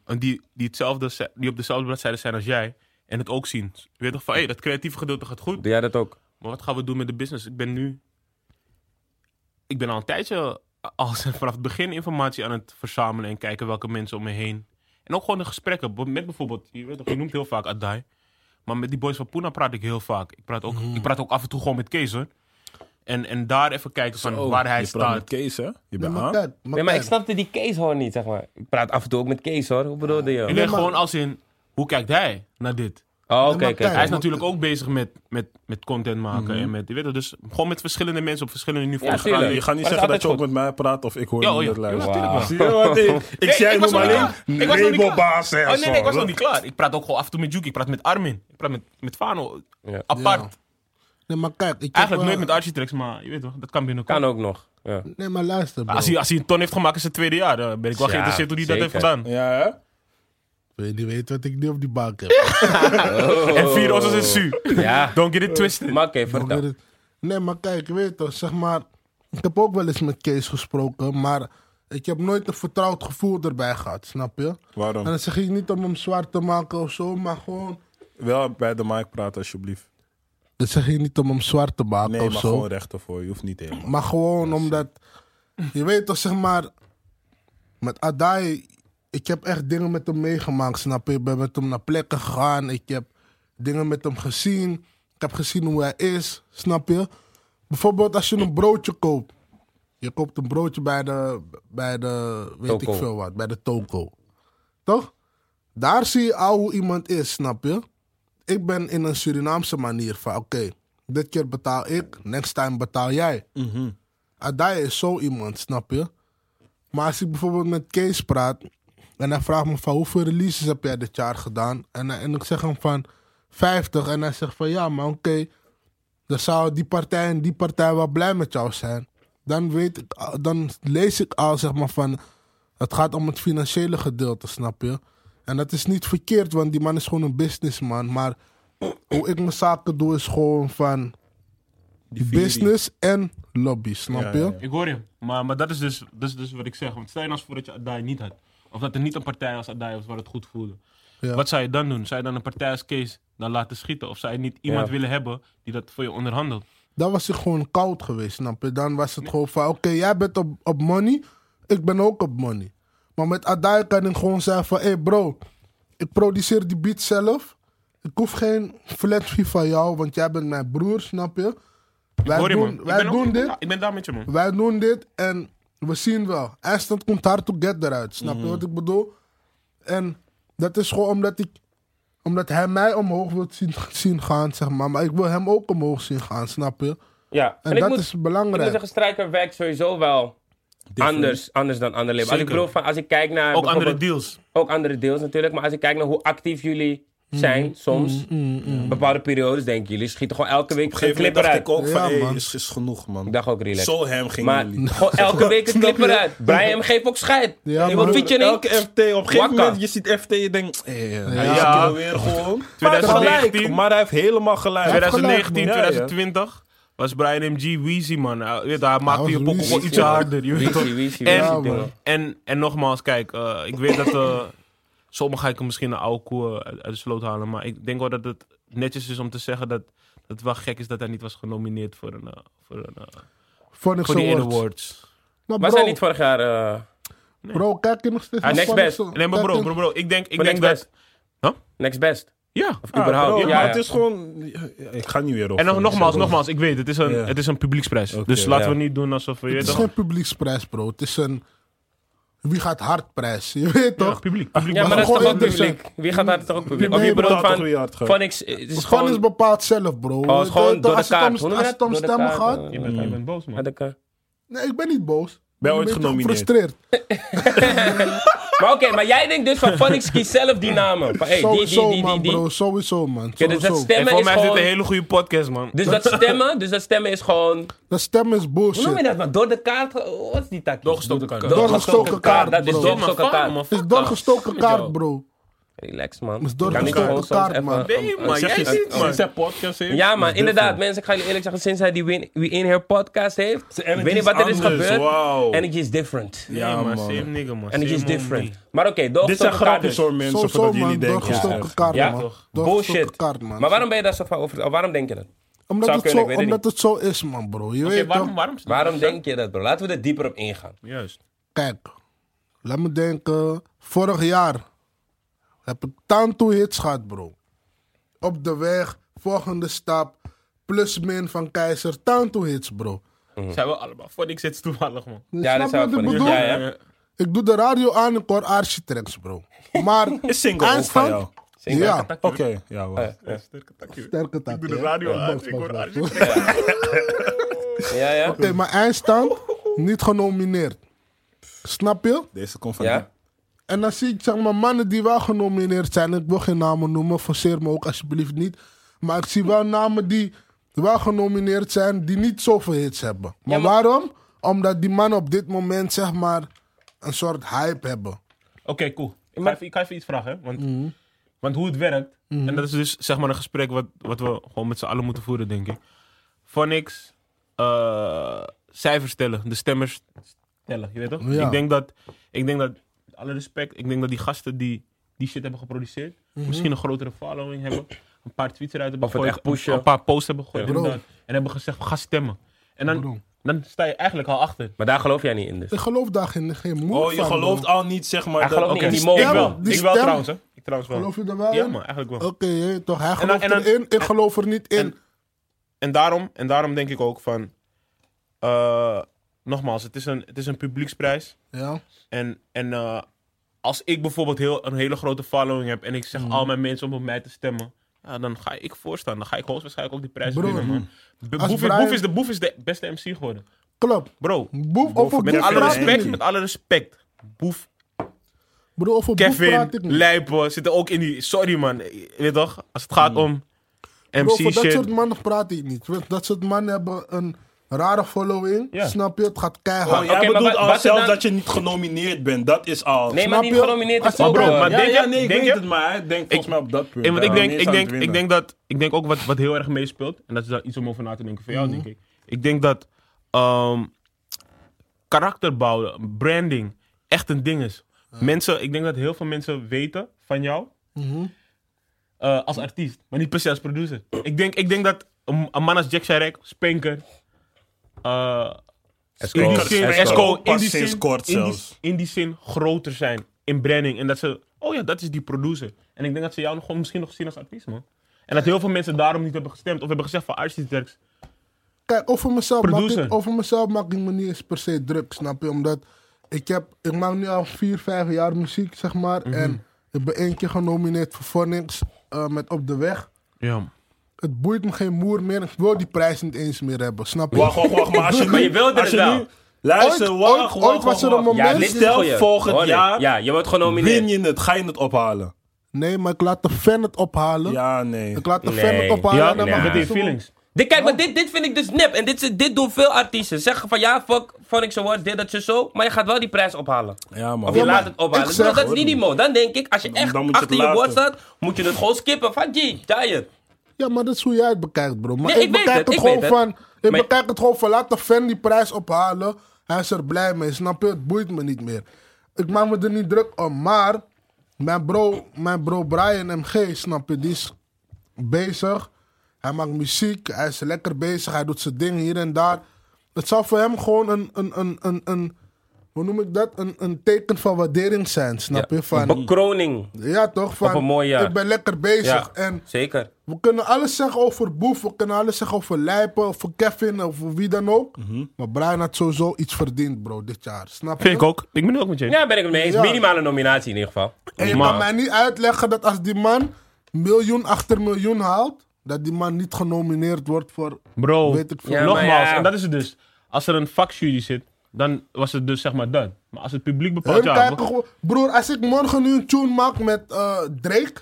S3: En die, die, hetzelfde, zi- die op dezelfde bladzijde zijn als jij. En het ook zien. Je Weet toch van, hé, dat creatieve gedeelte gaat goed.
S1: Doe jij dat ook?
S3: Maar wat gaan we doen met de business? Ik ben nu... Ik ben al een tijdje al vanaf het begin informatie aan het verzamelen. En kijken welke mensen om me heen. En ook gewoon de gesprekken. Bo- Met bijvoorbeeld, je, weet toch, je noemt heel vaak Adai. Maar met die boys van Puna praat ik heel vaak. Ik praat ook,
S2: Mhm.
S3: ik praat ook af en toe gewoon met Kees hoor. En, en daar even kijken van
S2: Oh,
S3: waar hij
S2: je praat met
S3: staat.
S2: Kees, hè? Je
S4: Nee,
S2: bent
S4: maar
S2: aan.
S4: kijk, maar
S1: Nee, maar ik
S4: kijk.
S1: snapte die Kees hoor niet, zeg maar. Ik praat af en toe ook met Kees hoor. Hoe bedoelde je?
S3: En
S1: Oh,
S3: dan gewoon als in, hoe kijkt hij naar dit?
S1: oké,
S4: maar
S1: oké.
S4: kijk.
S3: Hij is
S4: Ja.
S3: natuurlijk ook bezig met, met, met content maken.
S2: Mhm.
S3: en met, je weet het, dus gewoon met verschillende mensen op verschillende niveaus.
S1: tuurlijk.
S2: Je
S1: Maar
S2: gaat niet
S1: het is
S2: zeggen dat
S1: altijd
S2: je ook
S1: goed.
S2: met mij praat of ik hoor
S3: Ja,
S2: je
S3: oh
S2: in
S3: ja.
S2: het lijst.
S3: Ja, natuurlijk wel.
S2: Zie je wat ik... Ik
S3: Nee,
S2: zei,
S3: ik was
S2: noem
S3: nog
S2: alleen
S3: niet klaar. Ik was nog niet
S2: Rebo-baas, hè,
S3: Oh nee, nee, ik was
S2: zo.
S3: nog niet klaar. Ik praat ook gewoon af en toe met Juki. Ik praat met Armin. Ik praat met, met Fano.
S1: Ja.
S3: Apart.
S4: Nee, maar kijk. Ik heb,
S3: Eigenlijk
S4: eh,
S3: nooit met Architects, maar je weet toch, dat kan binnenkort.
S1: Kan ook nog. Ja.
S4: Nee, maar luister, bro.
S3: Als hij, als hij een ton heeft gemaakt in zijn tweede jaar, dan ben ik wel
S1: Ja,
S3: geïnteresseerd hoe hij dat heeft
S1: zeker.
S3: gedaan.
S2: Ja, hè?
S4: Weet je niet weten wat ik nu op die bank heb?
S3: En vier osses is su.
S1: Oh. Ja.
S3: Don't get it twisted.
S1: Maar oké,
S4: Ik weet
S1: vertel.
S4: het- Nee, maar kijk, je weet toch, zeg maar... Ik heb ook wel eens met Kees gesproken, maar... Ik heb nooit een vertrouwd gevoel erbij gehad, snap je? En
S2: Waarom?
S4: dat zeg ik niet om hem zwart te maken of zo, maar gewoon...
S2: Wel bij de mic praten, alsjeblieft.
S4: Dat zeg ik niet om hem zwart te maken
S2: Nee,
S4: of
S2: maar
S4: Oh, zo.
S2: gewoon recht ervoor. Je hoeft niet helemaal.
S4: Maar gewoon omdat, je weet toch, zeg maar, met Adai, ik heb echt dingen met hem meegemaakt, snap je? Ik ben met hem naar plekken gegaan, ik heb dingen met hem gezien, ik heb gezien hoe hij is, snap je? Bijvoorbeeld als je een broodje koopt, je koopt een broodje bij de, bij de weet
S1: Toko.
S4: ik veel wat, bij de toko, toch? Daar zie je al hoe iemand is, snap je? ik ben in een Surinaamse manier van oké, dit keer betaal ik, next time betaal jij. Adai is zo iemand, snap je? Maar als ik bijvoorbeeld met Kees praat en hij vraagt me van hoeveel releases heb jij dit jaar gedaan? En, hij- en ik zeg hem van 50 en hij zegt van ja, maar oké, dan zou die partij en die partij wel blij met jou zijn. Dan, weet ik, al- dan lees ik al zeg maar van het gaat om het financiële gedeelte, snap je? En dat is niet verkeerd, want die man is gewoon een businessman. Maar hoe ik mijn zaken doe is gewoon van business en lobby, snap je?
S3: Ik hoor je. Maar, maar dat is dus, dat is dus wat ik zeg. Want stel je nou eens voor dat je Adai niet had. Of dat er niet een partij als Adai was waar het goed voelde.
S4: Ja.
S3: Wat zou je dan doen? Zou je dan een partij als Kees dan laten schieten? Of zou je niet iemand
S1: Ja.
S3: willen hebben die dat voor je onderhandelt?
S4: Dan was ik gewoon koud geweest, snap je? Dan was het gewoon van, oké, jij bent op, op money, ik ben ook op money. Maar met Adai kan ik gewoon zeggen van, hé hey bro, ik produceer die beat zelf. Ik hoef geen flat fee van jou, want jij bent mijn broer, snap je? Wij
S3: hoor je, man.
S4: doen,
S3: Ik
S4: wij
S3: ben ook-
S4: doen
S3: ik ben
S4: dit
S3: daar- Ik ben daar met je, man.
S4: Wij doen dit en we zien wel. Aston komt hard to get eruit. Snap
S3: Mhm.
S4: je wat ik bedoel? En dat is gewoon omdat ik omdat hij mij omhoog wil zien, zien gaan, zeg maar. Maar ik wil hem ook omhoog zien gaan, snap je?
S1: Ja,
S4: En,
S1: ik
S4: dat
S1: moet-
S4: is
S1: Ik moet
S4: belangrijk.
S1: zeggen, strijker werkt sowieso wel anders, anders dan andere labels. Als ik,
S3: Zeker.
S1: bedoel, van, als ik kijk naar
S3: Ook andere
S1: bijvoorbeeld-
S3: deals.
S1: ook andere deals natuurlijk, maar als ik kijk naar hoe actief jullie
S4: Mm,
S1: zijn soms, bepaalde periodes denken jullie, schieten gewoon elke week
S2: Op een
S1: een
S2: gegeven
S1: clip
S2: moment dacht
S1: eruit.
S2: ik ook van,
S4: Ja,
S2: hey,
S4: man.
S2: is, is genoeg, man.
S1: Ik dacht ook relax.
S2: Zo hem ging
S1: maar
S2: jullie.
S1: gewoon elke week een
S4: Snap
S1: clip
S4: je?
S1: eruit. Brian geeft ook scheid.
S4: Ja,
S1: je wilt
S4: man.
S1: featuring.
S2: Elke FT, op een gegeven
S1: Wakka.
S2: moment, je ziet FT, je denkt, hey, eh, hij is
S3: Ja.
S2: een keer weer gewoon. Maar hij heeft
S3: 2019.
S2: gelijk, maar hij heeft helemaal gelijk.
S4: Hij heeft gelijk,
S3: 2019,
S2: man. Ja, ja.
S3: 2020 was Brian MG Weezy, man. Hij, weet je, hij maakte
S4: was
S3: je pokken
S4: Weezy,
S3: gewoon iets
S1: ja.
S3: harder. Je weet
S1: Weezy,
S3: toch?
S1: Weezy,
S3: en,
S1: Weezy,
S4: Ja, man.
S3: en, en nogmaals, kijk, eh, ik weet dat eh sommigen ga ik hem misschien een oude koe eh, uit de sloot halen. Maar ik denk wel dat het netjes is om te zeggen dat, dat het wel gek is dat hij niet was genomineerd voor, een, eh, voor, een, eh,
S4: Vond ik
S3: voor
S4: zo
S3: die Ed
S4: woord.
S3: Awards.
S1: Was
S4: Maar Nou, bro,
S1: hij niet vorig jaar? eh,
S4: bro, kijk je nog steeds
S1: Ah,
S4: naar
S1: next
S4: Phonics
S1: best.
S4: Award?
S3: Nee, maar
S4: Kijk
S3: bro,
S4: je-
S3: bro, bro, ik denk, ik
S1: Next
S3: denk dat...
S1: Best.
S3: Huh?
S1: next best.
S3: Ja,
S1: Of überhaupt.
S2: bro,
S1: ja,
S2: maar
S1: ja.
S2: het is gewoon... ja, Ik ga niet weer op. eh,
S3: En nog, nogmaals, nogmaals, ik weet, het is een,
S2: Ja.
S3: het is een publieksprijs.
S2: Oké,
S3: dus laten
S1: ja.
S3: we niet doen alsof we... je weet
S4: Het is
S3: toch-
S4: geen publieksprijs, bro. Het is een... Wie gaat hard prijs? Je weet
S3: Ja,
S4: toch?
S3: publiek. publiek
S1: Ja, maar
S4: Maar
S1: dat is toch
S4: gewoon
S1: ook publiek?
S4: interessant.
S1: Wie gaat daar toch ook publiek?
S4: Nee,
S1: Of je
S4: maar
S1: bedoelt
S2: dat toch
S1: van,
S2: weer hard gaat.
S1: van niks, het is
S4: Het gewoon is
S1: gewoon
S4: bepaald zelf, bro.
S1: oh, het is gewoon
S4: Toch,
S1: door de
S4: als het om-
S1: kaart. Hoe noem je
S4: Als
S1: dat?
S4: het om
S1: Door de
S4: stemmen
S1: kaart,
S4: gaat,
S1: eh,
S3: Je bent, je bent boos, man.
S1: uit elkaar.
S4: Nee, ik ben niet boos.
S2: Ben je
S4: Ik
S2: ooit
S4: een beetje
S2: genomineerd?
S4: gefrustreerd.
S1: Maar oké, maar jij denkt dus van Phonics kiest zelf die namen. Van, hey, die, die,
S4: sowieso,
S1: die, die,
S4: man,
S1: die.
S4: bro. Sowieso, man.
S1: Ja, dus
S4: Sowieso.
S1: dat
S3: En
S1: stemmen
S3: voor
S1: is
S3: mij is dit een
S1: gewoon...
S3: hele goede podcast, man.
S1: Dus dat stemmen, dus dat stemmen is gewoon...
S4: Dat stem is
S1: Hoe noem je
S4: bullshit.
S1: dat man? Door de kaart? ge- Wat is die tak?
S3: Doorgestoken kaart.
S4: Doorgestoken kaart,
S1: Dat is
S4: bro.
S1: doorgestoken kaart.
S4: Het is doorgestoken kaart, bro.
S1: Relax man.
S4: is
S1: Ik kan niet
S4: doorgestoken
S1: gewoon soms
S4: kaart,
S1: even-
S4: man.
S3: Nee, man, jij zit, man.
S2: Sinds hij podcast heeft...
S1: Ja man, inderdaad. Mensen, ik ga jullie eerlijk zeggen, sinds hij die Win- We In Here podcast heeft, weet je wat er is
S2: anders,
S1: gebeurd?
S2: wauw.
S1: Energy is different.
S3: Ja,
S2: Ja,
S3: man.
S2: man.
S3: Same nigga, man.
S1: Energy is
S3: Same
S1: different.
S3: homie.
S1: Maar oké, doorgestoken
S2: Dit zijn
S1: kaart
S2: grapjes
S1: is-
S2: hoor, mensen,
S4: Sowieso,
S2: voordat jullie
S4: man.
S2: denken. Ja,
S4: Doorgestoken
S2: echt.
S4: kaart,
S1: Ja,
S4: man.
S1: toch?
S4: Doorgestoken
S1: Bullshit.
S4: kaart, man.
S1: Maar waarom ben je daar zo van over? of Waarom denk je dat?
S4: Omdat,
S1: Zou
S4: het,
S1: kunnen, ik weet
S4: zo,
S1: het
S4: omdat het zo is, man, bro. Je
S3: Oké,
S4: weet
S3: waarom,
S4: toch?
S3: waarom?
S1: Waarom denk je dat bro? Laten we er dieper op ingaan.
S3: Juist.
S4: Kijk, laat me denken. Vorig jaar heb ik tanto hits gehad, bro. Op de weg, volgende stap. Plus min van Keizer, tanto hits, bro.
S3: Zijn we allemaal voor ik zit toevallig, man.
S1: Ja, dat
S4: Snap
S1: zou
S4: je
S1: ik
S4: wat
S1: van
S4: ik
S1: ja,
S4: bedoel?
S1: ja.
S4: Ik doe de radio aan, ik hoor Architrax, bro. Maar
S2: Is single ook van jou?
S4: Ja,
S2: Oké, ja, wacht.
S3: Sterke takje.
S4: sterke tak.
S3: Doe de
S4: hè?
S3: radio
S4: Ja,
S3: aan.
S4: box,
S3: Ik
S4: box,
S3: hoor
S4: box.
S3: Arjen.
S1: Ja, ja.
S4: Oké, maar eindstand niet genomineerd. Snap je?
S2: Deze komt van
S1: Ja?
S4: En dan zie ik zeg maar mannen die wel genomineerd zijn. Ik wil geen namen noemen, forceer me ook alsjeblieft niet. Maar ik zie wel namen die wel genomineerd zijn, die niet zoveel hits hebben. Maar,
S1: maar-
S4: waarom? Omdat die mannen op dit moment zeg maar een soort hype hebben.
S3: Oké, cool. Ik ga, even, ik ga even iets vragen, hè. Want,
S4: Mhm.
S3: want hoe het werkt... En dat is dus zeg maar een gesprek wat, wat we gewoon met z'n allen moeten voeren, denk ik. Voor niks... eh, cijfers tellen. De stemmers tellen, je weet toch?
S4: Ja.
S3: Ik, denk dat, ik denk dat... met Alle respect. Ik denk dat die gasten die die shit hebben geproduceerd...
S4: Mhm.
S3: Misschien een grotere following hebben. Een paar tweets eruit hebben
S1: Of het
S3: gegooid.
S1: echt pushen.
S3: Een, een paar posts hebben gegooid.
S4: Ja, bro.
S3: inderdaad, en hebben gezegd, ga stemmen. En
S4: Bro.
S3: dan, dan sta je eigenlijk al achter.
S1: Maar daar geloof jij niet in dus.
S4: Ik geloof daar geen, geen moed
S2: Oh, je
S4: van,
S2: gelooft
S4: bro.
S2: al niet, zeg maar.
S1: Hij
S2: dat-
S1: gelooft
S2: Oké,
S1: niet in die
S2: die
S1: mogen.
S3: dus Ik
S4: stem-
S3: wel.
S4: die
S3: Ik wel
S4: stem-
S3: trouwens, hè. Ik trouwens wel.
S4: Geloof je er wel
S3: Ja,
S4: in?
S3: man, eigenlijk wel.
S4: Oké, je- toch, hij
S3: dan-
S4: gelooft
S3: en dan-
S4: erin, ik geloof er niet in.
S3: en- En daarom, en daarom denk ik ook van... eh, nogmaals, het is een, het is een publieksprijs.
S4: ja.
S3: En, en
S4: Mhm.
S3: eh, als ik bijvoorbeeld heel, een hele grote following heb... en ik zeg al mijn mensen om op mij te stemmen... ja, Ja, dan ga ik voorstaan. Dan ga ik hoogstwaarschijnlijk ook die prijs
S4: Broer,
S3: winnen, man. Be- Boef, is-
S4: Brian-
S3: Boef is de, Boef is de beste MC geworden.
S4: Klopt.
S3: Bro,
S4: Boef, over
S3: met
S4: boef
S3: alle
S4: praat ik
S3: respect,
S4: niet.
S3: met alle respect. Boef,
S4: Broer, over boef
S3: Kevin,
S4: praat ik niet.
S3: Lijpen zitten ook in die... Sorry, man. Je Weet toch? Als het gaat om MC
S4: Bro, voor dat soort
S3: shit.
S4: mannen praat ik niet. Want Dat soort mannen hebben een rare following.
S3: Ja.
S4: Snap je? Het gaat keihard.
S2: Oh, jij
S1: Oké, maar
S2: bedoelt
S1: wa-
S2: al
S1: wat
S2: zelf
S1: dan-
S2: dat je niet genomineerd bent. Dat is al.
S1: Nee, maar
S4: Snap
S1: niet
S4: je?
S1: genomineerd is
S4: Als je-
S1: ook...
S3: Bro,
S1: eh,
S3: maar
S2: ja,
S3: denk
S2: ja,
S3: je-
S2: nee, ik
S3: denk
S2: weet
S3: je-
S2: het, maar hij denkt volgens mij op dat punt.
S3: En want
S2: dat
S3: ik
S2: hij
S3: denk,
S2: ineens
S3: ik,
S2: aan het
S3: denk, ik
S2: winnen.
S3: denk dat... Ik denk ook wat, wat heel erg meespeelt. En dat is dan iets om over na te denken voor jou, denk ik. Ik denk dat... ehm, karakter bouwen, branding, echt een ding is. Mensen, ik denk dat heel veel mensen weten van jou eh, als artiest, maar niet per se als producer. Ik denk, ik denk dat een, een man als Jack Sharek, Spenker, eh,
S1: Esco.
S3: in die
S1: Esco.
S3: zin,
S1: Esco.
S3: Esco, in
S2: Pas
S3: die
S2: sinds
S3: zin,
S2: kort
S3: in die-
S2: zelfs.
S3: in die zin groter zijn in branding en dat ze, oh ja, dat is die producer. En ik denk dat ze jou nog, gewoon misschien nog zien als artiest, man. En dat heel veel mensen daarom niet hebben gestemd of hebben gezegd van artiest Derks.
S4: Kijk, over mezelf, maak
S3: Producer.
S4: ik, over mezelf maak ik me niet eens per se druk, snap je? Omdat ik, heb, ik maak nu al vier, vijf jaar muziek, zeg maar. En ik ben één keer genomineerd voor Phonics eh, met Op de Weg.
S3: Ja.
S4: Het boeit me geen moer meer. Ik wil die prijs niet eens meer hebben, snap je?
S2: Wacht, wacht, wacht. Maar als je nu...
S1: Maar je wilde
S2: als je
S1: het wel.
S2: nu Luister,
S4: Ooit-
S2: wacht,
S4: ooit-
S2: wacht,
S4: ooit
S2: wacht,
S4: was er
S2: wacht.
S4: een moment-
S1: Ja, dit is het
S2: Stel
S1: goeie.
S2: volgend
S1: Hoor dit.
S2: jaar
S1: Ja, je wordt genomineerd.
S2: Win je het? Ga je het ophalen?
S4: Nee, maar ik laat de fan het ophalen.
S2: Ja, nee.
S4: Ik laat de
S1: Nee.
S4: fan het ophalen.
S3: Ja,
S4: en dan
S1: nee.
S4: mag
S3: met
S4: ik
S3: die
S4: zo-
S3: feelings.
S1: Dit, kijk, maar dit, dit vind ik dus nep. En dit, is- dit doen veel artiesten. Zeggen van ja, fuck, Phonics Award, dit, dat, je zo. Maar je gaat wel die prijs ophalen.
S2: Ja, man.
S1: Of je
S4: Ja,
S1: laat
S4: maar
S1: het ophalen.
S4: ik
S1: Ik bedoel,
S4: zeg-
S1: dat is niet die mode. Dan denk ik, als je echt
S2: dan moet je
S1: achter
S2: het
S1: je woord
S2: laten.
S1: staat, moet je het gewoon skippen. Van gee, diet.
S4: Ja, maar dat is hoe jij het bekijkt, bro. Maar
S1: Nee,
S4: ik
S1: ik weet
S4: bekijk
S1: het,
S4: het
S1: ik
S4: gewoon
S1: weet het.
S4: van... Ik
S1: Maar-
S4: bekijk het gewoon van, laat de fan die prijs ophalen. Hij is er blij mee, snap je? Het boeit me niet meer. Ik maak me er niet druk om, maar... Mijn bro, mijn bro Brian MG, snap je? Die is bezig. Hij maakt muziek, hij is lekker bezig. Hij doet zijn ding hier en daar. Het zou voor hem gewoon een... een, een, een, een hoe noem ik dat? Een, een teken van waardering zijn, snap je? Van,
S1: Bekroning.
S4: ja, toch? Van,
S1: Op een mooi jaar.
S4: Ik ben lekker bezig.
S1: Ja,
S4: En
S1: zeker.
S4: we kunnen alles zeggen over Boef, we kunnen alles zeggen over Lijpen, over Kevin, over wie dan ook. Maar Brian had sowieso iets verdiend, bro, dit jaar. Snap
S3: Mhm.
S4: je?
S3: Vind ik ook. Ik ben het ook met je. eens.
S1: Ja, ben ik het mee eens.
S4: Ja.
S1: Minimale nominatie in ieder geval.
S4: En je
S3: Maar-
S4: kan mij niet uitleggen dat als die man miljoen achter miljoen haalt, dat die man niet genomineerd wordt voor...
S3: Bro,
S4: Weet ik veel.
S1: Ja,
S3: nogmaals,
S1: maar ja.
S3: en dat is het dus. Als er een vakjury zit, dan was het dus zeg maar dat. Maar als het publiek
S4: Hun
S3: bepaalt, ja,
S4: kijken gewoon- Broer, als ik morgen nu een tune maak met eh, Drake,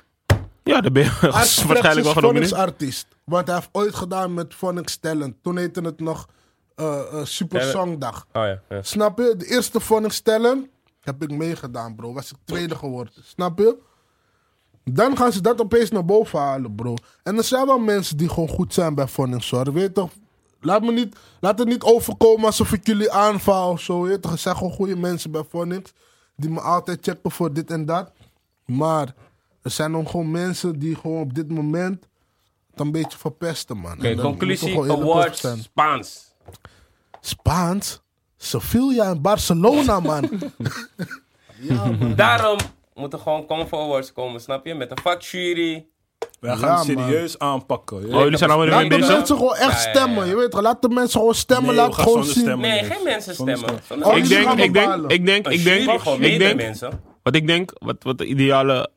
S3: ja, dan ben je waarschijnlijk wel
S4: Phonics
S3: genomineerd.
S4: artiest. Want hij heeft ooit gedaan met Phonics Talent. Toen heette het nog eh, eh, Super
S1: Talent.
S4: Songdag.
S1: Oh ja. ja.
S4: Snap je? De eerste Phonics stellen heb ik meegedaan, bro. Was ik tweede geworden. Snap je? Dan gaan ze dat opeens naar boven halen, bro. En er zijn wel mensen die gewoon goed zijn bij Phonics, hoor. Weet toch? Laat, me niet, laat het niet overkomen alsof ik jullie aanval of zo. Weet toch? Er zijn gewoon goede mensen bij Phonics. Die me altijd checken voor dit en dat. Maar er zijn dan gewoon mensen die gewoon op dit moment het een beetje verpesten, man.
S1: Oké,
S4: En daar moeten we
S1: conclusie,
S4: gewoon eerlijk over
S1: awards,
S4: zijn.
S1: Spaans.
S4: Spaans? Sevilla en Barcelona, man.
S1: Daarom moeten gewoon Convo Awards komen, snap je? Met een vakjury.
S2: Wij
S4: Ja,
S2: gaan het
S4: man.
S2: serieus aanpakken.
S3: Oh, jullie zijn allemaal
S4: Laat
S3: ermee
S4: de
S3: bezig?
S4: mensen gewoon echt
S1: Ja, ja, ja.
S4: stemmen. Je weet toch, laat de mensen gewoon stemmen.
S2: Nee, we
S4: laat
S2: gaan
S4: gewoon
S2: zonder
S4: zien.
S2: stemmen.
S1: Nee, geen mensen
S2: Zonder
S1: stemmen.
S2: stem.
S1: Zonder-
S4: Oh,
S3: Ik
S4: jullie
S3: denk,
S4: gaan
S3: ik denk,
S4: bepalen.
S3: ik denk,
S1: Een
S3: ik
S1: jury,
S3: denk,
S1: gewoon
S3: ik
S1: meerdere
S3: denk,
S1: mensen.
S3: wat ik denk, wat, wat de ideale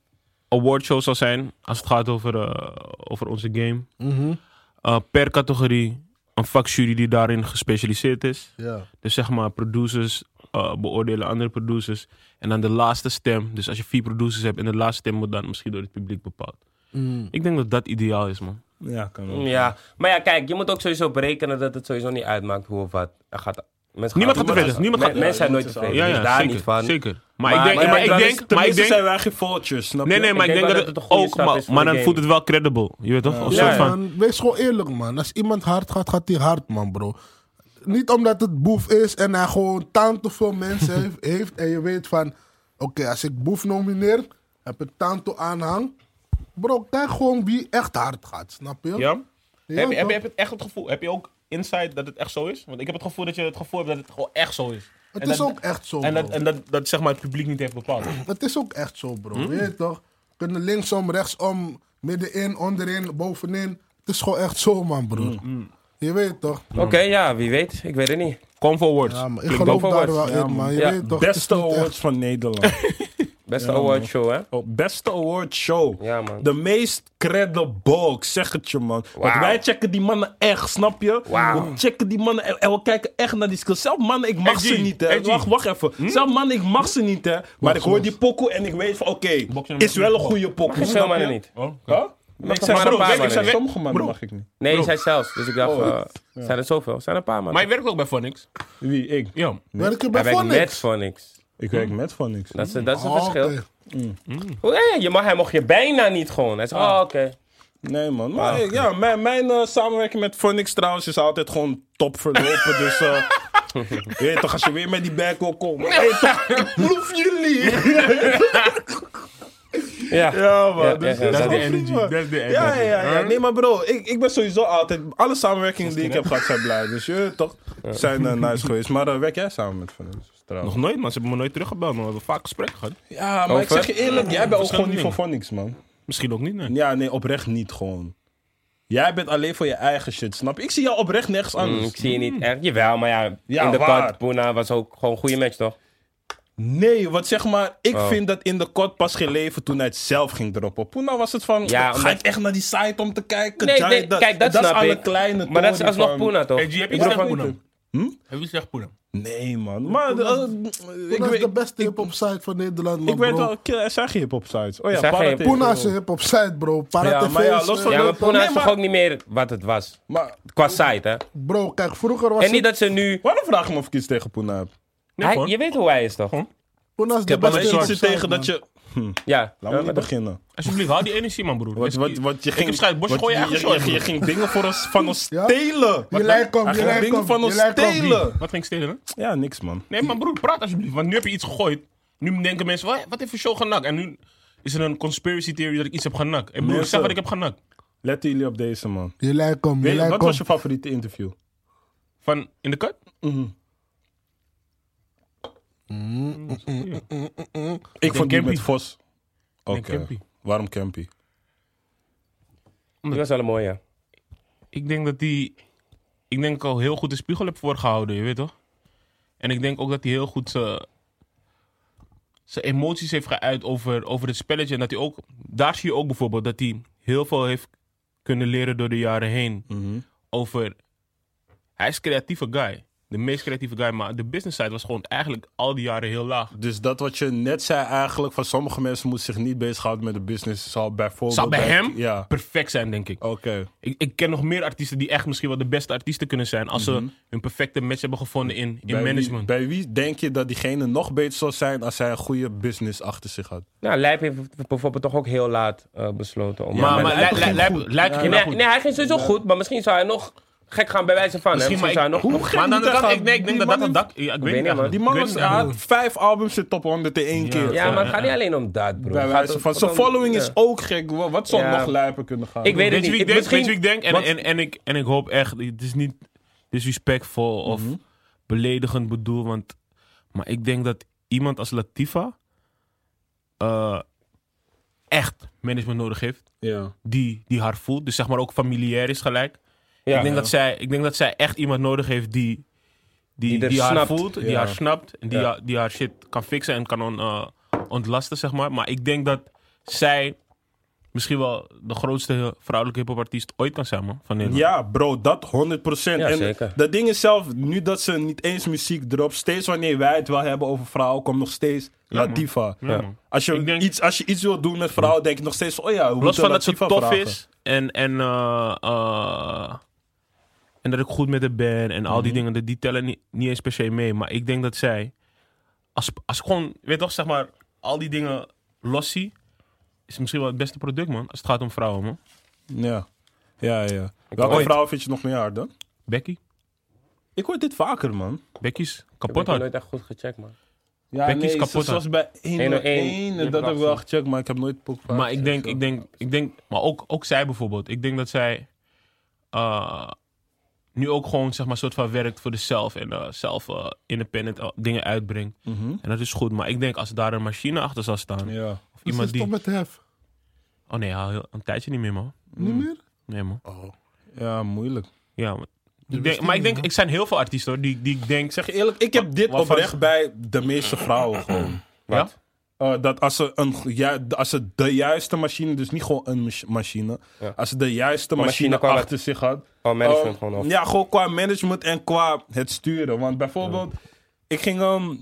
S3: awardshow zou zijn, als het gaat over, eh, over onze game.
S1: Mhm.
S3: Eh, per categorie een vakjury die daarin gespecialiseerd is.
S4: Ja.
S3: Dus zeg maar, producers eh, beoordelen andere producers. En dan de laatste stem. Dus als je vier producers hebt en de laatste stem wordt dan misschien door het publiek bepaald.
S1: Mm.
S3: Ik denk dat dat ideaal is, man.
S2: Ja, kan wel.
S1: Ja, maar ja, kijk, je moet ook sowieso berekenen dat het sowieso niet uitmaakt hoe of wat. Er gaat, mensen
S3: Niemand
S1: altijd-
S3: gaat tevreden. Niemand
S1: Men-
S3: gaat-
S1: Mensen zijn nooit
S2: Ja,
S1: tevreden.
S3: Ja, ja,
S1: dus daar
S3: zeker,
S1: niet van.
S3: Zeker. Maar, ik
S1: Maar-
S3: denk,
S1: maar ja,
S3: maar ik
S1: dat is-
S3: denk, maar ik denk,
S2: zijn wij geen voltjes, snap
S3: nee,
S2: je?
S3: nee, maar ik denk dat het
S1: een goede
S3: ook,
S1: stap
S3: maar,
S1: is voor
S3: maar
S1: de
S3: dan
S1: game.
S3: voelt het wel credible. Je weet toch? Een soort
S1: Ja,
S3: van.
S4: Man, wees gewoon eerlijk, man. Als iemand hard gaat, gaat hij hard, man, bro. Niet omdat het boef is en hij gewoon tant te veel mensen heeft, heeft. En je weet van, oké, als ik boef nomineer, heb ik tanto aanhang. Bro, kijk gewoon wie echt hard gaat, snap je?
S3: Ja?
S4: Ja,
S3: heb, je, heb, je,
S4: toch?
S3: heb je echt het gevoel, heb je ook insight dat het echt zo is? Want ik heb het gevoel dat je het gevoel hebt dat het gewoon echt zo is.
S4: Het
S3: En
S4: is
S3: dat-
S4: ook echt zo,
S3: En, dat,
S4: bro.
S3: en dat, dat zeg maar het publiek niet heeft bepaald.
S4: Het is ook echt zo,
S2: Hmm.
S4: bro. Weet je toch? We kunnen linksom, rechtsom, middenin, onderin, bovenin. Het is gewoon echt zo, man, broer.
S2: Hmm,
S4: Je weet toch?
S1: Oké, ja, wie weet. Ik weet het niet.
S3: Come forward.
S4: Ja, maar ik
S3: Klinkt
S4: geloof
S3: ook wel
S4: daar
S3: wat.
S4: wel in, man. Je
S1: Ja.
S4: weet toch? het is
S2: Beste
S4: niet echt-
S2: awards van Nederland.
S1: Beste
S2: Ja, man.
S1: award show, hè?
S2: Oh, beste award show.
S1: Ja, man.
S2: De meest credible, ik zeg het je man. Want
S1: Wauw.
S2: wij checken die mannen echt, snap je?
S1: Wauw.
S2: We checken die mannen en, en we kijken echt naar die skills. Zelf mannen, ik mag
S3: Edgy,
S2: ze niet hè.
S3: edgy.
S2: Wacht, wacht even.
S1: Hm?
S2: Zelf mannen, ik mag ze niet hè. Maar ik hoor die pokoe en ik weet van oké,
S3: Boksen
S2: is
S3: met-
S2: wel een goede pokoe.
S1: Ik
S2: snap
S1: veel
S2: je?
S1: mannen niet.
S3: Oh, oké.
S2: Huh? Ik zei
S1: maar een
S2: bro,
S1: paar
S2: ik
S1: mannen.
S2: zei sommige mannen mag ik niet.
S1: Nee, je zei zelfs. Dus ik dacht, eh, zijn er zoveel? Zijn er een paar, man.
S3: Maar je werkt ook bij Phonics?
S2: Wie? Ik?
S3: Ja.
S4: Werk je
S1: Hij
S4: bij
S1: werkt met
S4: Phonics?
S1: Phonics.
S2: Ik werk met van niks.
S1: Dat is, dat is het
S4: Oh,
S1: verschil.
S4: oké.
S1: Oh, ja, ja, je mag, hij mocht je bijna niet gewoon. Hij zei, oh, oké.
S2: Nee,
S1: Ah.
S2: man. Maar eh, ja, mijn, mijn eh, samenwerking met Phoenix trouwens is altijd gewoon top verlopen. dus eh, je weet toch, als je weer met die back wil komen. Hey, toch, ik proef jullie.
S1: Ja.
S2: ja, man.
S1: Ja,
S2: dus
S1: ja, ja,
S2: dat
S1: dat is
S2: is wel
S3: de
S2: vriend,
S3: energy,
S2: man.
S3: dat is de
S2: Ja, ja,
S3: energy.
S2: ja, ja. Nee, maar bro, ik, ik ben sowieso altijd... Alle samenwerkingen die ik heb gehad zijn blij. Dus je weet toch, zijn eh, nice geweest. Maar eh, werk jij samen met Phoenix? Trouwens.
S3: Nog nooit, man. Ze hebben me nooit teruggebeld, man. We hebben vaak gesprek gehad.
S2: Ja, maar ik
S1: Over?
S2: zeg je eerlijk, jij bent ook gewoon niet
S3: dingen.
S2: van Phoenix, man.
S3: Misschien ook niet, nee.
S2: Ja, nee, oprecht niet gewoon. Jij bent alleen voor je eigen shit, snap je? Ik zie jou oprecht nergens
S1: Mm,
S2: anders.
S1: ik zie je niet echt. Jawel, maar ja,
S2: Ja,
S1: in de
S2: waar.
S1: kat, Puna was ook gewoon een goede match, toch?
S2: Nee, want zeg maar, ik
S1: Oh.
S2: vind dat in de kot pas geleven toen hij het zelf ging droppen. Poena was het van,
S1: Ja,
S2: ga
S1: omdat-
S2: ik echt naar die site om te kijken?
S1: Nee,
S2: Giant
S1: nee, kijk, dat,
S2: dat
S1: snap
S2: is alle
S1: ik.
S2: kleine
S1: maar dat is
S2: tory
S1: alsnog
S2: van-
S1: Poena, toch?
S3: Hey, G, heb je
S1: Ik bedoel
S3: gezegd
S1: van-
S3: Poena? Heb je gezegd Poena?
S2: Nee, man. Maar eh, ik,
S4: Puna is
S2: weet,
S4: de beste hip-hop site van Nederland, man.
S2: ik weet
S4: bro.
S2: wel, kill- er zijn geen hip-hop sites. Oh ja,
S1: Er zijn geen
S2: Paratee.
S1: hip-hop-
S4: Puna is een hip-hop site, bro. Para
S2: Ja,
S4: TV's,
S2: maar ja, los van
S4: eh,
S1: Ja, maar Puna
S2: Nee,
S1: is
S2: maar-
S1: toch ook niet meer wat het was?
S2: Maar
S1: Qua site, hè?
S4: Bro, kijk, vroeger was
S1: En niet dat
S4: het...
S1: ze nu...
S2: waarom vraag je me of ik iets tegen Poena heb?
S1: Hij-
S3: gewoon.
S1: je weet hoe hij is, toch?
S4: Puna is
S2: Ik
S4: de
S2: heb alleen
S4: beste
S2: iets
S4: hip-hop site,
S2: tegen dat
S4: man.
S2: je...
S1: Ja.
S2: Laten we niet beginnen.
S3: Alsjeblieft, hou die energie, man, broer.
S2: Wat, wat, wat, je
S3: Ik
S2: ging,
S3: heb schijt, bosje
S2: wat-
S3: gooi je
S2: je,
S3: eigen
S2: je,
S3: zorg,
S2: je,
S3: broer.
S2: ging dingen voor ons, van ons
S4: Ja?
S2: stelen.
S4: Je lijkt op,
S2: Hij
S4: je
S2: ging
S4: lijkt
S2: dingen
S4: op,
S2: van
S4: je
S2: ons
S4: lijkt op.
S2: stelen.
S3: Wat ging ik stelen? hè?
S2: Ja, niks man.
S3: Nee, maar broer, praat alsjeblieft. Want nu heb je iets gegooid. Nu denken mensen, wat, wat heeft voor show genakt? En nu is er een conspiracy theory dat ik iets heb genakt. En broer, ik
S2: Mensen.
S3: zeg wat ik heb genakt.
S2: Letten jullie op deze man.
S4: Je lijkt hem, je
S2: Weet je,
S4: lijkt
S2: wat was je
S4: hem.
S2: favoriete interview?
S3: Van in de cut?
S2: Ik vond die
S3: Campy.
S2: met Vos. Oké.
S3: Campy.
S2: Waarom Campy?
S1: Die was wel een mooie.
S3: Ik denk dat die. Ik denk al heel goed de spiegel heb voorgehouden, je weet toch? En ik denk ook dat hij heel goed zijn. zijn emoties heeft geuit over, over het spelletje. En dat hij ook. Daar zie je ook bijvoorbeeld dat hij heel veel heeft kunnen leren door de jaren heen.
S2: Mhm.
S3: Over. Hij is een creatieve guy. De meest creatieve guy. Maar de business side was gewoon eigenlijk al die jaren heel laag.
S2: Dus dat wat je net zei eigenlijk, van sommige mensen moeten zich niet bezighouden met de business. Zal bijvoorbeeld...
S3: Zou bij hem
S2: Ja.
S3: perfect zijn, denk ik.
S2: Oké.
S3: ik. Ik ken nog meer artiesten die echt misschien wel de beste artiesten kunnen zijn. Als ze hun perfecte match hebben gevonden in, in
S2: Mhm. Bij wie-
S3: management.
S2: bij wie denk je dat diegene nog beter zou zijn als hij een goede business achter zich had?
S1: Nou, Lijp heeft bijvoorbeeld toch ook heel laat eh, besloten om...
S3: maar, maar
S2: maar hij
S3: lijkt
S2: ging
S3: lijkt-
S2: goed.
S3: lijkt-
S1: nee,
S3: lijkt-
S1: nee, hij ging sowieso goed, maar misschien zou hij nog gek gaan bij wijze van. hè?
S3: Misschien, maar
S1: zou hij
S3: ik,
S1: nog...
S3: hoe
S1: nog-
S3: maar aan de andere
S2: die
S3: kant,
S2: man
S3: ik denk, ik denk dat
S2: heeft-
S3: dat een dak... Ja, ik weet
S1: weet
S3: niet
S1: niet, man.
S2: Die
S3: eigenlijk.
S2: man
S3: Ik
S2: was, hij
S3: weet het
S2: had
S3: eigenlijk.
S2: vijf albums in top 100 in één keer.
S1: Ja, maar het gaat niet alleen om dat, bro.
S2: Bij
S1: Het
S2: wijze
S1: gaat
S2: van,
S1: ook-
S2: zijn
S1: ook om-
S2: following
S1: ja.
S2: is ook gek. Wa- Wat zou
S1: Ja.
S2: nog lijper kunnen gaan?
S1: Ik weet het
S3: Weet je
S1: niet.
S3: wie ik
S1: Ik-
S3: denk?
S1: misschien-
S3: Weet je wie ik denk? En,
S1: want-
S3: en, en, ik, en ik hoop echt... Het is niet disrespectful of beledigend bedoel, want... Maar ik denk dat iemand als Latifa... eh, echt management nodig heeft.
S2: Ja.
S3: die, die haar voelt. Dus zeg maar ook familiair is gelijk.
S1: Ja.
S3: ik, denk dat zij, ik denk dat zij echt iemand nodig heeft die, die,
S1: Die
S3: die,
S1: er
S3: haar
S1: snapt.
S3: voelt, die
S2: Ja.
S3: haar snapt. En die,
S1: Ja.
S3: haar, die haar shit kan fixen en kan on- eh, ontlasten, zeg maar. Maar ik denk dat zij misschien wel de grootste vrouwelijke hiphopartiest ooit kan zijn, man. Van Nederland.
S2: Ja, bro, dat 100%. en
S1: zeker.
S2: dat ding is zelf, nu dat ze niet eens muziek dropt, steeds wanneer wij het wel hebben over vrouwen, komt nog steeds Latifa.
S3: Ja, man.
S2: Als, je
S3: Ik denk-
S2: iets, als je iets wil doen met vrouwen, denk ik nog steeds, oh ja, hoe
S3: Los van dat ze tof is en, en, eh, eh, en dat ik goed met haar ben en al die dingen, dat- die tellen niet, niet eens per se mee. Maar ik denk dat zij, als, als ik gewoon, weet toch, zeg maar, al die dingen los zie, is het misschien wel het beste product, man. Als het gaat om vrouwen, man.
S2: Ja, ja, ja. Welke
S1: ooit-
S2: vrouw vind je nog meer hard dan?
S3: Becky.
S2: Ik hoor dit vaker, man.
S3: Becky's
S1: Ik heb
S3: kapot
S1: het
S3: hard.
S1: nooit echt goed gecheckt, man.
S2: Ja,
S3: Becky is kapot
S2: Ze, ze
S3: hard.
S2: was bij 101
S1: 101,
S2: en dat heb ik wel gecheckt, maar ik heb nooit Pok
S3: Maar ik denk, ik denk, ik denk, maar ook, ook zij bijvoorbeeld. Ik denk dat zij eh, nu ook gewoon, zeg maar, soort van werkt voor de zelf en eh, zelf eh, independent eh, dingen uitbrengt. En dat is goed, maar ik denk als daar een machine achter zal staan,
S2: Ja.
S3: of
S4: Dus
S3: iemand
S4: is
S3: die.
S4: toch met Hef?
S3: Oh nee, al heel- een tijdje niet meer, man.
S2: Hmm.
S4: Niet meer?
S3: Nee, man.
S2: ja, moeilijk.
S3: Ja, maar ik denk, maar ik denk, ik zijn heel veel artiesten hoor, die, die ik denk, zeg
S2: Eerlijk, ik heb dit
S3: Waarvan-
S2: oprecht bij de meeste vrouwen gewoon.
S1: Wat?
S2: eh, dat als ze, een, go- ja, als ze de juiste machine, dus niet gewoon een mach- machine,
S1: Ja.
S2: als ze de juiste
S1: Maar machine
S2: machine,
S1: qua-
S2: achter zich had.
S1: Qua management
S2: eh,
S1: Oh, gewoon, of-
S2: Ja, gewoon qua management en qua het sturen. Want bijvoorbeeld, ik ging ehm het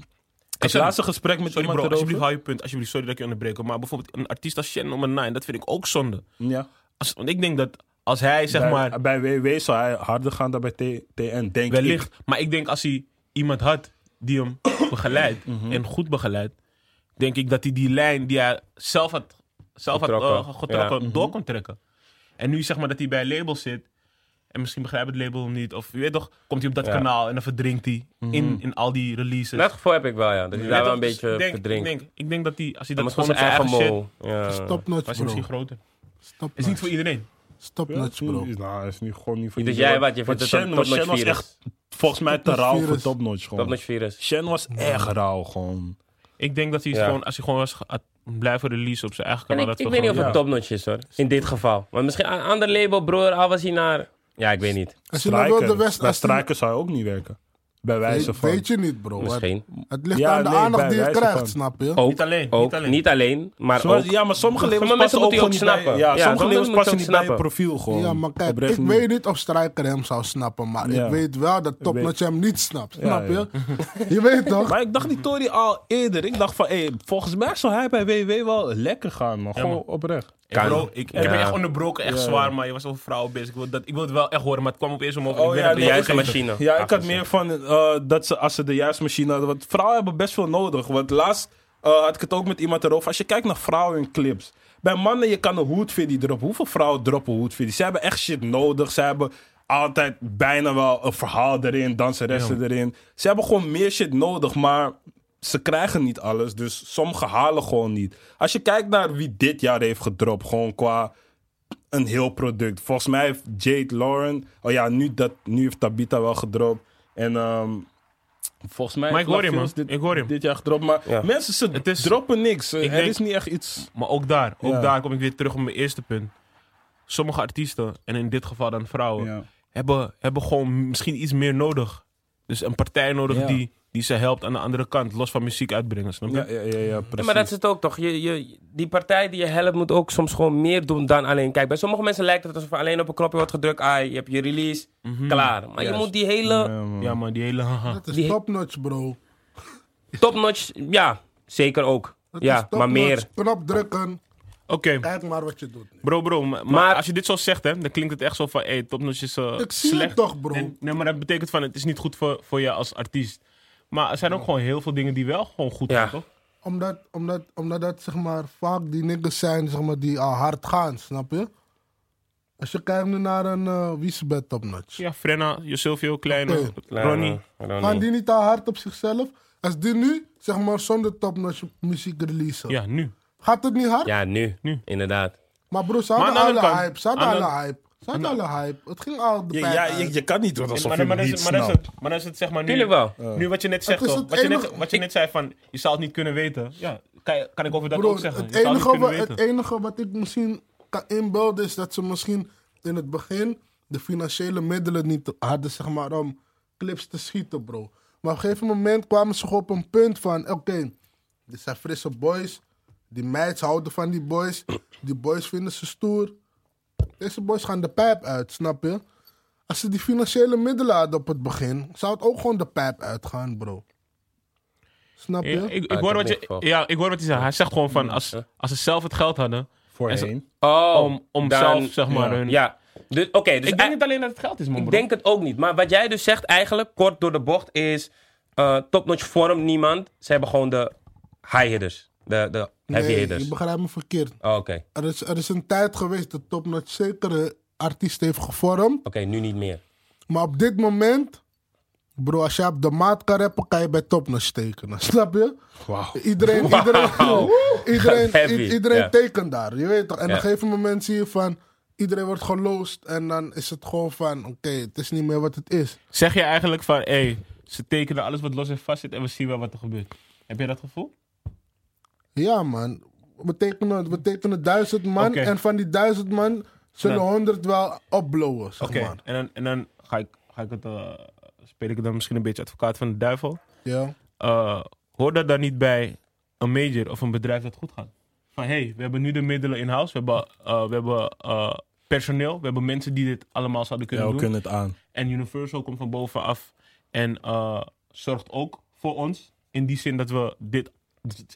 S3: sorry.
S2: laatste gesprek met
S3: Sorry
S2: iemand
S3: bro, alsjeblieft
S2: erover.
S3: hou je punt. Alsjeblieft, sorry dat ik je onderbreek. hoor. Maar bijvoorbeeld een artiest als Shannon Nummer 9, dat vind ik ook zonde.
S2: Ja.
S3: Als, want ik denk dat als hij, zeg
S2: Bij,
S3: maar,
S2: bij WW zou hij harder gaan dan bij T- TN, denk ik.
S3: wellicht... Maar ik denk als hij iemand had die hem begeleidt
S1: Mhm.
S3: en goed begeleidt... denk ik dat hij die lijn die hij zelf had, zelf had
S1: Getrokken, Mhm.
S3: eh, getrokken door kon trekken. En nu zeg maar dat hij bij een label zit... en misschien begrijpt het label hem niet... of je weet toch, komt hij op dat
S1: Ja. Mhm.
S3: kanaal en dan verdrinkt hij in, in al die releases.
S1: Dat gevoel heb ik wel, ja. Dat hij
S3: Weet
S1: daar wel
S3: toch?
S1: een
S3: Dus
S1: beetje
S3: ik denk, ik,
S1: verdrinkt.
S3: denk, ik denk dat hij, als hij
S1: Dat
S3: dat
S1: is
S3: gewoon
S1: gewoon
S3: zijn eigen shit...
S1: Ja.
S2: Eh,
S4: Stopnotch,
S3: was hij misschien
S4: bro.
S3: groter. Is niet voor
S4: Stopnotch.
S3: iedereen.
S4: Stopnotch, bro.
S2: Is, nou, is nu gewoon niet voor
S1: Dus
S2: iedereen.
S1: jij wat, je
S2: Want
S1: vindt het
S2: Shen
S1: een
S2: was-
S1: topnotch
S2: Shen
S1: virus.
S2: was echt, volgens mij, te rauw voor
S4: Virus.
S2: topnotch gewoon.
S1: Topnotch virus.
S2: Shen was echt rauw gewoon.
S3: Ik denk dat hij
S1: Ja.
S3: gewoon, als hij gewoon was ge- had blijven release op zijn eigen
S1: En
S3: kanaal.
S1: ik,
S3: dat
S1: ik
S3: we
S1: weet niet of
S3: gewoon-
S1: het topnotch is hoor. In dit geval. Want misschien een ander label, broer, al was hij naar. Ja, ik weet niet.
S4: Als je nou wel de
S2: Strijker.
S4: West...
S2: Bij
S4: als die-
S2: strijker zou hij ook niet werken. Bij wijze
S4: Weet,
S2: van.
S4: weet je niet, bro. Het,
S1: Misschien.
S4: het ligt
S2: Ja,
S4: aan de
S2: nee,
S4: aandacht
S2: bij
S4: die je
S2: wijze
S4: krijgt,
S2: van.
S4: snap je?
S1: Ook,
S3: Niet alleen,
S1: Ook,
S3: niet alleen.
S1: maar
S2: Zoals-
S1: ook.
S2: ja, maar sommige labels
S1: mensen
S2: passen ook
S1: moeten je
S2: gewoon niet
S1: ook
S2: bij.
S1: snappen.
S2: Ja,
S1: Ja,
S2: sommige
S1: sommige
S2: labels
S1: mensen
S2: passen
S1: moeten
S2: niet
S1: ook
S2: bij je profiel gewoon.
S4: Ja, maar kijk,
S2: Oh, Oprecht
S4: ik
S2: niet.
S4: weet niet of Strijker hem zou snappen, maar
S2: Ja.
S4: ik weet wel dat Topnotch hem niet snapt. Snap
S2: ja.
S4: je? Je weet toch?
S2: Maar ik dacht die Tory al eerder. Ik dacht van, hey, volgens mij zou hij bij WW wel lekker gaan. Maar gewoon oprecht.
S3: Ik,
S1: Kan.
S3: bro, ik, ik
S1: Ja.
S3: ben echt onderbroken, echt zwaar, maar je was over vrouwen bezig. Ik wil, dat, ik wil het wel echt horen, maar het kwam opeens omhoog.
S2: Oh,
S3: ik ben
S2: ja,
S3: het
S1: De
S2: nee,
S1: juiste
S3: vergeten.
S1: machine.
S2: Ja, ik had meer van eh, dat ze, als ze de juiste machine hadden. Want vrouwen hebben best veel nodig. Want laatst eh, had ik het ook met iemand erover. Als je kijkt naar vrouwen in clips. Bij mannen, je kan een hoedvideo droppen. Hoeveel vrouwen droppen hoedvideo? Ze hebben echt shit nodig. Ze hebben altijd bijna wel een verhaal erin, danseressen erin. Ze hebben gewoon meer shit nodig, maar ze krijgen niet alles. Dus sommigen halen gewoon niet. Als je kijkt naar wie dit jaar heeft gedropt, gewoon qua een heel product. Volgens mij heeft Jade Lauren. Oh ja, nu, dat, nu heeft Tabita wel gedropt. En ehm, volgens mij.
S3: Maar
S2: heeft
S3: ik hoor hem,
S2: Lafios
S3: man.
S2: Dit,
S3: Ik hoor hem.
S2: dit jaar gedropt. Maar
S1: Ja.
S2: mensen, ze
S3: Het is-
S2: droppen niks. er
S3: denk-
S2: is niet echt iets.
S3: Maar ook daar, ook
S2: Ja.
S3: daar kom ik weer terug op mijn eerste punt. Sommige artiesten, en in dit geval dan vrouwen,
S2: Ja.
S3: hebben, hebben gewoon misschien iets meer nodig. Dus een partij nodig
S2: Ja.
S3: die, die ze helpt aan de andere kant, los van muziek uitbrengen. Snap je?
S2: Ja, ja, ja, ja, precies.
S1: Ja, maar dat is het ook toch. Je, je, die partij die je helpt moet ook soms gewoon meer doen dan alleen. Kijk, bij sommige mensen lijkt het alsof er alleen op een knopje wordt gedrukt. Ah, je hebt je release, klaar. Mhm. Maar je moet die hele
S2: Ja, man.
S3: Ja, maar die hele... haha.
S4: Dat is
S1: Die-
S4: Topnotch, bro.
S1: topnotch, ja, zeker ook.
S4: Dat is
S1: ja, maar
S4: Topnotch.
S1: meer.
S4: Knop drukken.
S3: Oké.
S4: Kijk maar wat je doet.
S3: Bro, bro, maar,
S1: Maar-
S3: maar als je dit zo zegt, hè, dan klinkt het echt zo van, hé, hey, topnotch is eh,
S4: Ik zie
S3: slecht.
S4: het toch, bro.
S3: Nee, nee, maar dat betekent van, het is niet goed voor, voor je als artiest. Maar er zijn ook gewoon heel veel dingen die wel gewoon goed
S1: Ja.
S3: zijn, toch?
S4: Omdat, omdat, omdat dat zeg maar, vaak die niggas zijn zeg maar, die al hard gaan, snap je? Als je kijkt nu naar een eh wie is er bij Topnotch.
S3: Ja, Frenna, Josilvio, Kleine,
S4: Oké.
S3: Ronnie.
S4: Gaan
S1: Ronnie.
S4: die niet al hard op zichzelf? Als die nu zeg maar, zonder Topnotch muziek releasen,
S3: Ja, nu.
S4: gaat het niet hard?
S1: Ja, nu.
S3: Nu.
S1: Inderdaad.
S4: Maar bro, ze
S3: Maar
S4: hadden
S3: aan de
S4: alle
S3: andere kant-
S4: hype. Ze hadden
S3: aan de-
S4: alle hype. Ze hadden alle hype. Het ging al de
S2: Je,
S4: pijn
S2: ja,
S4: uit.
S2: je, je kan niet doen alsof
S3: Maar,
S2: je
S3: maar,
S2: het
S3: dan is
S2: niet
S3: het, maar, dan is
S2: snapt.
S3: het, maar dan is het zeg maar nu...
S1: Tuurlijk wel.
S3: Nu wat je net zegt,
S4: Het is
S3: toch?
S4: het
S3: Wat je, net,
S4: enige-
S3: wat je net zei van, je zou het niet kunnen weten. Ja, kan, je- kan ik over dat
S4: Bro,
S3: ook zeggen.
S4: het,
S3: Je zou het
S4: enige
S3: niet
S4: wat,
S3: kunnen
S4: het
S3: weten.
S4: enige wat ik misschien kan inbeelden is dat ze misschien in het begin de financiële middelen niet hadden, zeg maar, om clips te schieten, bro. Maar op een gegeven moment kwamen ze gewoon op een punt van, oké, dit zijn frisse boys. Die meids houden van die boys. Die boys vinden ze stoer. Deze boys gaan de pijp uit, snap je? Als ze die financiële middelen hadden op het begin, zou het ook gewoon de pijp uitgaan, bro. Snap je?
S3: Ja, ik, ik,
S1: Ah, dat
S3: hoor wat
S1: in ieder
S3: je,
S1: geval.
S3: ja, ik hoor wat hij zei. Hij zegt gewoon
S2: Hmm.
S3: van, als, als ze zelf het geld hadden...
S2: Voorheen.
S1: Oh,
S3: Om, om
S1: dan-
S3: zelf, zeg maar,
S2: ja.
S3: hun...
S1: Ja, dus, oké. dus
S3: Ik denk niet alleen dat het geld is, man,
S1: Ik
S3: bro.
S1: denk het ook niet. Maar wat jij dus zegt eigenlijk, kort door de bocht, is... eh Topnotch vormt niemand. Ze hebben gewoon de high-hitters. De, de heavy
S4: Nee,
S1: hitters.
S4: je begrijpt me verkeerd.
S1: Oh, Oké, oké,
S4: Er is, er is een tijd geweest dat Topnotch zekere artiest eh, heeft gevormd.
S1: nu niet meer.
S4: Maar op dit moment, bro, als jij op de maat kan rappen, kan je bij Topnotch tekenen. Snap je?
S2: Wauw.
S4: Iedereen, iedereen, iedereen,
S1: Heavy,
S4: i- iedereen
S1: ja.
S4: tekent daar. Je weet toch? En
S1: Ja.
S4: op een gegeven moment zie je van, iedereen wordt geloosd. En dan is het gewoon van, oké, het is niet meer wat het is.
S3: Zeg je eigenlijk van, hé, ze tekenen alles wat los en vast zit en we zien wel wat er gebeurt. Heb je dat gevoel?
S4: Ja, man. We tekenen, we tekenen duizend man.
S3: Oké.
S4: En van die duizend man zullen
S3: Nou.
S4: honderd wel opblowen, zeg
S3: Oké,
S4: maar.
S3: en dan, en dan ga ik, ga ik het, eh, speel ik het dan misschien een beetje advocaat van de duivel.
S4: Ja.
S3: Eh hoor dat dan niet bij een major of een bedrijf dat goed gaat. Van hé, hey, we hebben nu de middelen in huis, we hebben, eh, we hebben eh, personeel, we hebben mensen die dit allemaal zouden kunnen
S2: Ja, we
S3: doen.
S2: kunnen het aan.
S3: En Universal komt van bovenaf en eh, zorgt ook voor ons. In die zin dat we dit.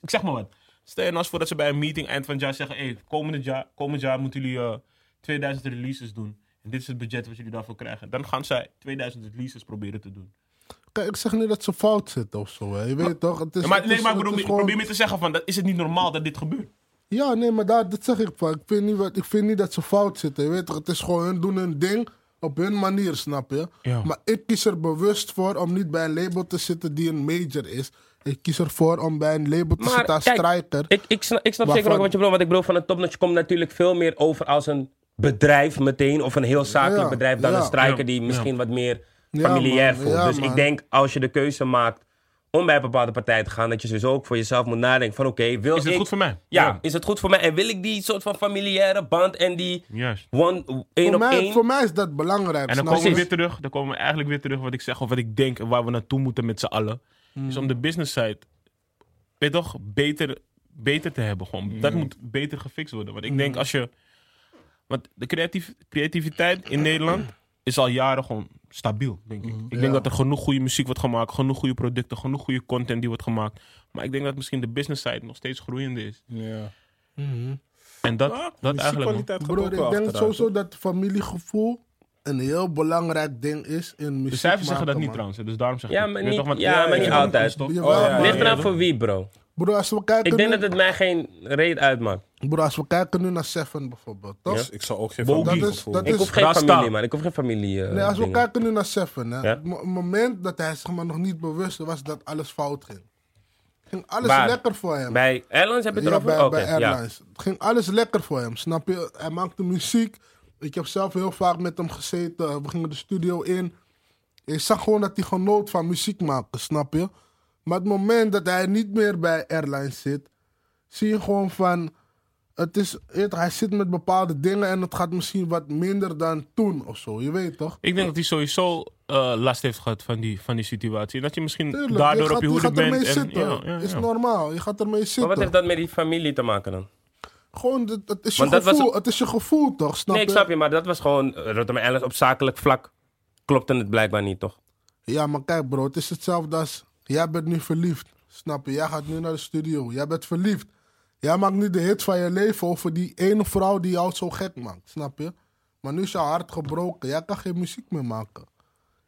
S3: Ik zeg maar wat. Stel je nou eens voor dat ze bij een meeting eind van het jaar zeggen: hey, komend, jaar, komend jaar moeten jullie eh, 2000 releases doen. En dit is het budget wat jullie daarvoor krijgen. Dan gaan zij 2000 releases proberen te doen.
S4: Kijk, ik zeg niet dat ze fout zitten of zo. Hè. Je weet toch? Het is,
S3: Ja, maar,
S4: Dus het
S3: nee,
S4: is-
S3: maar ik
S4: het
S3: bedoel,
S4: is
S3: ik
S4: gewoon-
S3: probeer meer te zeggen: van, dat is het niet normaal dat dit gebeurt.
S4: Ja, nee, maar daar, dat zeg ik van. Ik vind, niet, wat- ik vind niet dat ze fout zitten. Je weet toch? Het is gewoon hun doen hun ding op hun manier, snap je?
S3: Ja.
S4: Maar ik kies er bewust voor om niet bij een label te zitten die een major is. Ik kies ervoor om bij een label te
S1: Maar
S4: zitten als
S1: kijk,
S4: strijker.
S1: Ik, ik snap, ik snap
S4: Waarvan-
S1: zeker ook wat je bedoelt. Want ik bedoel, van een topnotch komt natuurlijk veel meer over als een bedrijf meteen. Of een heel zakelijk
S4: Ja,
S1: bedrijf dan
S4: ja.
S1: een strijker
S3: Ja,
S1: die misschien wat meer
S4: Ja,
S1: familiair
S4: man.
S1: voelt.
S4: Ja,
S1: dus
S4: man.
S1: ik denk, als je de keuze maakt om bij een bepaalde partij te gaan, dat je dus ook voor jezelf moet nadenken van oké, wil
S3: Is het
S1: ik...
S3: goed voor mij?
S1: ja, is het goed voor mij? En wil ik die soort van familiaire band en die
S3: Juist.
S1: one, één
S4: Voor
S1: op
S4: mij,
S1: één...
S4: voor mij is dat belangrijk.
S3: En dan
S4: snap
S3: komen we
S4: je?
S3: weer terug, dan komen we eigenlijk weer terug wat ik zeg of wat ik denk en waar we naartoe moeten met z'n allen. Is om de business side, weet je toch, beter, beter te hebben. Gewoon. Dat moet beter gefixt worden. Want ik denk als je, want de creatief, creativiteit in Nederland is al jaren gewoon stabiel, denk ik. Ik denk dat er genoeg goede muziek wordt gemaakt, genoeg goede producten, genoeg goede content die wordt gemaakt. Maar ik denk dat misschien de business side nog steeds groeiende is.
S2: Ja.
S3: En
S2: Ah,
S3: dat, dat eigenlijk... man.
S2: kwaliteit gaat ook
S4: Broer,
S2: wel
S4: ik denk
S2: achteruit,
S4: sowieso
S2: hoor.
S4: dat familiegevoel een heel belangrijk ding is in muziek.
S3: De cijfers zeggen dat
S4: maken,
S3: niet
S4: man.
S3: trouwens, hè, dus daarom zeg ik
S1: Ja,
S3: het.
S1: maar
S3: Weet
S1: niet-
S3: toch, want-
S1: ja, maar niet
S3: weet je,
S1: altijd.
S3: toch?
S4: Jawel,
S2: Oh, ja,
S4: man.
S1: Ligt
S2: ja,
S1: eraan voor wie, bro.
S4: Broer, als we kijken
S1: Ik denk
S4: nu,
S1: dat het mij geen reet uitmaakt.
S4: broer, als we kijken nu naar Seven bijvoorbeeld, toch?
S2: Dus ik zou ook geen
S3: Bogie.
S2: familie
S4: Dat is-
S2: gevoel.
S4: dat
S1: Ik
S4: is-
S1: hoef geen
S3: Rasta.
S1: familie, man. Ik hoef geen familie. eh,
S4: Nee, als we
S1: dingen.
S4: kijken nu naar Seven, hè,
S1: Ja.
S4: het mo- moment dat hij zeg maar, nog niet bewust was dat alles fout ging. Ging alles
S1: Waar?
S4: lekker voor hem.
S1: Bij Airlines heb je het
S4: Ja,
S1: erover?
S4: bij,
S1: Oké,
S4: bij
S1: ja.
S4: Airlines. Het ging alles lekker voor hem, snap je? Hij maakte muziek. Ik heb zelf heel vaak met hem gezeten. We gingen de studio in. Ik zag gewoon dat hij genoot van muziek maken, snap je? Maar het moment dat hij niet meer bij Airlines zit, zie je gewoon van. Het is, je weet toch, hij zit met bepaalde dingen en het gaat misschien wat minder dan toen of zo, je weet toch?
S3: Ik denk dat hij sowieso eh, last heeft gehad van die, van die situatie. En dat je misschien
S4: Tuurlijk,
S3: daardoor
S4: gaat,
S3: op je hoede
S4: gaat ermee
S3: bent. En,
S4: zitten.
S3: ja, ja,
S4: Is
S3: ja.
S4: normaal, je gaat ermee zitten.
S1: Maar wat heeft dat met die familie te maken dan?
S4: Nou, Gewoon, het, het is je
S1: Want dat was
S4: gevoel,
S1: een-
S4: het is je gevoel toch, snap
S1: Nee, ik
S4: je?
S1: snap je, maar dat was gewoon eh, Rotterdam Airlines op zakelijk vlak. Klopte het blijkbaar niet, toch?
S4: Ja, maar kijk bro, het is hetzelfde als... Jij bent nu verliefd, snap je? Jij gaat nu naar de studio, jij bent verliefd. Jij maakt nu de hit van je leven over die ene vrouw die jou zo gek maakt, snap je? Maar nu is jouw hart gebroken, jij kan geen muziek meer maken.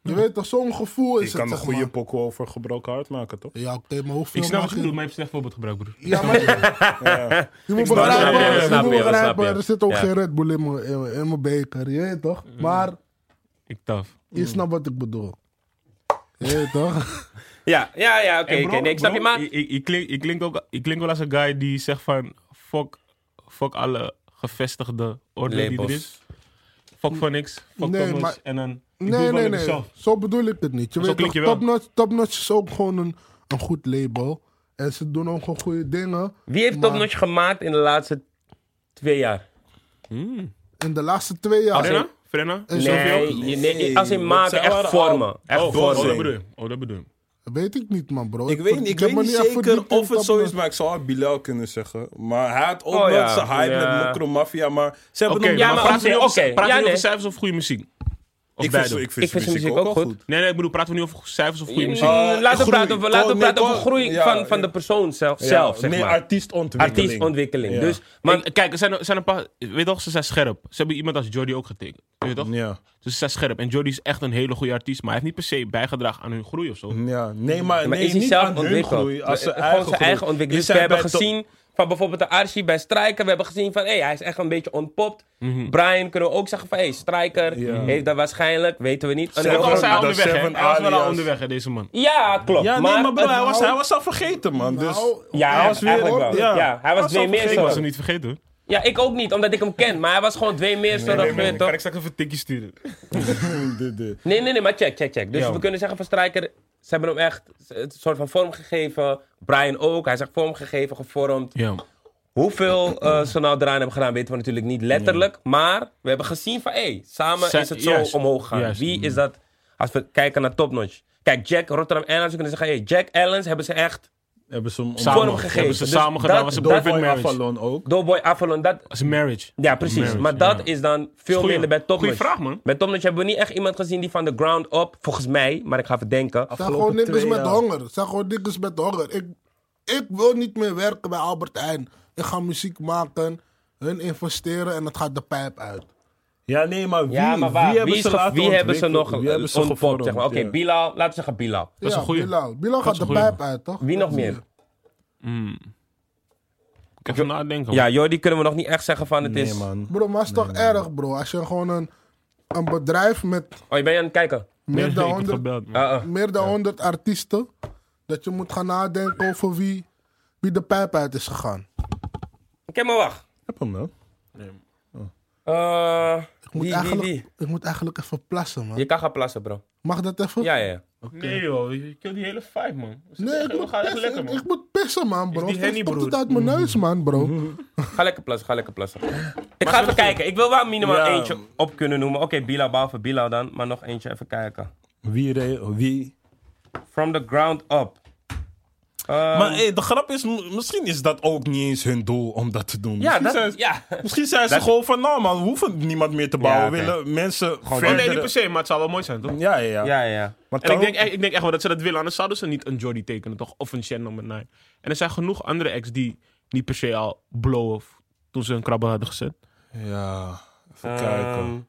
S4: Je weet toch, zo'n gevoel is
S2: Je kan
S4: het,
S2: een
S4: zeg
S2: goede
S4: maar.
S2: pokoe over gebroken hart maken, toch?
S4: Ja, oké, maar hoeveel
S3: Ik snap
S4: mag
S3: wat je bedoelt, maar je hebt een slecht voorbeeld gebruikt, broer.
S4: Ja, maar je moet
S1: snap
S4: begrijpen,
S1: je, ik
S4: je
S1: snap
S4: moet
S1: je, ik snap
S4: begrijpen,
S1: je.
S4: er zit ook
S1: Ja.
S4: geen Red Bull in mijn- in mijn- in mijn beker, je weet toch? Maar
S3: Ik taf.
S1: Mm.
S4: je snapt wat ik bedoel. Je weet toch?
S1: Ja, ja, ja, oké.
S3: Hey,
S1: oké.
S3: bro,
S1: nee, ik snap
S3: bro,
S1: je, maar...
S3: Ik, ik, ik klink, ik, klink ook, ik klink wel als een guy die zegt van... Fuck, fuck alle gevestigde orde die er
S1: Labels.
S3: is. Fuck voor niks. Fuck
S4: Nee,
S3: Thomas.
S4: maar-
S3: En dan... ik doe
S4: Nee,
S3: het wel
S4: nee,
S3: met
S4: nee.
S3: mezelf.
S4: Zo bedoel ik het niet. Je
S3: Zo
S4: weet toch,
S3: klink je wel.
S4: Topnotch Top is ook gewoon een, een goed label. En ze doen ook gewoon goede dingen.
S1: Wie heeft
S4: Maar-
S1: Topnotch gemaakt in de laatste twee jaar?
S4: In de laatste twee
S1: Ah,
S4: jaar.
S3: Frenna? Frenna?
S4: En zoveel-
S1: Nee, je- nee, als in maken, echt vormen. Echt
S3: Oh, oh, dat
S1: vormen.
S3: bedoel je. Oh, dat bedoel je.
S4: Weet ik niet, man, bro.
S2: Ik weet niet, ik
S4: heb
S2: weet
S4: me
S2: niet
S4: echt
S2: zeker
S4: verdiept in
S2: of het zo is,
S4: Topnotch.
S2: maar ik zou Bilal kunnen zeggen. Maar hij had ook
S1: Oh,
S2: nog
S1: ja.
S2: zijn hype
S1: Ja.
S2: met Mokro Mafia, maar ze hebben
S3: Oké,
S2: hem...
S1: Ja,
S3: maar
S1: maar
S3: praten we nu
S1: oké,
S3: over-
S1: oké.
S3: praten we
S1: Ja,
S3: nu
S1: nee.
S3: over cijfers of goede muziek? Of
S2: ik vind,
S3: beide?
S2: ik vind,
S1: Ik vind
S2: zijn muziek ook, wel goed.
S3: Nee, nee, ik bedoel, praten we nu over cijfers of goede muziek?
S1: Eh, Laten we
S2: groei.
S1: praten over- laten we
S2: Gewoon
S1: praten
S2: meer
S1: over groei
S2: gewoon-
S1: van,
S2: ja,
S1: van de
S2: ja.
S1: persoon zelf,
S2: Ja,
S1: zelf zeg
S2: meer
S1: maar.
S2: artiestontwikkeling.
S1: Artiestontwikkeling.
S2: Ja.
S1: Dus,
S3: Maar
S1: maar
S3: kijk, er zijn, er zijn een paar. Weet je toch, ze zijn scherp. Ze hebben iemand als Jordi ook getekend. Weet je toch?
S2: Ja.
S3: Dus ze zijn scherp. En Jordi is echt een hele goede artiest. Maar hij heeft niet per se bijgedragen aan hun groei of zo.
S2: ja. Nee,
S1: Maar
S2: maar, nee,
S1: is hij
S2: niet
S1: zelf
S2: aan hun
S1: ontwikkeld?
S2: groei, als zijn
S1: Gewoon
S2: eigen
S1: zijn
S2: groei.
S1: eigen ontwikkeling. Dus
S2: Is
S1: we
S2: hij
S1: hebben
S2: bij Top-
S1: gezien van bijvoorbeeld de Archie bij Strijker. We hebben gezien van, hé, hij is echt een beetje ontpopt. Brian kunnen we ook zeggen van, hé, hey, Strijker
S2: Mhm. Ja.
S1: heeft dat waarschijnlijk, weten we niet. Een
S2: Zelfs
S1: heel
S3: Ook al was
S1: groot-
S3: hij
S2: Dat
S3: onderweg, hè.
S2: Seven
S3: Hij was wel al
S2: alias.
S3: onderweg, hè, deze man.
S1: Ja, klopt.
S2: Ja, nee, maar bro, hij
S1: het-
S2: was, hij was al vergeten, man. Dus,
S4: Nou,
S1: Ja, hij was eigenlijk
S2: weer-
S1: wel. Ja,
S2: ja.
S1: hij was
S2: Was al
S1: twee meer
S2: vergeten,
S3: Ik was
S1: zo.
S3: hem niet vergeten hoor.
S1: Ja, ik ook niet, omdat ik hem ken. Maar hij was gewoon twee meer zo. dat weet je toch?
S3: ik straks even een tikje sturen?
S2: dit- dit.
S1: Nee, nee, nee, maar check, check, check. Dus
S3: Ja.
S1: we kunnen zeggen van Strijker, ze hebben hem echt een soort van vorm gegeven. Brian ook, hij is echt vorm gegeven, gevormd.
S3: Ja.
S1: Hoeveel eh ze nou eraan hebben gedaan, weten we natuurlijk niet letterlijk. Maar we hebben gezien van, hé, samen
S3: Zij-
S1: is het zo
S3: juist,
S1: omhoog gegaan.
S3: juist.
S1: Wie is dat? Als we kijken naar Topnotch. Kijk, Jack, Rotterdam Airlines, we kunnen zeggen, hé, Jack Allens hebben ze echt
S2: Hebben ze hem
S1: Samen.
S2: omarmd.
S1: gegeven.
S3: Hebben ze
S1: Dus
S3: samen gedaan.
S1: dat-
S3: Was een
S1: dat-
S3: perfect
S2: Boy
S3: marriage.
S2: Avalon ook.
S1: Doughboy, Avalon, dat...
S3: Was een marriage.
S1: Ja, precies.
S3: Marriage,
S1: maar dat
S3: ja.
S1: is dan veel
S3: Goeie-
S1: minder bij Topnotch.
S3: goeie vraag, man.
S1: Bij Topnotch hebben we niet echt iemand gezien die van de ground up, volgens mij, maar ik ga even denken.
S4: Het zijn gewoon
S2: Afgelopen
S4: niggers
S2: twee
S4: met
S2: jaar.
S4: honger. Het zijn gewoon niggers met honger. Ik, ik wil niet meer werken bij Albert Heijn. Ik ga muziek maken, hun investeren en het gaat de pijp uit.
S2: Ja, nee, maar wie,
S1: ja, maar waar?
S2: wie hebben
S1: is
S2: ze
S1: ge-
S2: laten
S1: wie hebben ze nog eh,
S2: ontwikkelen? Wie hebben ze
S1: ontpopt,
S2: gevormd?
S1: zeg maar. Oké,
S2: Ja.
S1: Bilal, laten we zeggen Bilal.
S3: Dat is
S4: Ja,
S3: een goeie.
S4: Bilal. Bilal
S3: is
S4: gaat
S3: een
S4: de
S3: goeie.
S4: pijp uit, toch?
S1: Wie nog meer?
S3: Mm. Ik heb even nadenken.
S1: Ja, Jordi kunnen we nog niet echt zeggen van het
S2: Nee,
S1: is...
S2: man.
S4: Bro, maar het is toch erg, bro. Als je gewoon een, een bedrijf met
S1: Oh, je bent aan het kijken?
S3: Nee,
S4: meer
S3: ik
S4: dan
S3: heb
S4: 100
S3: gebeld. man.
S1: Ah, ah.
S4: meer dan 100 artiesten. Dat je moet gaan nadenken over wie, wie de pijp uit is gegaan.
S1: Oké, maar wacht.
S2: Heb hem nou. wel.
S1: Eh,
S4: Ik
S1: die,
S4: moet,
S1: die,
S4: eigenlijk,
S1: die.
S4: ik moet eigenlijk even plassen, man.
S1: Je kan gaan plassen, bro.
S4: Mag dat even?
S1: Ja, ja, ja.
S3: Nee joh, ik wil die hele vibe man.
S4: Nee, ik moet,
S3: echt
S4: pissen, ik, ik moet pissen, man, bro.
S3: die
S4: Steeds
S3: Henny,
S4: komt het
S3: broer.
S4: uit mijn neus, man, bro.
S1: Ga lekker plassen, ga lekker plassen. Ik ga even kijken. Ik wil wel minimaal
S2: Ja.
S1: eentje op kunnen noemen. Oké, Bilal, behalve Bilal dan. Maar nog eentje even kijken.
S2: Wie, re- wie?
S1: From the ground up. Eh,
S2: Maar hey, de grap is, m- misschien is dat ook niet eens hun doel om dat te doen.
S1: ja,
S2: misschien, zijn,
S1: dat,
S2: ze-
S1: ja.
S2: misschien zijn ze
S1: Dat-
S2: gewoon van, nou man, we hoeven niemand meer te
S1: Ja,
S2: bouwen.
S1: oké.
S2: We willen mensen
S3: Nee, nee, niet per
S2: verdere-
S3: se, maar het zou wel mooi zijn toch?
S2: Ja, ja, ja.
S1: ja, ja.
S2: Maar
S3: En ik
S2: kan
S3: denk,
S2: ook-
S3: echt, ik denk echt wel dat ze dat willen, anders zouden ze niet een Jordy tekenen, toch? Of een Shen number 9. En er zijn genoeg andere acts die niet per se al blow of toen ze een krabbel hadden gezet.
S2: Ja, even
S1: Ehm,
S2: kijken.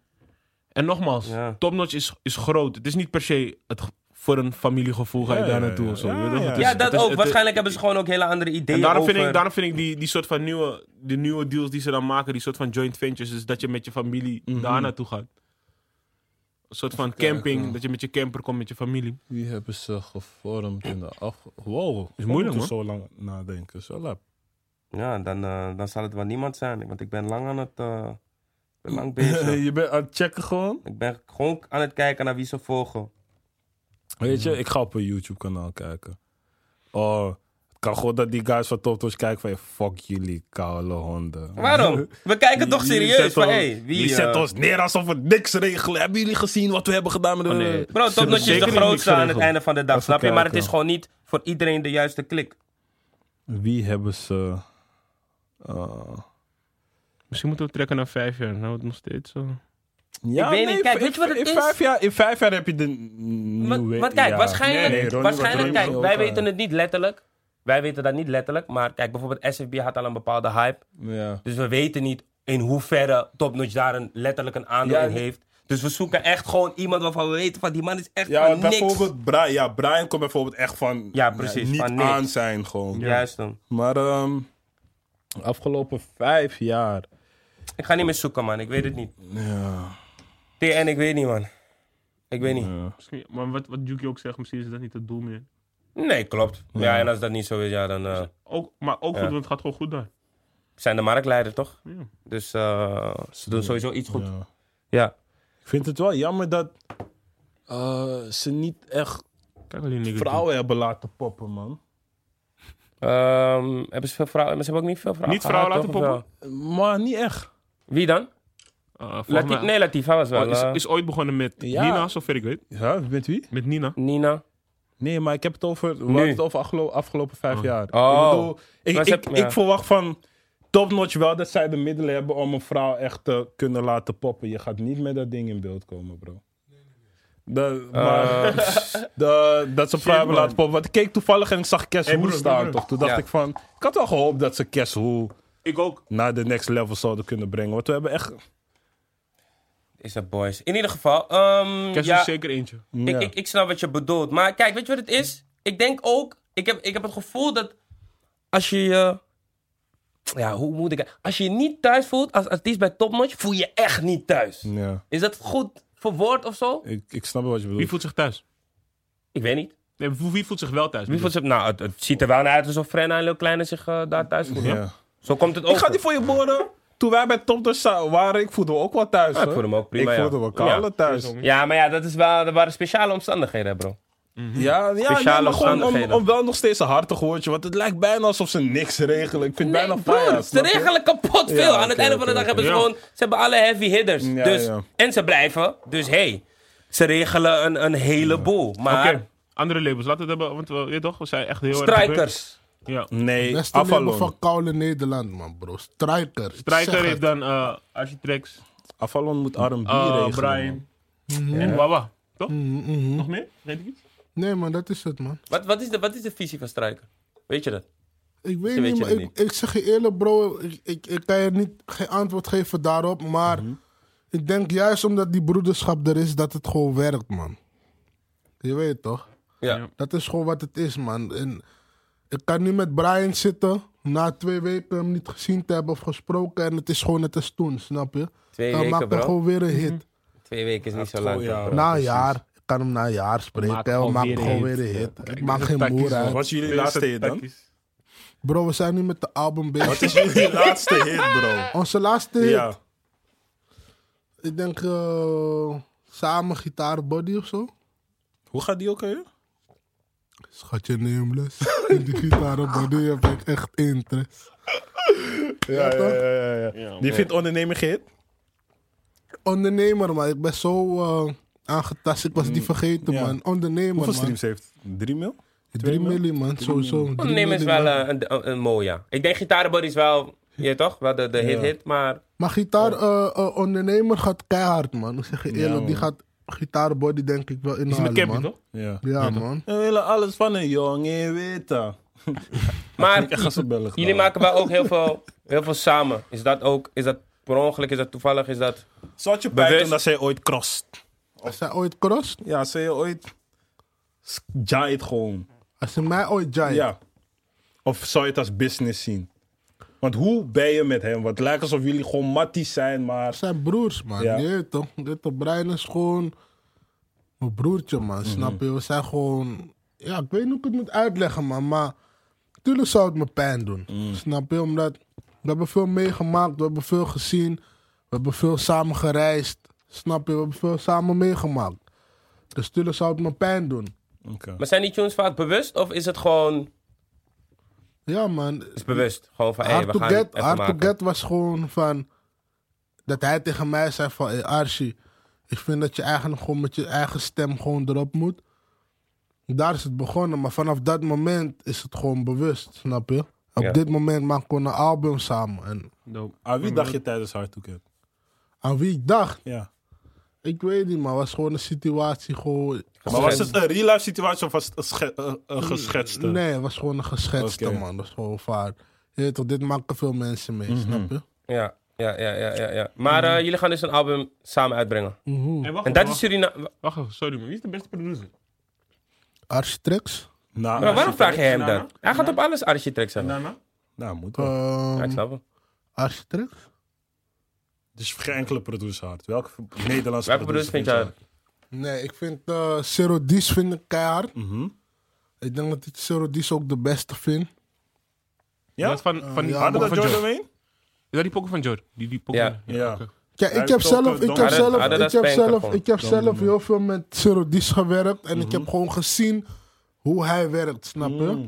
S3: En nogmaals,
S1: Ja.
S3: Topnotch is, is groot. Het is niet per se het, ge- voor een familiegevoel ga je
S2: Ja,
S3: daar
S2: ja,
S3: naartoe
S2: ja.
S3: of zo.
S2: Ja,
S3: je weet toch?
S2: ja.
S3: Het is-
S1: ja,
S3: het
S1: dat
S3: is-
S1: ook.
S3: het-
S1: Waarschijnlijk hebben ze gewoon ook hele andere ideeën
S3: En daarom
S1: over...
S3: vind, ik, daarom vind ik die, die soort van nieuwe, die nieuwe deals die ze dan maken, die soort van joint ventures, dus dat je met je familie daar naartoe gaat. Een soort van camping, Mhm. dat je met je camper komt met je familie.
S2: Wie hebben ze gevormd in de af... Wow. Is
S3: moeilijk, man.
S2: zo lang nadenken. Zo lap.
S1: Ja, dan, eh, dan zal het wel niemand zijn. Want ik ben lang aan het... eh, ik ben lang bezig.
S2: je bent aan het checken gewoon?
S1: ik ben gewoon aan het kijken naar wie ze volgen.
S2: Weet je, ik ga op een YouTube-kanaal kijken. Oh, het kan gewoon dat die guys van Top Toys kijken van... Fuck jullie, koude honden.
S1: Waarom? We kijken toch
S2: Jullie
S1: serieus.
S2: zetten
S1: Van,
S2: ons-
S1: hey, wie...
S2: jullie
S1: eh,
S2: zetten ons neer alsof we niks regelen. Hebben jullie gezien wat we hebben gedaan met de...
S3: Oh, nee.
S1: Bro,
S3: Ze hebben
S1: Topnotch is de
S3: zeker niet
S1: grootste aan het
S3: geregeld.
S1: einde van de dag,
S2: Even
S1: snap je? Maar het is
S2: kijken.
S1: gewoon niet voor iedereen de juiste klik.
S2: Wie hebben ze... eh,
S3: Misschien moeten we trekken naar vijf jaar. Nou, het nog steeds zo.
S2: Ja,
S1: Ik weet niet, kijk,
S2: in-
S1: weet je wat het
S2: in
S1: is?
S2: Vijf jaar, in vijf jaar heb je de nieuwe...
S1: Want, want kijk,
S2: ja.
S1: waarschijnlijk,
S2: Nee, nee, Ronnie
S1: waarschijnlijk
S2: wordt er
S1: kijk,
S2: ook eh,
S1: wij
S2: aan.
S1: weten het niet letterlijk. Wij weten dat niet letterlijk. Maar kijk, bijvoorbeeld SFB had al een bepaalde hype.
S2: eh, Ja.
S1: Dus we weten niet in hoeverre Topnotch daar een, letterlijk een aandeel
S2: Ja,
S1: in
S2: nee.
S1: heeft. Dus we zoeken echt gewoon iemand waarvan we weten van die man is echt
S2: Ja,
S1: van
S2: want
S1: niks.
S2: bijvoorbeeld Brian, ja, Brian komt bijvoorbeeld echt van
S1: Ja, precies,
S2: niet
S1: van niks.
S2: aan zijn gewoon.
S1: Juist dan.
S2: Maar ehm afgelopen vijf jaar.
S1: Ik ga niet meer zoeken, man. Ik weet het niet.
S2: Ja.
S1: TN, ik weet niet, man. Ik weet niet.
S2: ja.
S3: Misschien, maar wat, wat Yuki ook zegt, misschien is dat niet het doel meer.
S1: Nee, klopt. Ja, en als dat niet zo is, ja, dan... eh,
S3: Ook, maar ook goed, want het gaat gewoon goed daar.
S1: zijn de marktleider, toch?
S3: Ja.
S1: Dus eh, ze doen sowieso iets goed. Ja.
S2: Ja. Ik vind het wel jammer dat eh, ze niet echt
S3: Kijk al die niggas.
S2: vrouwen hebben laten poppen, man.
S1: Ehm, hebben ze veel vrouwen? Maar ze hebben ook niet veel vrouwen.
S3: Niet vrouwen
S1: gehad,
S3: laten
S1: toch? Of
S3: poppen?
S2: Maar niet echt.
S1: wel? Wie dan?
S3: doen. Eh, volgens
S1: Latif,
S3: mij- Oh,
S1: nee, Latifa was wel.
S3: is,
S1: eh,
S3: is ooit begonnen met
S2: Ja.
S3: Nina, zover ik weet.
S2: Ja, met wie?
S3: Met Nina.
S1: Nina.
S2: Nee, maar ik heb het over, we
S1: Nu.
S2: hadden het over afgelo- afgelopen vijf
S3: Oh.
S2: jaar.
S1: Oh.
S2: Ik bedoel, ik,
S1: Maar ze
S2: ik,
S1: hebben- ja.
S2: ik verwacht van topnotch wel dat zij de middelen hebben om een vrouw echt te kunnen laten poppen. Je gaat niet met dat ding in beeld komen, bro. De, maar, de, dat ze vrouw hebben
S3: man.
S2: laten poppen. Want ik keek toevallig en ik zag Kes
S3: Hey,
S2: Hoe
S3: broer,
S2: staan,
S3: broer.
S2: toch? Toen dacht
S1: Ja.
S2: ik van, ik had wel gehoopt dat ze Kes Hoe
S3: Ik ook.
S2: naar de next level zouden kunnen brengen. Want we hebben echt...
S1: Is dat boys? In ieder geval. ehm,
S3: Kerst
S1: ja,
S3: is zeker eentje.
S1: ik, ik, ik snap wat je bedoelt. Maar kijk, weet je wat het is? Ik denk ook, ik heb, ik heb het gevoel dat als je je. Ja, hoe moet ik. het- Als je je niet thuis voelt als artiest bij Topnotch, voel je je echt niet thuis.
S2: Ja,
S1: Is dat goed verwoord of zo?
S2: ik, ik snap wel wat je bedoelt.
S3: Wie voelt zich thuis?
S1: Ik weet niet.
S3: Nee, wie wie voelt zich wel thuis?
S1: Wie vond ze, nou, het, het ziet er wel naar uit alsof Frenna en Lil Kleine zich eh, daar thuis voelen.
S2: Ja.
S1: Zo komt het ook.
S2: Ik ga die voor je boren. Toen wij bij Tom dus za- waren, ik voelde me ook wel thuis.
S1: ik
S2: hoor.
S1: voelde me ook prima,
S2: Ik
S1: ja.
S2: voelde me
S1: Ja.
S2: kale thuis.
S1: Ja, maar ja, dat, is wel, dat waren speciale omstandigheden, bro.
S2: Ja, ja,
S1: Speciale
S2: nee, maar gewoon om,
S1: omstandigheden.
S2: om wel nog steeds een hartig woordje. Want het lijkt bijna alsof ze niks regelen. Ik vind het bijna
S1: broer,
S2: fijn.
S1: ze regelen kapot veel.
S2: Ja,
S1: Aan het
S2: oké,
S1: einde van de
S2: oké,
S1: dag hebben ze
S3: oké.
S1: gewoon... Ze hebben alle heavy hitters.
S2: Ja,
S1: dus,
S2: ja.
S1: En ze blijven. Dus hey, ze regelen een, een heleboel. Maar
S3: Oké, andere labels. Laten we het hebben, want we, je weet toch, we zijn echt heel erg...
S1: strijkers.
S3: Ja.
S2: Nee,
S4: Beste
S2: Avalon.
S4: leven van koude Nederland, man, bro. Strijker. ik zeg
S3: Strijker heeft
S4: het.
S3: dan eh Architrex,
S2: Avalon moet R&B
S3: eh
S2: regelen.
S3: Brian en Wawa. Toch? Nog meer? Weet ik iets?
S4: Nee, man, dat is het, man.
S1: Wat, wat, is de, wat is de visie van Strijker? Weet je dat?
S4: Ik
S1: Ze
S4: weet
S1: weet
S4: niet,
S1: je
S4: maar
S1: het
S4: ik,
S1: niet.
S4: ik zeg je eerlijk, bro. Ik, ik, ik kan je niet, geen antwoord geven daarop. Maar
S1: Mhm.
S4: ik denk juist omdat die broederschap er is, dat het gewoon werkt, man. Je weet toch?
S1: Ja.
S3: Ja.
S4: Dat is gewoon wat het is, man. En ik kan nu met Brian zitten, na twee weken hem niet gezien te hebben of gesproken. En het is gewoon net als toen, snap je?
S1: Twee
S4: Dan
S1: weken,
S4: maakt
S1: bro.
S4: hij
S1: Mhm.
S4: gewoon weer een hit.
S1: Twee weken is niet zo lang.
S2: ja.
S1: bro.
S4: Na een jaar, ik kan hem na een jaar spreken.
S3: maakt
S4: hè, We
S3: gewoon
S4: maken
S3: weer een
S4: gewoon
S3: hit.
S4: weer een hit. Het maakt geen moer uit.
S2: Wat is jullie laatste hit dan?
S4: Bro, we zijn nu met de album bezig.
S2: Wat is jullie laatste hit, bro?
S4: Onze laatste hit.
S2: Ja.
S4: Ik denk eh, samen gitaar body of zo.
S2: Hoe gaat die ook alweer?
S4: Schatje nameless. In die gitaar body heb ik echt interest. Ja, toch?
S2: ja, Die vindt onderneming hit?
S4: Ondernemer, man. Ik ben zo eh, aangetast. Ik was die vergeten,
S2: ja.
S4: man. Ondernemer,
S2: Hoeveel
S4: man.
S2: streams heeft? 3 mil?
S4: 3 miljoen, man. Sowieso. Drie
S1: Neem is
S4: miljoen,
S1: wel eh,
S4: man.
S1: een, een, een mooi, ja. Ik denk gitarenbody is wel, je toch? Wel de, de hit hit, maar
S4: Maar gitaar eh, eh, ondernemer gaat keihard, man. Ik zeg je eerlijk, die gaat gitaar body denk ik wel
S3: Is in de
S4: inhalen,
S3: camping,
S4: man.
S3: toch?
S2: Ja.
S4: Ja, man.
S2: We willen alles van een jongen weten.
S1: Maar
S2: Ik ga ze bellen.
S1: jullie maken wel ook heel veel, heel veel samen. Is dat ook, is dat per ongeluk, is dat toevallig, is dat...
S2: Zat je
S1: Bewust.
S2: pijn dat zij ooit crossed?
S4: Als zij ooit crossed,
S2: Ja, zij ooit... s- Jaait gewoon.
S4: als ze mij ooit giant.
S2: Ja. Of zou je het als business zien? Want hoe ben je met hem? Want het lijkt alsof jullie gewoon matties zijn, maar...
S4: Dat zijn broers, man.
S2: Ja.
S4: Je weet toch? Dit de Brian is gewoon mijn broertje, man. Snap je? We zijn gewoon... Ja, ik weet niet hoe ik het moet uitleggen, man. Maar tuurlijk zou het me pijn doen. Snap je? Omdat we hebben veel meegemaakt. We hebben veel gezien. We hebben veel samen gereisd. Snap je? We hebben veel samen meegemaakt. Dus tuurlijk zou het me pijn doen.
S2: Oké.
S1: Maar zijn die tunes vaak bewust of is het gewoon
S4: Ja, man.
S1: is bewust? Gewoon van, hé,
S4: Hard,
S1: we
S4: to
S1: gaan het
S4: get,
S1: even
S4: hard to
S1: maken.
S4: get was gewoon van. Dat hij tegen mij zei: van hey Archie, ik vind dat je eigenlijk gewoon met je eigen stem gewoon erop moet. Daar is het begonnen, maar vanaf dat moment is het gewoon bewust, snap je? Op
S1: Ja.
S4: dit moment maken we een album samen. En
S2: Aan wie dacht je tijdens Hard to Get?
S4: aan wie ik dacht,
S2: Ja.
S4: ik weet niet, maar het was gewoon een situatie gewoon.
S2: Maar was het een real-life situatie of was het een, sche- een- een geschetste?
S4: Nee, het was gewoon een geschetste
S2: Oké.
S4: man. Dat is gewoon vaart. Je weet toch, dit maken veel mensen
S1: Mhm.
S4: mee, snap je?
S1: Ja, ja, ja, ja, ja. ja. Maar eh, jullie gaan dus een album samen uitbrengen.
S3: Hey, wacht
S1: En dat
S3: even,
S1: is Suriname...
S3: Wacht even, sorry, maar wie is de beste producer?
S4: Architects,
S2: Nou,
S1: Maar waarom vraag je hem
S3: daarna?
S1: dat? Hij gaat op alles architect zeggen.
S3: Daarna?
S2: Nou, moet wel.
S1: Ja, ik
S4: ehm
S1: snap het.
S4: Architects?
S2: Dus geen enkele producer hard. Welke v- Nederlandse
S1: Welke producer vind jij?
S4: Nee, ik vind eh Zero Dies vind ik keihard.
S2: Mhm.
S4: Ik denk dat ik Zero Dies ook de beste vind.
S2: Ja?
S3: Dat is van, van die
S4: ja,
S2: Hadden
S3: pokken
S2: dat Jordan
S3: van Jor.
S2: Wayne?
S3: Is dat die pokken van Jor? Die, die pokken
S1: Ja.
S3: van-
S2: Ja.
S3: oké.
S4: Kijk,
S2: Hij
S4: ik heb
S2: heeft ook,
S4: zelf,
S2: eh,
S4: ik heb
S2: Donald-
S4: zelf,
S1: Adidas
S4: ik heb
S1: Spanker
S4: zelf,
S1: gewoon.
S4: ik heb zelf heel veel met Zero Dies gewerkt. En ik
S2: Mhm.
S4: heb gewoon gezien hoe hij werkt, snap je?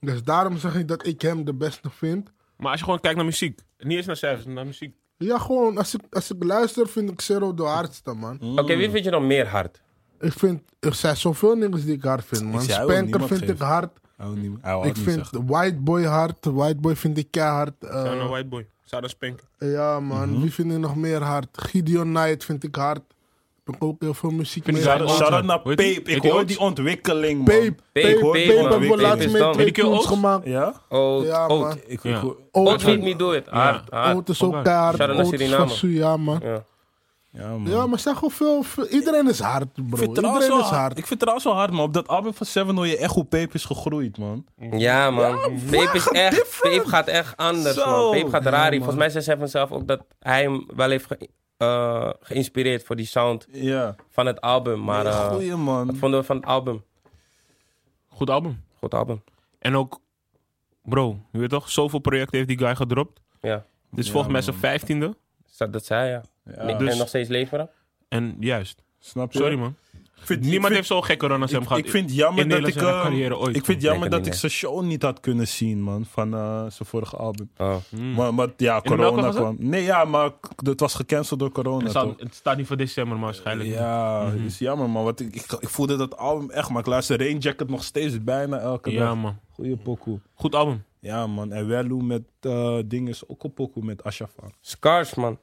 S4: Dus daarom zeg ik dat ik hem de beste vind.
S3: Maar als je gewoon kijkt naar muziek, niet eens naar cijfers, maar naar muziek.
S4: Ja, gewoon, als ik, als ik luister, vind ik Zero de hardste, man.
S2: Mhm.
S1: Oké, wie vind je dan meer hard?
S4: Ik vind, er zijn zoveel niggas die ik hard vind, man.
S2: zei, hij wil
S4: Spanker
S2: niemand
S4: vind
S2: geven.
S4: ik hard.
S2: Oh, niet, hij wou
S4: Ik
S2: het niet
S4: vind
S2: zeggen.
S4: White Boy hard. White Boy vind ik keihard. eh,
S3: Van een white boy. Sarah Spank.
S4: Ja, man.
S3: Mhm.
S4: Wie vind ik nog meer hard? Gideon Knight vind ik hard. Heb ik ook heel veel muziek
S3: Vind
S4: mee.
S3: ik
S2: Shout-
S3: Oats,
S2: Shout-out
S3: man.
S2: naar
S3: Weet die-
S2: Peep.
S3: weet
S2: Ik
S3: die
S2: hoor
S3: Oats?
S2: die ontwikkeling, man.
S4: Peep,
S1: Peep,
S4: Peep,
S2: hoor
S1: Peep,
S4: Peep
S1: man.
S4: hebben we
S1: Peep
S4: laatst
S1: is
S4: mee
S1: dan-
S4: twee
S3: Weet je
S4: tunes
S3: Oats?
S4: gemaakt.
S2: Ja?
S1: Oud,
S4: Ja, man.
S1: oud.
S2: Ik,
S3: Ja.
S2: ik-
S1: Oud
S4: Oot
S1: weet niet doe het. Hard, hard.
S4: is ook
S3: Oud.
S4: keihard.
S1: Shout-out naar
S4: Oot is van
S1: Suriname.
S4: Su- ja, man.
S1: Ja.
S2: Ja, man.
S4: Ja, maar zeg gewoon veel... veel- Iedereen is hard,
S2: Ik
S4: bro.
S2: vind, het trouwens
S4: Iedereen
S2: wel
S4: is
S2: hard.
S4: hard.
S2: ik vind het trouwens wel hard, man. Op dat album van Seven hoor je echt hoe Peep is gegroeid, man.
S1: Ja, man. Peep is echt. Peep gaat echt anders,
S2: Zo.
S1: man. Peep gaat raar.
S4: man.
S1: Volgens mij zei Seven zelf ook dat hij hem wel heeft ge- eh, geïnspireerd voor die sound
S2: Ja.
S1: van het album. Maar
S2: Nee,
S1: eh,
S2: goeie, man.
S1: wat vonden we van het album?
S3: Goed album.
S1: Goed album.
S3: En ook, bro, je weet toch, zoveel projecten heeft die guy gedropt.
S1: Ja,
S3: Dit is volgens mij zijn vijftiende.
S1: dat, dat zei hij. Ja.
S2: Ja.
S1: En nog steeds leveren.
S3: En juist.
S2: Snap je?
S3: Sorry, man.
S2: vind,
S3: Niemand
S2: ik
S3: heeft zo'n gekke run als hem
S2: vind,
S3: gehad.
S2: ik, ik vind jammer
S3: in
S2: dat
S3: Nederland
S2: ik...
S3: zijn
S2: eh,
S3: carrière ooit.
S2: ik vind jammer
S1: Lekker
S2: dat ik
S1: niet,
S2: zijn show niet had kunnen zien, man. Van eh, zijn vorige album.
S1: Oh.
S2: Maar, maar ja,
S3: Mm. welke
S2: corona
S3: was het?
S2: kwam. Nee, ja, maar k- dat was gecanceld door corona,
S3: het, staat,
S2: toch?
S3: het staat niet voor december, maar waarschijnlijk.
S2: Ja,
S3: Mhm.
S2: is jammer, man. Want ik, ik, ik voelde dat album echt, maar ik luister Rain Jacket nog steeds bijna elke
S3: ja
S2: dag.
S3: man.
S2: Goeie pokoe.
S3: Goed album.
S2: Ja, man. En Wellu met eh dingen is ook een pokoe met Ashafan.
S1: Scars, man.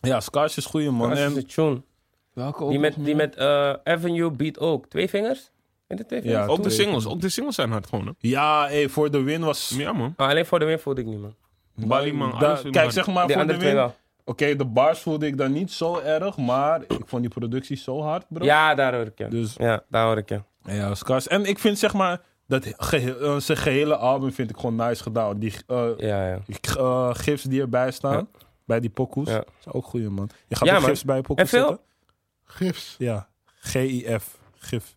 S2: Ja, Scars is goeie, man.
S1: Scars is
S2: En,
S1: een tune.
S2: welke
S1: Die met, die met eh, Avenue Beat ook. Twee vingers? En de twee
S2: Ja.
S1: vingers?
S3: Ook de
S2: twee.
S3: singles. Ook de singles zijn hard gewoon. Hè?
S2: Ja, hey, voor de win was...
S3: Ja man.
S1: Ah, alleen voor de win voelde ik niet, man.
S3: Bali man.
S2: Da-
S3: alles in
S2: kijk,
S3: hard.
S2: zeg maar,
S1: Die
S2: voor de
S1: andere twee
S2: win...
S1: wel.
S2: Oké, de bars voelde ik dan niet zo erg, maar ik vond die productie zo hard, bro.
S1: Ja, daar hoor ik je.
S2: Dus
S1: Ja, daar hoor ik je.
S2: ja, Scars. En ik vind, zeg maar, dat geheel, eh, zijn gehele album vind ik gewoon nice gedaan. Die, eh,
S1: Ja, ja.
S2: Die g- eh, gifs die erbij staan. Bij die pokoes.
S1: Ja.
S2: is ook goeie, man. Je gaat
S1: Ja,
S2: ook
S1: man.
S2: gifs bij je pokoes
S1: En veel-
S2: zetten?
S4: Gifs.
S2: Ja. G-I-F. Gif.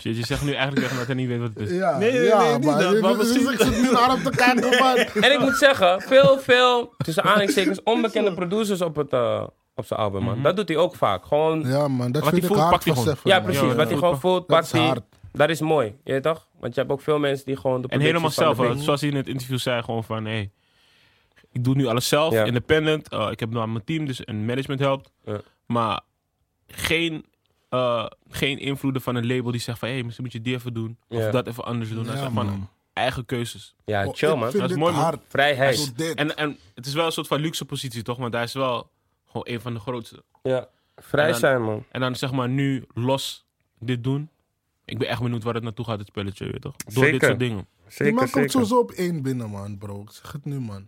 S3: Shit, je zegt nu eigenlijk echt dat hij niet weet wat het is.
S4: Ja,
S2: Nee, nee,
S4: ja,
S2: nee, niet
S4: maar,
S2: dat,
S4: ik-
S2: maar
S4: ik- ik-
S2: misschien-
S4: Ik zit nu naar hem te kijken, man.
S1: En ik moet zeggen, veel, veel, tussen aanhalingstekens, onbekende producers op, het, eh, op zijn album, man. Dat doet hij ook vaak. Gewoon, ja,
S4: Ja, man, dat
S3: Wat
S4: vind
S3: hij
S4: ik
S3: voelt,
S4: hard
S3: pakt hij
S4: van
S3: gewoon.
S4: Sefra, man.
S1: precies.
S3: ja,
S1: wat
S3: dat
S1: hij
S3: is
S1: gewoon voelt,
S4: Dat
S1: pakt
S4: is
S1: hij-
S4: hard.
S1: Dat is mooi, je weet toch? Want je hebt ook veel mensen die gewoon de
S3: En helemaal
S1: producties van
S3: zelf.
S1: de
S3: hè. Zoals hij in het interview zei, gewoon van hey, ik doe nu alles zelf,
S1: Ja.
S3: independent. Eh, ik heb nou mijn team, dus een management helpt.
S1: Ja.
S3: Maar geen, eh, geen invloeden van een label die zegt van hey, misschien moet je dit even doen.
S1: Ja.
S3: Of dat even anders doen. Dat
S4: Ja,
S3: is echt van eigen keuzes.
S1: band. Ja,
S4: Oh,
S1: chill,
S4: Ik
S1: man.
S4: vind
S3: Dat is
S4: dit
S3: mooi, man.
S4: hard.
S1: Vrijheid.
S4: Zo dit.
S3: En, en het is wel een soort van luxe positie, toch? Want hij is wel gewoon een van de grootste.
S1: Ja. Vrij
S3: En dan-
S1: zijn, man.
S3: En dan zeg maar nu los dit doen. Ik ben echt benieuwd waar het naartoe gaat, het spelletje, weet je toch? Door dit
S1: Zeker.
S3: soort dingen.
S4: Die
S1: Zeker,
S4: man komt
S1: zeker.
S4: sowieso op één binnen, man, bro. Ik zeg het nu, man.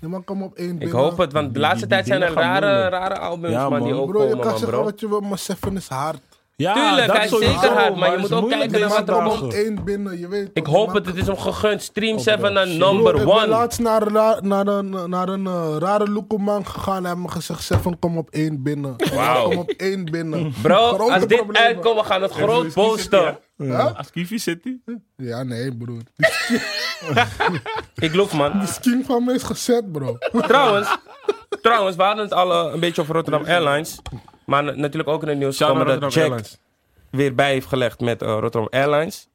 S4: Die man komt op één binnen.
S1: Ik hoop het, want de laatste
S2: die
S1: tijd zijn er
S2: dingen gaan
S1: rare,
S2: moeilijk.
S1: rare albums,
S2: Ja,
S1: man, die
S2: man.
S1: ook
S4: Bro, je
S1: komen,
S4: kan
S1: man,
S4: zeggen
S1: bro.
S4: wat je wil, maar Seven is hard.
S2: Ja,
S1: Tuurlijk, hij is
S2: sowieso,
S1: zeker hard, maar je
S2: Oh, het is
S1: moet ook
S2: moeilijk
S1: kijken naar
S2: deze
S1: wat er
S4: Kom
S2: dagen.
S4: op één binnen, je weet
S1: Ik
S4: toch,
S1: hoop
S4: man.
S1: het, het is hem gegund. Stream 7 naar
S2: shit.
S1: number
S4: Bro, Ik ben
S1: one.
S4: laatst naar, naar, naar een, eh, naar een eh, rare Loekoman gegaan en hebben me gezegd: Seven, kom op één binnen.
S1: Wauw.
S4: Kom op één binnen.
S1: Bro,
S4: Grote
S1: als dit
S4: problemen.
S1: uitkomt, we gaan het groot posten.
S4: Huh?
S3: Als Kivi zit hij.
S4: Ja, nee, broer. Die
S1: Ik loop, man.
S4: skin van me is gezet, bro.
S1: Trouwens, trouwens, we hadden het al eh, een beetje over Rotterdam Airlines. Maar na- natuurlijk ook in het nieuws
S3: Shout
S1: kwam
S3: naar
S1: dat
S3: Rotterdam
S1: Jack weer bij heeft gelegd met eh, Rotterdam Airlines.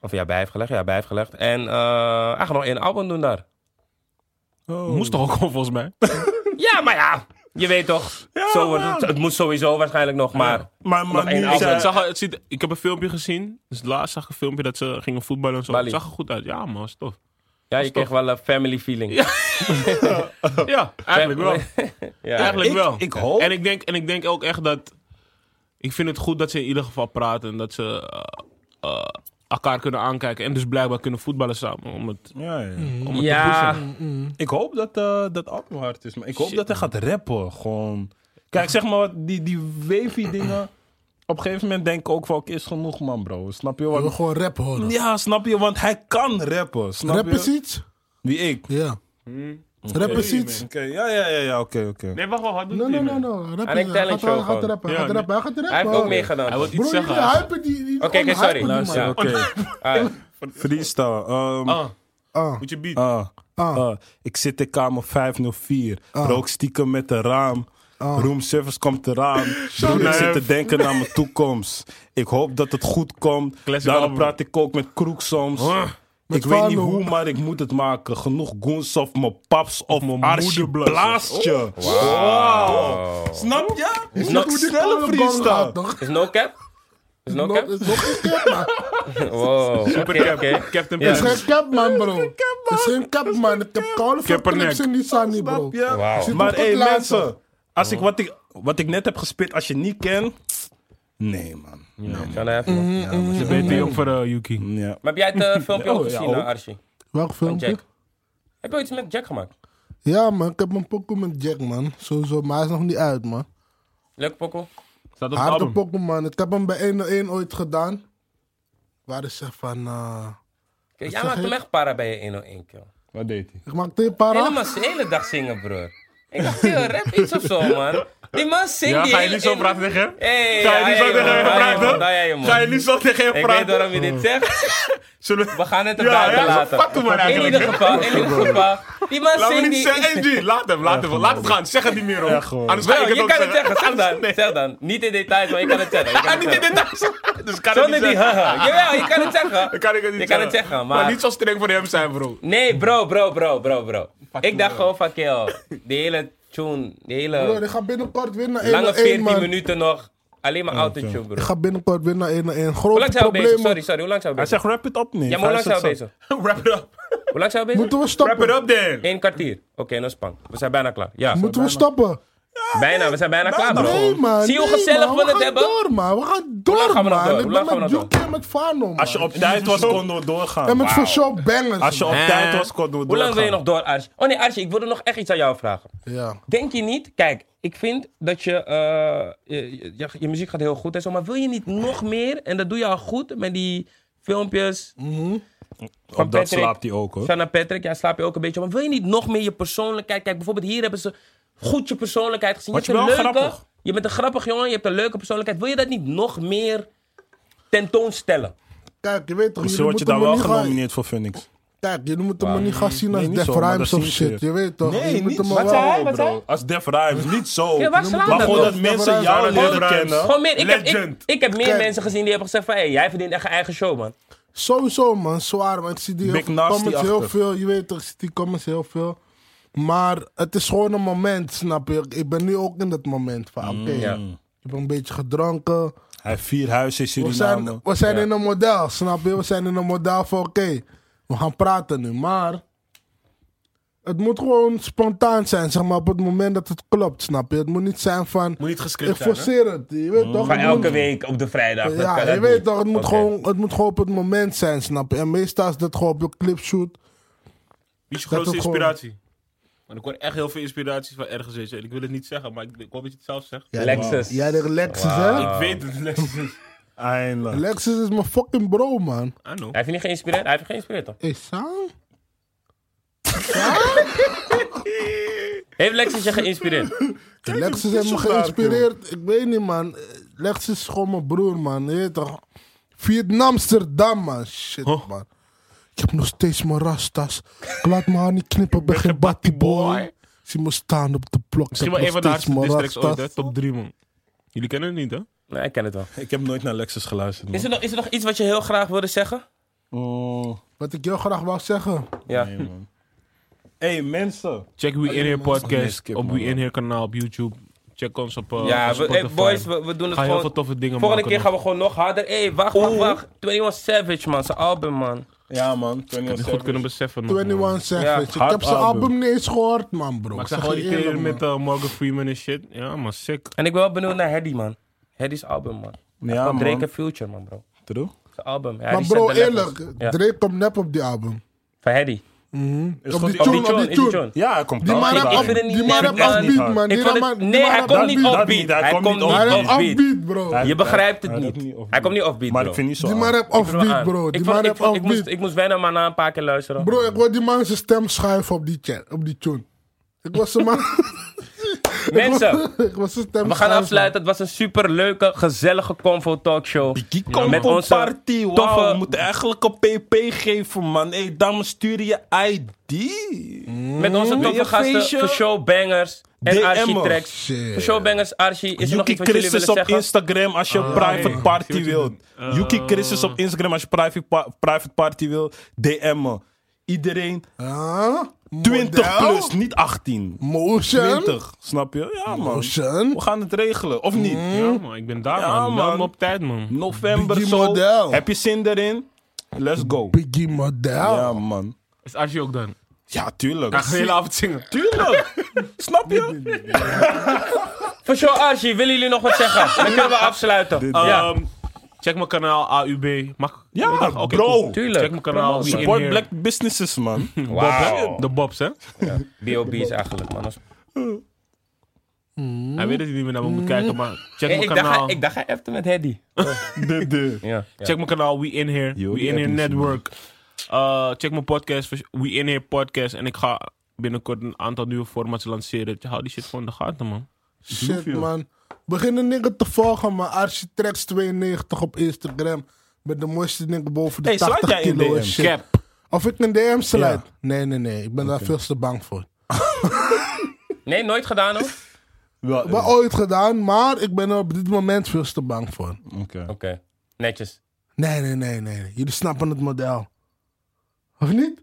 S1: Of ja, bij heeft gelegd. Ja, bij heeft gelegd. En eh, hij gaat nog één album doen daar.
S2: Oh.
S3: Moest toch ook gewoon volgens mij.
S1: Ja, maar ja, je weet toch. zo wordt het, het moet sowieso waarschijnlijk nog, maar...
S2: Maar, maar
S1: Nog één
S2: nu
S1: album.
S2: is
S3: Ik,
S2: hij-
S3: het zag, er- het ziet, ik heb een filmpje gezien. Dus laatst zag ik een filmpje dat ze gingen voetballen en zo.
S1: Bali.
S3: Het zag er goed uit. Ja, man, was tof.
S1: Ja, je kreeg wel een family feeling.
S3: Ja, eigenlijk wel.
S1: Ja.
S3: Eigenlijk
S2: Ik-
S3: wel.
S2: ik hoop-
S3: En ik, denk, en ik denk ook echt dat. Ik vind het goed dat ze in ieder geval praten. En dat ze eh, eh, elkaar kunnen aankijken. En dus blijkbaar kunnen voetballen samen. Om het,
S2: Ja, ja.
S3: om het te
S1: Ja,
S3: pushen.
S2: Mhm. Ik hoop dat eh, dat album hard is, maar ik hoop dat hij gaat rappen. Gewoon. Kijk, zeg maar, wat, die, die wavy dingen. Op een gegeven moment denk ik ook wel, oké, is genoeg, man, bro. Snap je?
S4: We willen
S2: Want,
S4: gewoon rap horen.
S2: ja, snap je? Want hij kan rappen. Snap
S4: Rap
S2: je?
S4: is iets?
S2: Wie ik.
S4: Ja.
S1: Hmm.
S4: Rap is iets?
S2: Oké, ja, ja, ja, ja, oké, oké.
S3: Nee, wacht wel. Hij doet
S4: No,
S3: het
S4: no,
S3: niet
S4: no,
S3: meer.
S4: no.
S1: Hij
S4: Rap is-
S1: denkt
S4: hij
S1: talent
S4: gaat
S1: show
S4: wel- hij gaat
S1: gewoon.
S4: rappen, hij
S3: Ja,
S4: gaat
S3: nee.
S4: rappen, hij gaat rappen.
S1: hij heeft ook
S4: man.
S3: Hij
S1: meegedaan.
S3: wil
S4: Bro,
S3: iets
S4: jullie
S3: zeggen. hij is-
S4: hypen die... die-
S1: Oké, oké,
S4: hypen
S1: sorry.
S4: die man.
S2: Luister, Oh, oké.
S1: Ah,
S2: Freestyle. ehm,
S3: Ah,
S4: Ah,
S3: moet je beat.
S2: ah,
S4: ah.
S2: ah. Ik zit in kamer 504. Rook stiekem met de raam. Room service komt eraan. Broer, ik
S3: up.
S2: zit te denken naar mijn toekomst. Ik hoop dat het goed komt.
S3: Classic
S2: Daarom
S3: album.
S2: praat ik ook met Kroek soms.
S3: Huh?
S2: Ik
S4: Met
S2: weet niet
S4: Fano.
S2: hoe, maar ik moet het maken. Genoeg goons of mijn paps of mijn moeder blaast je. Wow. Snap je? Is
S1: Snap
S2: nog
S1: hoe die
S2: snelle
S4: Alle gang
S2: freestyle.
S4: gaat, toch?
S1: Is no cap? Is no
S4: Nog-
S1: cap?
S4: is nog geen cap, man.
S1: Wow. Oké,
S3: Cap-
S1: oké.
S3: Captain
S1: Ja. dus-
S4: Is
S3: Planet.
S4: geen cap, man, bro. Is geen cap, man. Ik heb koude van
S3: Kaepernick.
S4: clips in die Sunny, bro.
S2: Snap je?
S1: Wauw.
S4: Zit
S2: Maar
S4: op het
S2: hey,
S4: laatste.
S2: mensen. Als ik wat, ik wat ik net heb gespit, als je niet kent. Nee, man.
S1: Kan hij even, man.
S3: Ze beter jong voor eh, Yuki.
S2: Ja.
S1: Maar heb jij het eh, filmpje
S2: Oh,
S1: ook
S2: ja,
S1: gezien,
S2: ook.
S1: eh, Archie?
S4: Welk
S1: Van
S4: filmpje?
S1: Jack? Heb je iets met Jack gemaakt?
S4: Ja, man. Ik heb een pokoe met Jack, man. Sowieso, maar hij is nog niet uit, man.
S1: Leuk pokkel?
S3: Staat op het
S4: Harde
S3: album.
S4: pokoe, man. Ik heb hem bij 101 ooit gedaan. Waar is ze van... eh,
S1: Kijk,
S4: zeg
S1: jij maakt
S4: je?
S1: hem echt para bij je 101, kill.
S2: Wat deed hij?
S4: Ik maak twee para.
S1: Helemaal de hele dag zingen, broer. Ik dacht, joh, rap iets of zo, man. Die man zingt
S3: Ja,
S1: die
S3: ga je
S1: hele-
S3: nu zo
S1: in-
S3: praten tegen hem?
S1: Hey,
S3: Ga je nu
S1: ja,
S3: zo
S1: ja,
S3: tegen
S1: man,
S3: hem
S1: ja, man,
S3: praten?
S1: ja, ja, man.
S3: Ga je nu zo tegen
S1: Ik
S3: hem
S1: weet
S3: praten?
S1: waarom je dit zegt.
S3: Zullen
S1: We gaan het
S3: Ja,
S1: erbij
S3: ja, zo
S1: laten.
S3: fat hem maar
S1: In
S3: eigenlijk,
S1: ieder geval, in ieder geval. Die man
S3: Laat me
S1: zingt
S3: niet
S1: die...
S3: zeggen, hey, G, laat hem, laat hem. Laat het gaan, zeg het niet meer, hoor.
S2: gewoon.
S3: Anders ga
S1: Wel,
S3: ik het
S1: je
S3: ook
S1: kan het
S3: zeggen.
S1: zeggen, zeg dan.
S3: Nee.
S1: Zeg dan. Niet in details, maar je kan het zeggen. je kan
S3: Ah,
S1: het
S3: niet in
S1: zeggen.
S3: details. Dus kan ik
S1: Zonder
S3: niet
S1: die
S3: zeggen.
S1: haha. Jawel, je kan het zeggen.
S3: Dan kan ik het niet
S1: je
S3: zeggen.
S1: kan het zeggen,
S3: Maar
S1: maar...
S3: niet zo streng voor hem zijn, bro.
S1: Nee, bro, bro, bro, bro, bro. Ik dacht gewoon van, kill. Die hele tune, die
S4: Bro,
S1: hele
S4: ik ga binnenkort weer naar 1
S1: lange
S4: 1
S1: 14
S4: man.
S1: minuten nog. Alleen maar autotune, bro.
S4: Ik ga binnenkort weer naar 1 1
S1: Hoe
S4: Grote
S1: lang zijn we
S4: probleem.
S1: bezig?
S4: man.
S1: Sorry, sorry. Hoe lang zijn we
S2: Hij
S1: bezig?
S2: zegt rap it up, nee.
S1: Ja, maar hoe lang
S2: Hij
S1: zijn
S2: zegt
S1: we
S2: zo.
S1: bezig?
S3: Wrap it up.
S1: Hoe lang zijn we bezig?
S4: Moeten we
S3: Wrap it
S4: stoppen?
S3: up, then.
S1: Eén kwartier. Oké, dan span. We zijn bijna klaar. Ja,
S4: Moeten we stoppen?
S1: bijna. We zijn bijna klaar, bro.
S4: Ah, Nee, man.
S1: Zie je hoe
S4: nee,
S1: gezellig
S4: man.
S1: we het hebben?
S4: We gaan door, man. We gaan door,
S1: lang gaan we nog
S4: man.
S1: door?
S4: Ik
S1: Hoe
S4: ben
S1: lang gaan
S4: met
S1: we nog
S4: Duke en met Fano, man.
S2: Als je op tijd was, konden we
S4: En
S2: doorgaan.
S4: met voor show bangers.
S2: Als je op
S3: Eh.
S2: tijd was, konden we doorgaan.
S1: Hoe lang wil je nog door, Arsje? Oh nee, Arsje, ik wilde nog echt iets aan jou vragen.
S4: man. Ja.
S1: Denk je niet? Kijk, ik vind dat je, eh, je, je- je- je muziek gaat heel goed en zo, maar wil je niet nog meer? En dat doe je al goed met die filmpjes.
S4: Mm,
S1: Van
S2: Op dat
S1: Patrick.
S2: slaapt hij ook, hoor.
S1: Van naar Patrick, ja, slaap je ook een beetje. Maar wil je niet nog meer je persoonlijkheid? Kijk, bijvoorbeeld hier hebben ze goed je persoonlijkheid gezien.
S2: Want
S1: hebt
S2: je
S1: een
S2: bent wel
S1: leuke-
S2: grappig.
S1: Je bent een grappig jongen, je hebt een leuke persoonlijkheid. Wil je dat niet nog meer tentoonstellen?
S4: Kijk, je weet toch,
S2: Misschien word je
S4: jullie moeten
S2: dan
S4: me
S2: wel
S4: niet gaan...
S2: genomineerd voor Phoenix.
S4: Kijk, jullie moeten me niet gaan zien als
S2: niet
S4: Def
S2: zo, maar
S4: Rhymes
S2: dat
S4: of
S2: zien
S4: shit.
S2: ze.
S4: Je weet toch?
S2: Nee,
S4: jullie
S2: niet
S4: moeten me
S2: zo,
S1: Wat zei hij? Wat
S4: bro.
S1: zei hij?
S2: Als Def Rhymes, niet zo.
S1: Ja, waar slaan
S2: maar
S1: dat
S2: gewoon
S1: op?
S2: dat mensen
S4: Def
S2: jou
S4: Rhymes.
S2: leren
S3: Gewoon-
S2: kennen.
S1: Gewoon meer, ik, heb, ik,
S3: Legend.
S1: ik heb meer
S4: Kijk.
S1: mensen gezien die hebben gezegd van... Hey, jij verdient echt een eigen show, man.
S4: Sowieso, man. Zwaar, man. Ik zie die heel,
S2: Big Nasty
S4: comments heel
S2: achter.
S4: veel. Je weet toch, ik zie die comments heel veel. Maar het is gewoon een moment, snap je? Ik ben nu ook in dat moment van, oké.
S1: ja.
S4: Ik heb een beetje gedronken.
S2: Hij heeft vier huizen in
S4: We
S2: Suriname.
S4: zijn, we zijn in een model, snap je? We zijn in een model van, oké, we gaan praten nu. Maar het moet gewoon spontaan zijn, zeg maar, op het moment dat het klopt, snap je? Het moet niet zijn van,
S3: Moet niet gescript
S4: ik
S3: zijn, hè?
S4: forceer het, je weet toch?
S1: Van
S4: Het moet-
S1: elke week op de vrijdag. dat
S4: Ja,
S1: kan dat
S4: je weet
S1: niet.
S4: toch, het moet,
S1: Oké.
S4: gewoon, het moet gewoon op het moment zijn, snap je? En meestal is dat gewoon op je clipshoot.
S3: Wie is je
S4: Dat
S3: grootste
S4: het gewoon-
S3: inspiratie? Want ik hoor echt heel veel inspiraties van ergens. Weet je. En ik wil het niet zeggen, maar ik, ik hoop dat je het zelf zegt.
S1: Lexus.
S4: Ja, de Lexus,
S1: Wauw.
S4: hè?
S3: Ik weet het, Lexus. is-
S2: Eindelijk.
S4: Lexus is mijn fucking bro, man.
S3: I know.
S1: Hij heeft je niet geïnspireerd? Hij heeft je geïnspireerd, toch?
S4: Hey, Sam?
S1: Heeft Lexus je geïnspireerd?
S4: Lexus heeft me geïnspireerd. Ik weet niet, man. Lexus is gewoon mijn broer, man. Je weet toch? Vietnamsterdam, man. Shit, man. Ik heb nog steeds mijn rastas. Ik laat me haar niet knippen, ik ben geen batty boy. Zie me staan op de blok.
S3: Misschien wel een van de hardste districts ooit, hè?
S4: ooit,
S3: Top 3, man. Jullie kennen het niet, hè?
S1: Nee, ik ken het wel.
S2: Ik heb nooit naar Lexus geluisterd. man.
S1: Is er, nog, is er nog iets wat je heel graag wilde zeggen?
S2: Oh.
S4: Wat ik heel graag wou zeggen.
S1: Ja.
S2: Hé, hey, mensen.
S3: Check We In Here
S2: Oh, Nee,
S3: podcast
S2: skip,
S3: op
S2: man.
S3: We In Here kanaal op YouTube. Check ons op eh,
S1: ja,
S3: op
S1: we,
S3: Spotify.
S1: hey, boys, we, we doen het
S3: Ga heel
S1: gewoon.
S3: veel toffe dingen
S1: Volgende
S3: maken.
S1: keer gaan we gewoon nog harder. Hé, hey, wacht, wacht, wacht. 21 Savage, man. Zijn album, man.
S2: Ja, man. Ik
S3: we goed kunnen beseffen. nog, man.
S1: Ja,
S4: 21 Savage. ik
S2: hard
S4: heb zijn
S2: album.
S4: album niet eens gehoord, man, bro.
S3: Maar ik
S4: zeg
S3: zag wel
S4: je
S3: die
S4: eerlijk,
S3: trailer
S4: man.
S3: met eh, Morgan Freeman en shit. Ja, maar sick.
S1: En ik ben wel benieuwd naar Hedy, man. Hedy's album, man.
S2: Ja,
S1: Van Drake en
S2: man.
S1: Future, man, bro.
S2: True.
S1: Zijn album. Ja,
S4: Maar
S1: die
S4: bro,
S1: zet de levels.
S4: eerlijk.
S1: Ja. Oh,
S4: Drake komt nep op die album.
S1: Van Hedy.
S2: Is
S4: Op
S2: goed-
S4: die
S1: Op die
S4: tune, op
S1: tune,
S4: die
S1: is die
S4: tune.
S1: tune.
S2: Ja, hij komt
S4: Die man
S2: daar
S1: ik
S4: heeft
S2: klaar.
S1: vind het
S4: afbeat,
S1: niet-
S4: die
S1: ik vind het
S2: niet
S4: man heeft
S2: hard.
S4: afbeat, man.
S1: Ik
S4: Die
S1: vond
S4: man-
S1: het-
S4: die
S1: nee,
S4: man
S1: hij
S4: heeft
S1: kon
S2: dat
S1: niet
S2: niet, dat
S1: offbeat.
S2: niet. Hij
S1: Hij
S2: kon
S1: kon
S2: niet
S1: niet
S4: Hij heeft
S2: offbeat.
S1: offbeat.
S4: afbeat, bro.
S1: Je begrijpt het
S2: Hij
S1: niet.
S2: heeft niet offbeat.
S1: Hij komt niet offbeat,
S2: Maar
S1: bro.
S2: ik vind niet zo
S4: Die man
S2: hard.
S4: heeft
S1: Ik wil
S4: offbeat,
S1: aan.
S4: bro.
S1: ah, Ik
S4: Die
S1: vond-
S4: man
S1: ik
S4: heeft
S1: vond- ik moest-
S4: offbeat.
S1: Ik moest wennen, maar na een paar keer luisteren.
S4: Bro, ik hoor die man zijn stem schuiven op die, chat, op die tune. Ik was zijn man.
S1: Mensen,
S4: ik was zijn stem
S1: we gaan
S4: schuiven.
S1: afsluiten. Het was een super leuke, gezellige Convo Talkshow.
S2: Die
S1: Met
S2: komt op
S1: onze
S2: party. Wow,
S1: toffe-
S2: we moeten eigenlijk een pp geven, man. Hé, hey, dames, stuur je ID.
S1: Met onze
S2: Wil
S1: toffe
S2: je een
S1: gasten,
S2: feestje?
S1: voor showbangers en
S2: DM'en.
S1: Archie-tracks.
S4: Shit.
S1: Voor showbangers, Archie, is er nog
S2: Yuki
S1: iets wat jullie
S2: Christus
S1: willen
S2: op
S1: zeggen? Ah,
S2: Instagram als je een private
S3: Ik
S2: party
S3: zie wat je
S2: wilt.
S3: doet.
S2: Yuki
S3: Eh.
S2: Christus op Instagram als je private, pa- private party wilt. DM me. Iedereen
S4: Huh?
S2: 20
S4: Model?
S2: plus, niet 18.
S4: Motion.
S2: 20, snap je? Ja, man.
S4: Motion. Mm.
S2: We gaan het regelen, of niet?
S3: Ja, man. Ik ben daar,
S2: Hm? Ja,
S3: man. Meld
S2: man.
S3: me op tijd, man.
S2: November
S4: Biggie
S2: zo.
S4: model.
S2: Heb je zin erin? Let's go.
S4: Biggie Model.
S2: Ja, man.
S3: Is Archie ook dan?
S2: Ja, tuurlijk.
S3: Ga de hele avond zingen.
S2: Tuurlijk. Snap je?
S1: Voor show Archie, willen jullie nog wat zeggen? Dan kunnen we afsluiten. Ja,
S3: Ehm, check mijn kanaal AUB. Mag
S2: Ja,
S3: Oké, cool.
S2: bro.
S1: tuurlijk.
S3: Check mijn kanaal. We in
S2: Support
S3: here.
S2: black businesses, man.
S1: Wauw.
S2: Ah.
S3: Bob, hè? De Bobs, hè?
S1: B.O.B.'s eigenlijk, man.
S3: Hij weet dat hij niet meer naar me moet kijken, maar
S1: Hey,
S3: check mijn
S1: ik, dacht,
S3: kanaal.
S1: hij- ik dacht hij appte met Hedy.
S2: Oh, De, de.
S1: Ja. ja.
S3: Check mijn kanaal We In Here. Eh,
S2: Yo,
S3: We
S2: die
S3: In Here
S2: app is
S3: Network. Uh, check mijn podcast, We In Here Podcast. En ik ga binnenkort een aantal nieuwe formats lanceren. Ja, Hou die shit gewoon in de gaten, man.
S4: Shit,
S2: joh.
S4: man. Beginnen nigger te volgen, maar Architrax92 op Instagram. Met de mooiste nigger boven de
S2: Hey, sluit
S4: 80
S2: jij in
S4: kilo en
S2: DM?
S4: shit. Of ik een DM sluit? Nee, nee, nee. Ik ben daar veel te bang voor.
S1: Nee, nooit gedaan hoor. Oké.
S2: Wel,
S4: Ik ben ooit gedaan, maar ik ben er op dit moment veel te bang voor.
S2: eh, oké.
S1: Netjes.
S4: Nee, nee, nee, nee. nee. Jullie snappen het model. Of niet?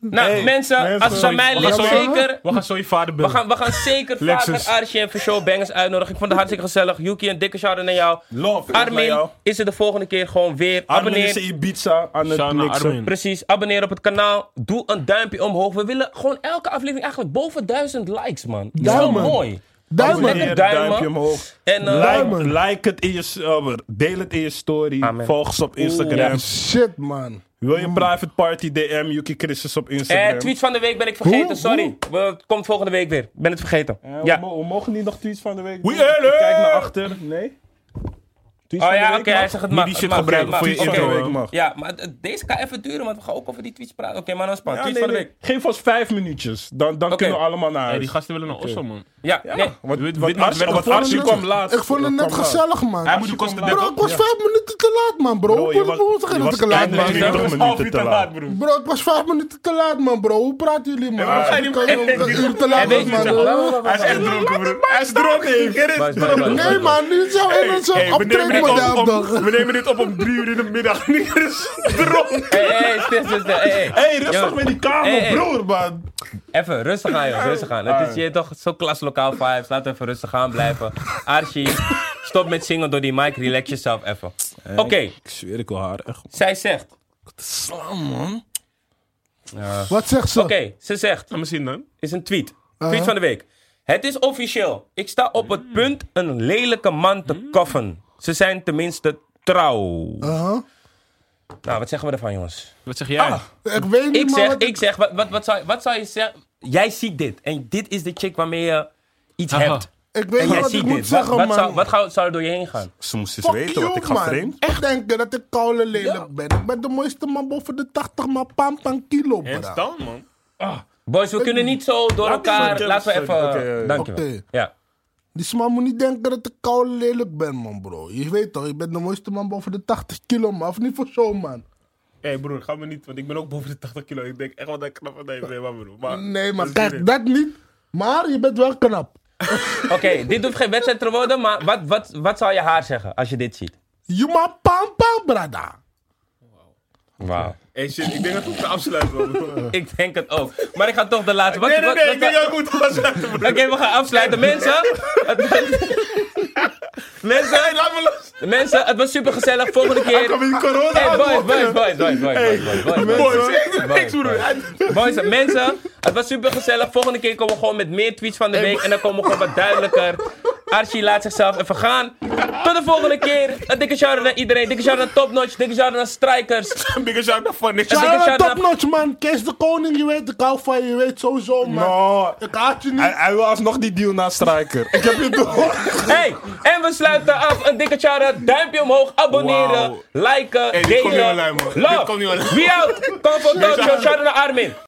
S1: Nou, mensen,
S2: mensen,
S1: als het aan mij
S3: we gaan
S1: ligt,
S3: zo-
S1: zeker.
S3: We gaan zo je vader
S1: We
S3: bellen.
S1: gaan, we gaan zeker
S2: Lexus.
S1: vaker Archie en Show Bangers uitnodigen. Ik vond het hartstikke gezellig. Yuki, een dikke shout-out naar jou.
S2: Love. naar jou.
S1: Armin is er de volgende keer gewoon weer.
S2: Armin is
S1: Abonneer.
S2: in Ibiza aan het
S3: Shout naar
S2: mixen.
S3: Armin.
S1: Precies, abonneer op het kanaal. Doe een duimpje omhoog. We willen gewoon elke aflevering eigenlijk boven duizend likes, man. Dat is wel
S4: Duimen.
S1: mooi.
S4: Duimen.
S1: Lekker
S2: Abonneer,
S1: duimen.
S2: duimpje omhoog.
S1: En eh,
S2: Like, like het in je server. Deel het in je story.
S1: Amen.
S2: Volg ons op Instagram.
S4: Shit, man.
S2: Wil je een private party DM? Yuki Christus op Instagram.
S1: eh, tweets van de week ben ik vergeten,
S4: Hoe?
S1: sorry. We, komt volgende week weer. Ben het vergeten.
S2: Eh, we
S1: ja. Oh
S2: mo- We mogen niet nog tweets van de week
S3: We
S2: doen. Ik
S3: early!
S2: Kijk naar achter. Nee? Tweets
S1: Oh
S2: van de
S1: ja,
S2: week
S1: oké,
S2: mag?
S1: hij zegt het
S3: Moet
S1: mag.
S3: die
S1: het
S3: shit
S1: mag,
S3: gebruiken
S1: het
S3: voor je
S1: mag.
S2: Tweets van de
S1: Oké.
S2: week mag.
S1: Ja, maar eh, deze kan even duren, want we gaan ook over die tweets praten. Oké, maar dan span.
S2: Ja,
S1: tweets
S2: nee,
S1: van de
S2: nee.
S1: week.
S2: Geef ons vijf minuutjes. Dan, dan
S1: Oké.
S2: kunnen we allemaal naar
S3: Hey,
S2: huis.
S3: die gasten willen naar Oslo, man.
S1: Ja, nee.
S2: Want,
S3: Wit-
S2: want,
S3: Witmaat
S2: Archie-
S3: werd
S2: want
S3: gevonden.
S2: Archie kwam laat.
S4: Ik vond het net
S2: Kwam laat.
S4: gezellig, man.
S3: Hij moet de kosten
S2: komt
S4: Bro,
S3: dekken.
S4: ik was vijf minuten te laat, man, bro.
S2: Bro,
S4: Hoe
S2: je
S4: hoe-
S2: was-
S4: hoe zeg je
S2: je
S4: dat
S2: was
S4: ik te laat
S2: eindelijk
S4: ben?
S2: weer- 20 minuten te laat.
S3: broer.
S4: Bro, ik was vijf minuten te laat, man, bro. Hoe praten jullie, man?
S2: maar hij
S4: Ik kan je om een uur te laat,
S1: En weet
S4: was,
S1: je
S4: man.
S1: wat?
S3: Hij is echt dronken, broer. Hij is dronken. Get it?
S1: Bye, bye, bye, bye,
S4: Nee,
S1: bye.
S4: man. Nu zou
S3: Hey,
S4: in een
S3: hey,
S4: soort
S3: we, nemen dit
S4: optrekmodel
S3: op, om-
S4: opdagen.
S3: we nemen dit op om drie uur in de middag. Nigger is dronken.
S1: Hey, hey, stil, stil, stil. Hey, hey.
S2: Hey, rustig
S1: Ja. Eh,
S2: met die kabel,
S1: Hey, hey.
S2: broer, man.
S1: Even rustig aan, jongens. Rustig aan. Het is je toch zo klaslokaal vibes. Laten we even rustig aan blijven. Archie, stop met zingen door die mic. Relax jezelf even. Oké,
S2: Ik zweer, ik wil haar echt
S1: zij zegt.
S2: slaan, man.
S4: Wat zegt ze?
S1: Oké, ze zegt.
S3: Laat me zien dan.
S1: Is een tweet. Tweet van de week. Het is officieel. Ik sta op het punt een lelijke man te koffen. Ze zijn tenminste trouw.
S4: Uh-huh.
S1: Nou, wat zeggen we ervan, jongens?
S3: Wat zeg jij?
S4: Ik weet niet,
S1: Ik
S4: man.
S1: zeg,
S4: wat-
S1: ik zeg, wat, wat, wat, zou, wat zou je zeggen? Jij ziet dit. En dit is de chick waarmee je iets
S3: Aha.
S1: hebt.
S4: Ik
S1: En
S4: weet niet
S1: jij
S4: wat ik
S1: ziet dit.
S4: moet
S1: Wat,
S4: zeggen,
S1: wat, zou,
S4: man.
S1: wat gauw- zou er door je heen gaan?
S2: Ze moest eens
S4: Fuck
S2: weten
S4: you,
S2: wat ik ga
S4: man.
S2: vreemd.
S4: Echt denken dat ik koude lelijk
S1: Ja.
S4: ben. Ik ben de mooiste man boven de 80, maar pam pam kilo, bro.
S3: Hands down, man.
S1: Boys, we kunnen niet zo door
S2: die
S1: elkaar.
S2: zo-
S1: Laten we
S2: sorry.
S1: even.
S2: Oké, ja, ja.
S1: Dank je wel.
S4: Oké.
S1: Ja.
S4: Die man moet niet denken dat ik koude lelijk ben, man, bro. Je weet toch, je bent de mooiste man boven de 80 kilo, man. Of niet voor zo, man.
S3: Hé broer, ga me niet, want ik ben ook boven de 80 kilo. Ik denk echt wel dat ik knap ben. Nee, maar broer. Maar,
S4: Nee, maar
S3: dat is
S4: kijk,
S3: niet
S4: dat niet. Maar je bent wel knap.
S1: Oké, dit hoeft geen wedstrijd te worden, maar wat, wat, wat zou je haar zeggen als je dit ziet?
S4: Je ma pam pam, brada.
S1: Wauw.
S3: het. Hey shit, ik denk dat we moeten afsluiten, man. Nee,
S1: Ik denk het ook. Maar ik ga toch de laatste. Wat,
S3: nee, nee,
S1: wat- wat-
S3: ik denk dat we moeten afsluiten, broer.
S1: Oké, we gaan afsluiten. Mensen. mensen,
S3: Hey, laat me los.
S1: mensen, het was super gezellig. Volgende
S3: Ik heb
S1: keer.
S3: hier corona
S1: Hey,
S3: aan,
S1: boys,
S3: man.
S1: boys, boys, boys, boys, boys, boys, boys, boys,
S3: Boys,
S1: boys.
S3: ik doe niks,
S1: Boys,
S3: broer.
S1: boys. Boys, mensen, het was super gezellig. Volgende keer komen we gewoon met meer tweets van de week. En dan komen we gewoon wat duidelijker. Archie laat zichzelf even gaan. Tot de volgende keer. Een dikke shout naar iedereen. Dikke shout naar Top Notch. Dikke shout naar Strikers.
S3: Bigger shout out van niks.
S1: Shout-out
S4: Ja,
S1: naar-
S4: topnotch, man. Kees de Koning, je weet, ik hou van je, je weet sowieso, man.
S2: No.
S4: Ik haat je
S2: Hij,
S4: niet.
S2: hij wil alsnog die deal naar Strijker. ik heb je door.
S1: Hey, en we sluiten af. Een dikke shout-out. Duimpje omhoog. Abonneren.
S3: Wauw.
S1: Liken.
S3: Hey, dit
S1: delen.
S3: komt niet online, man. Dit
S1: Love.
S3: komt niet online.
S1: Wie out? Kom voor Dojo. Shout-out naar Armin.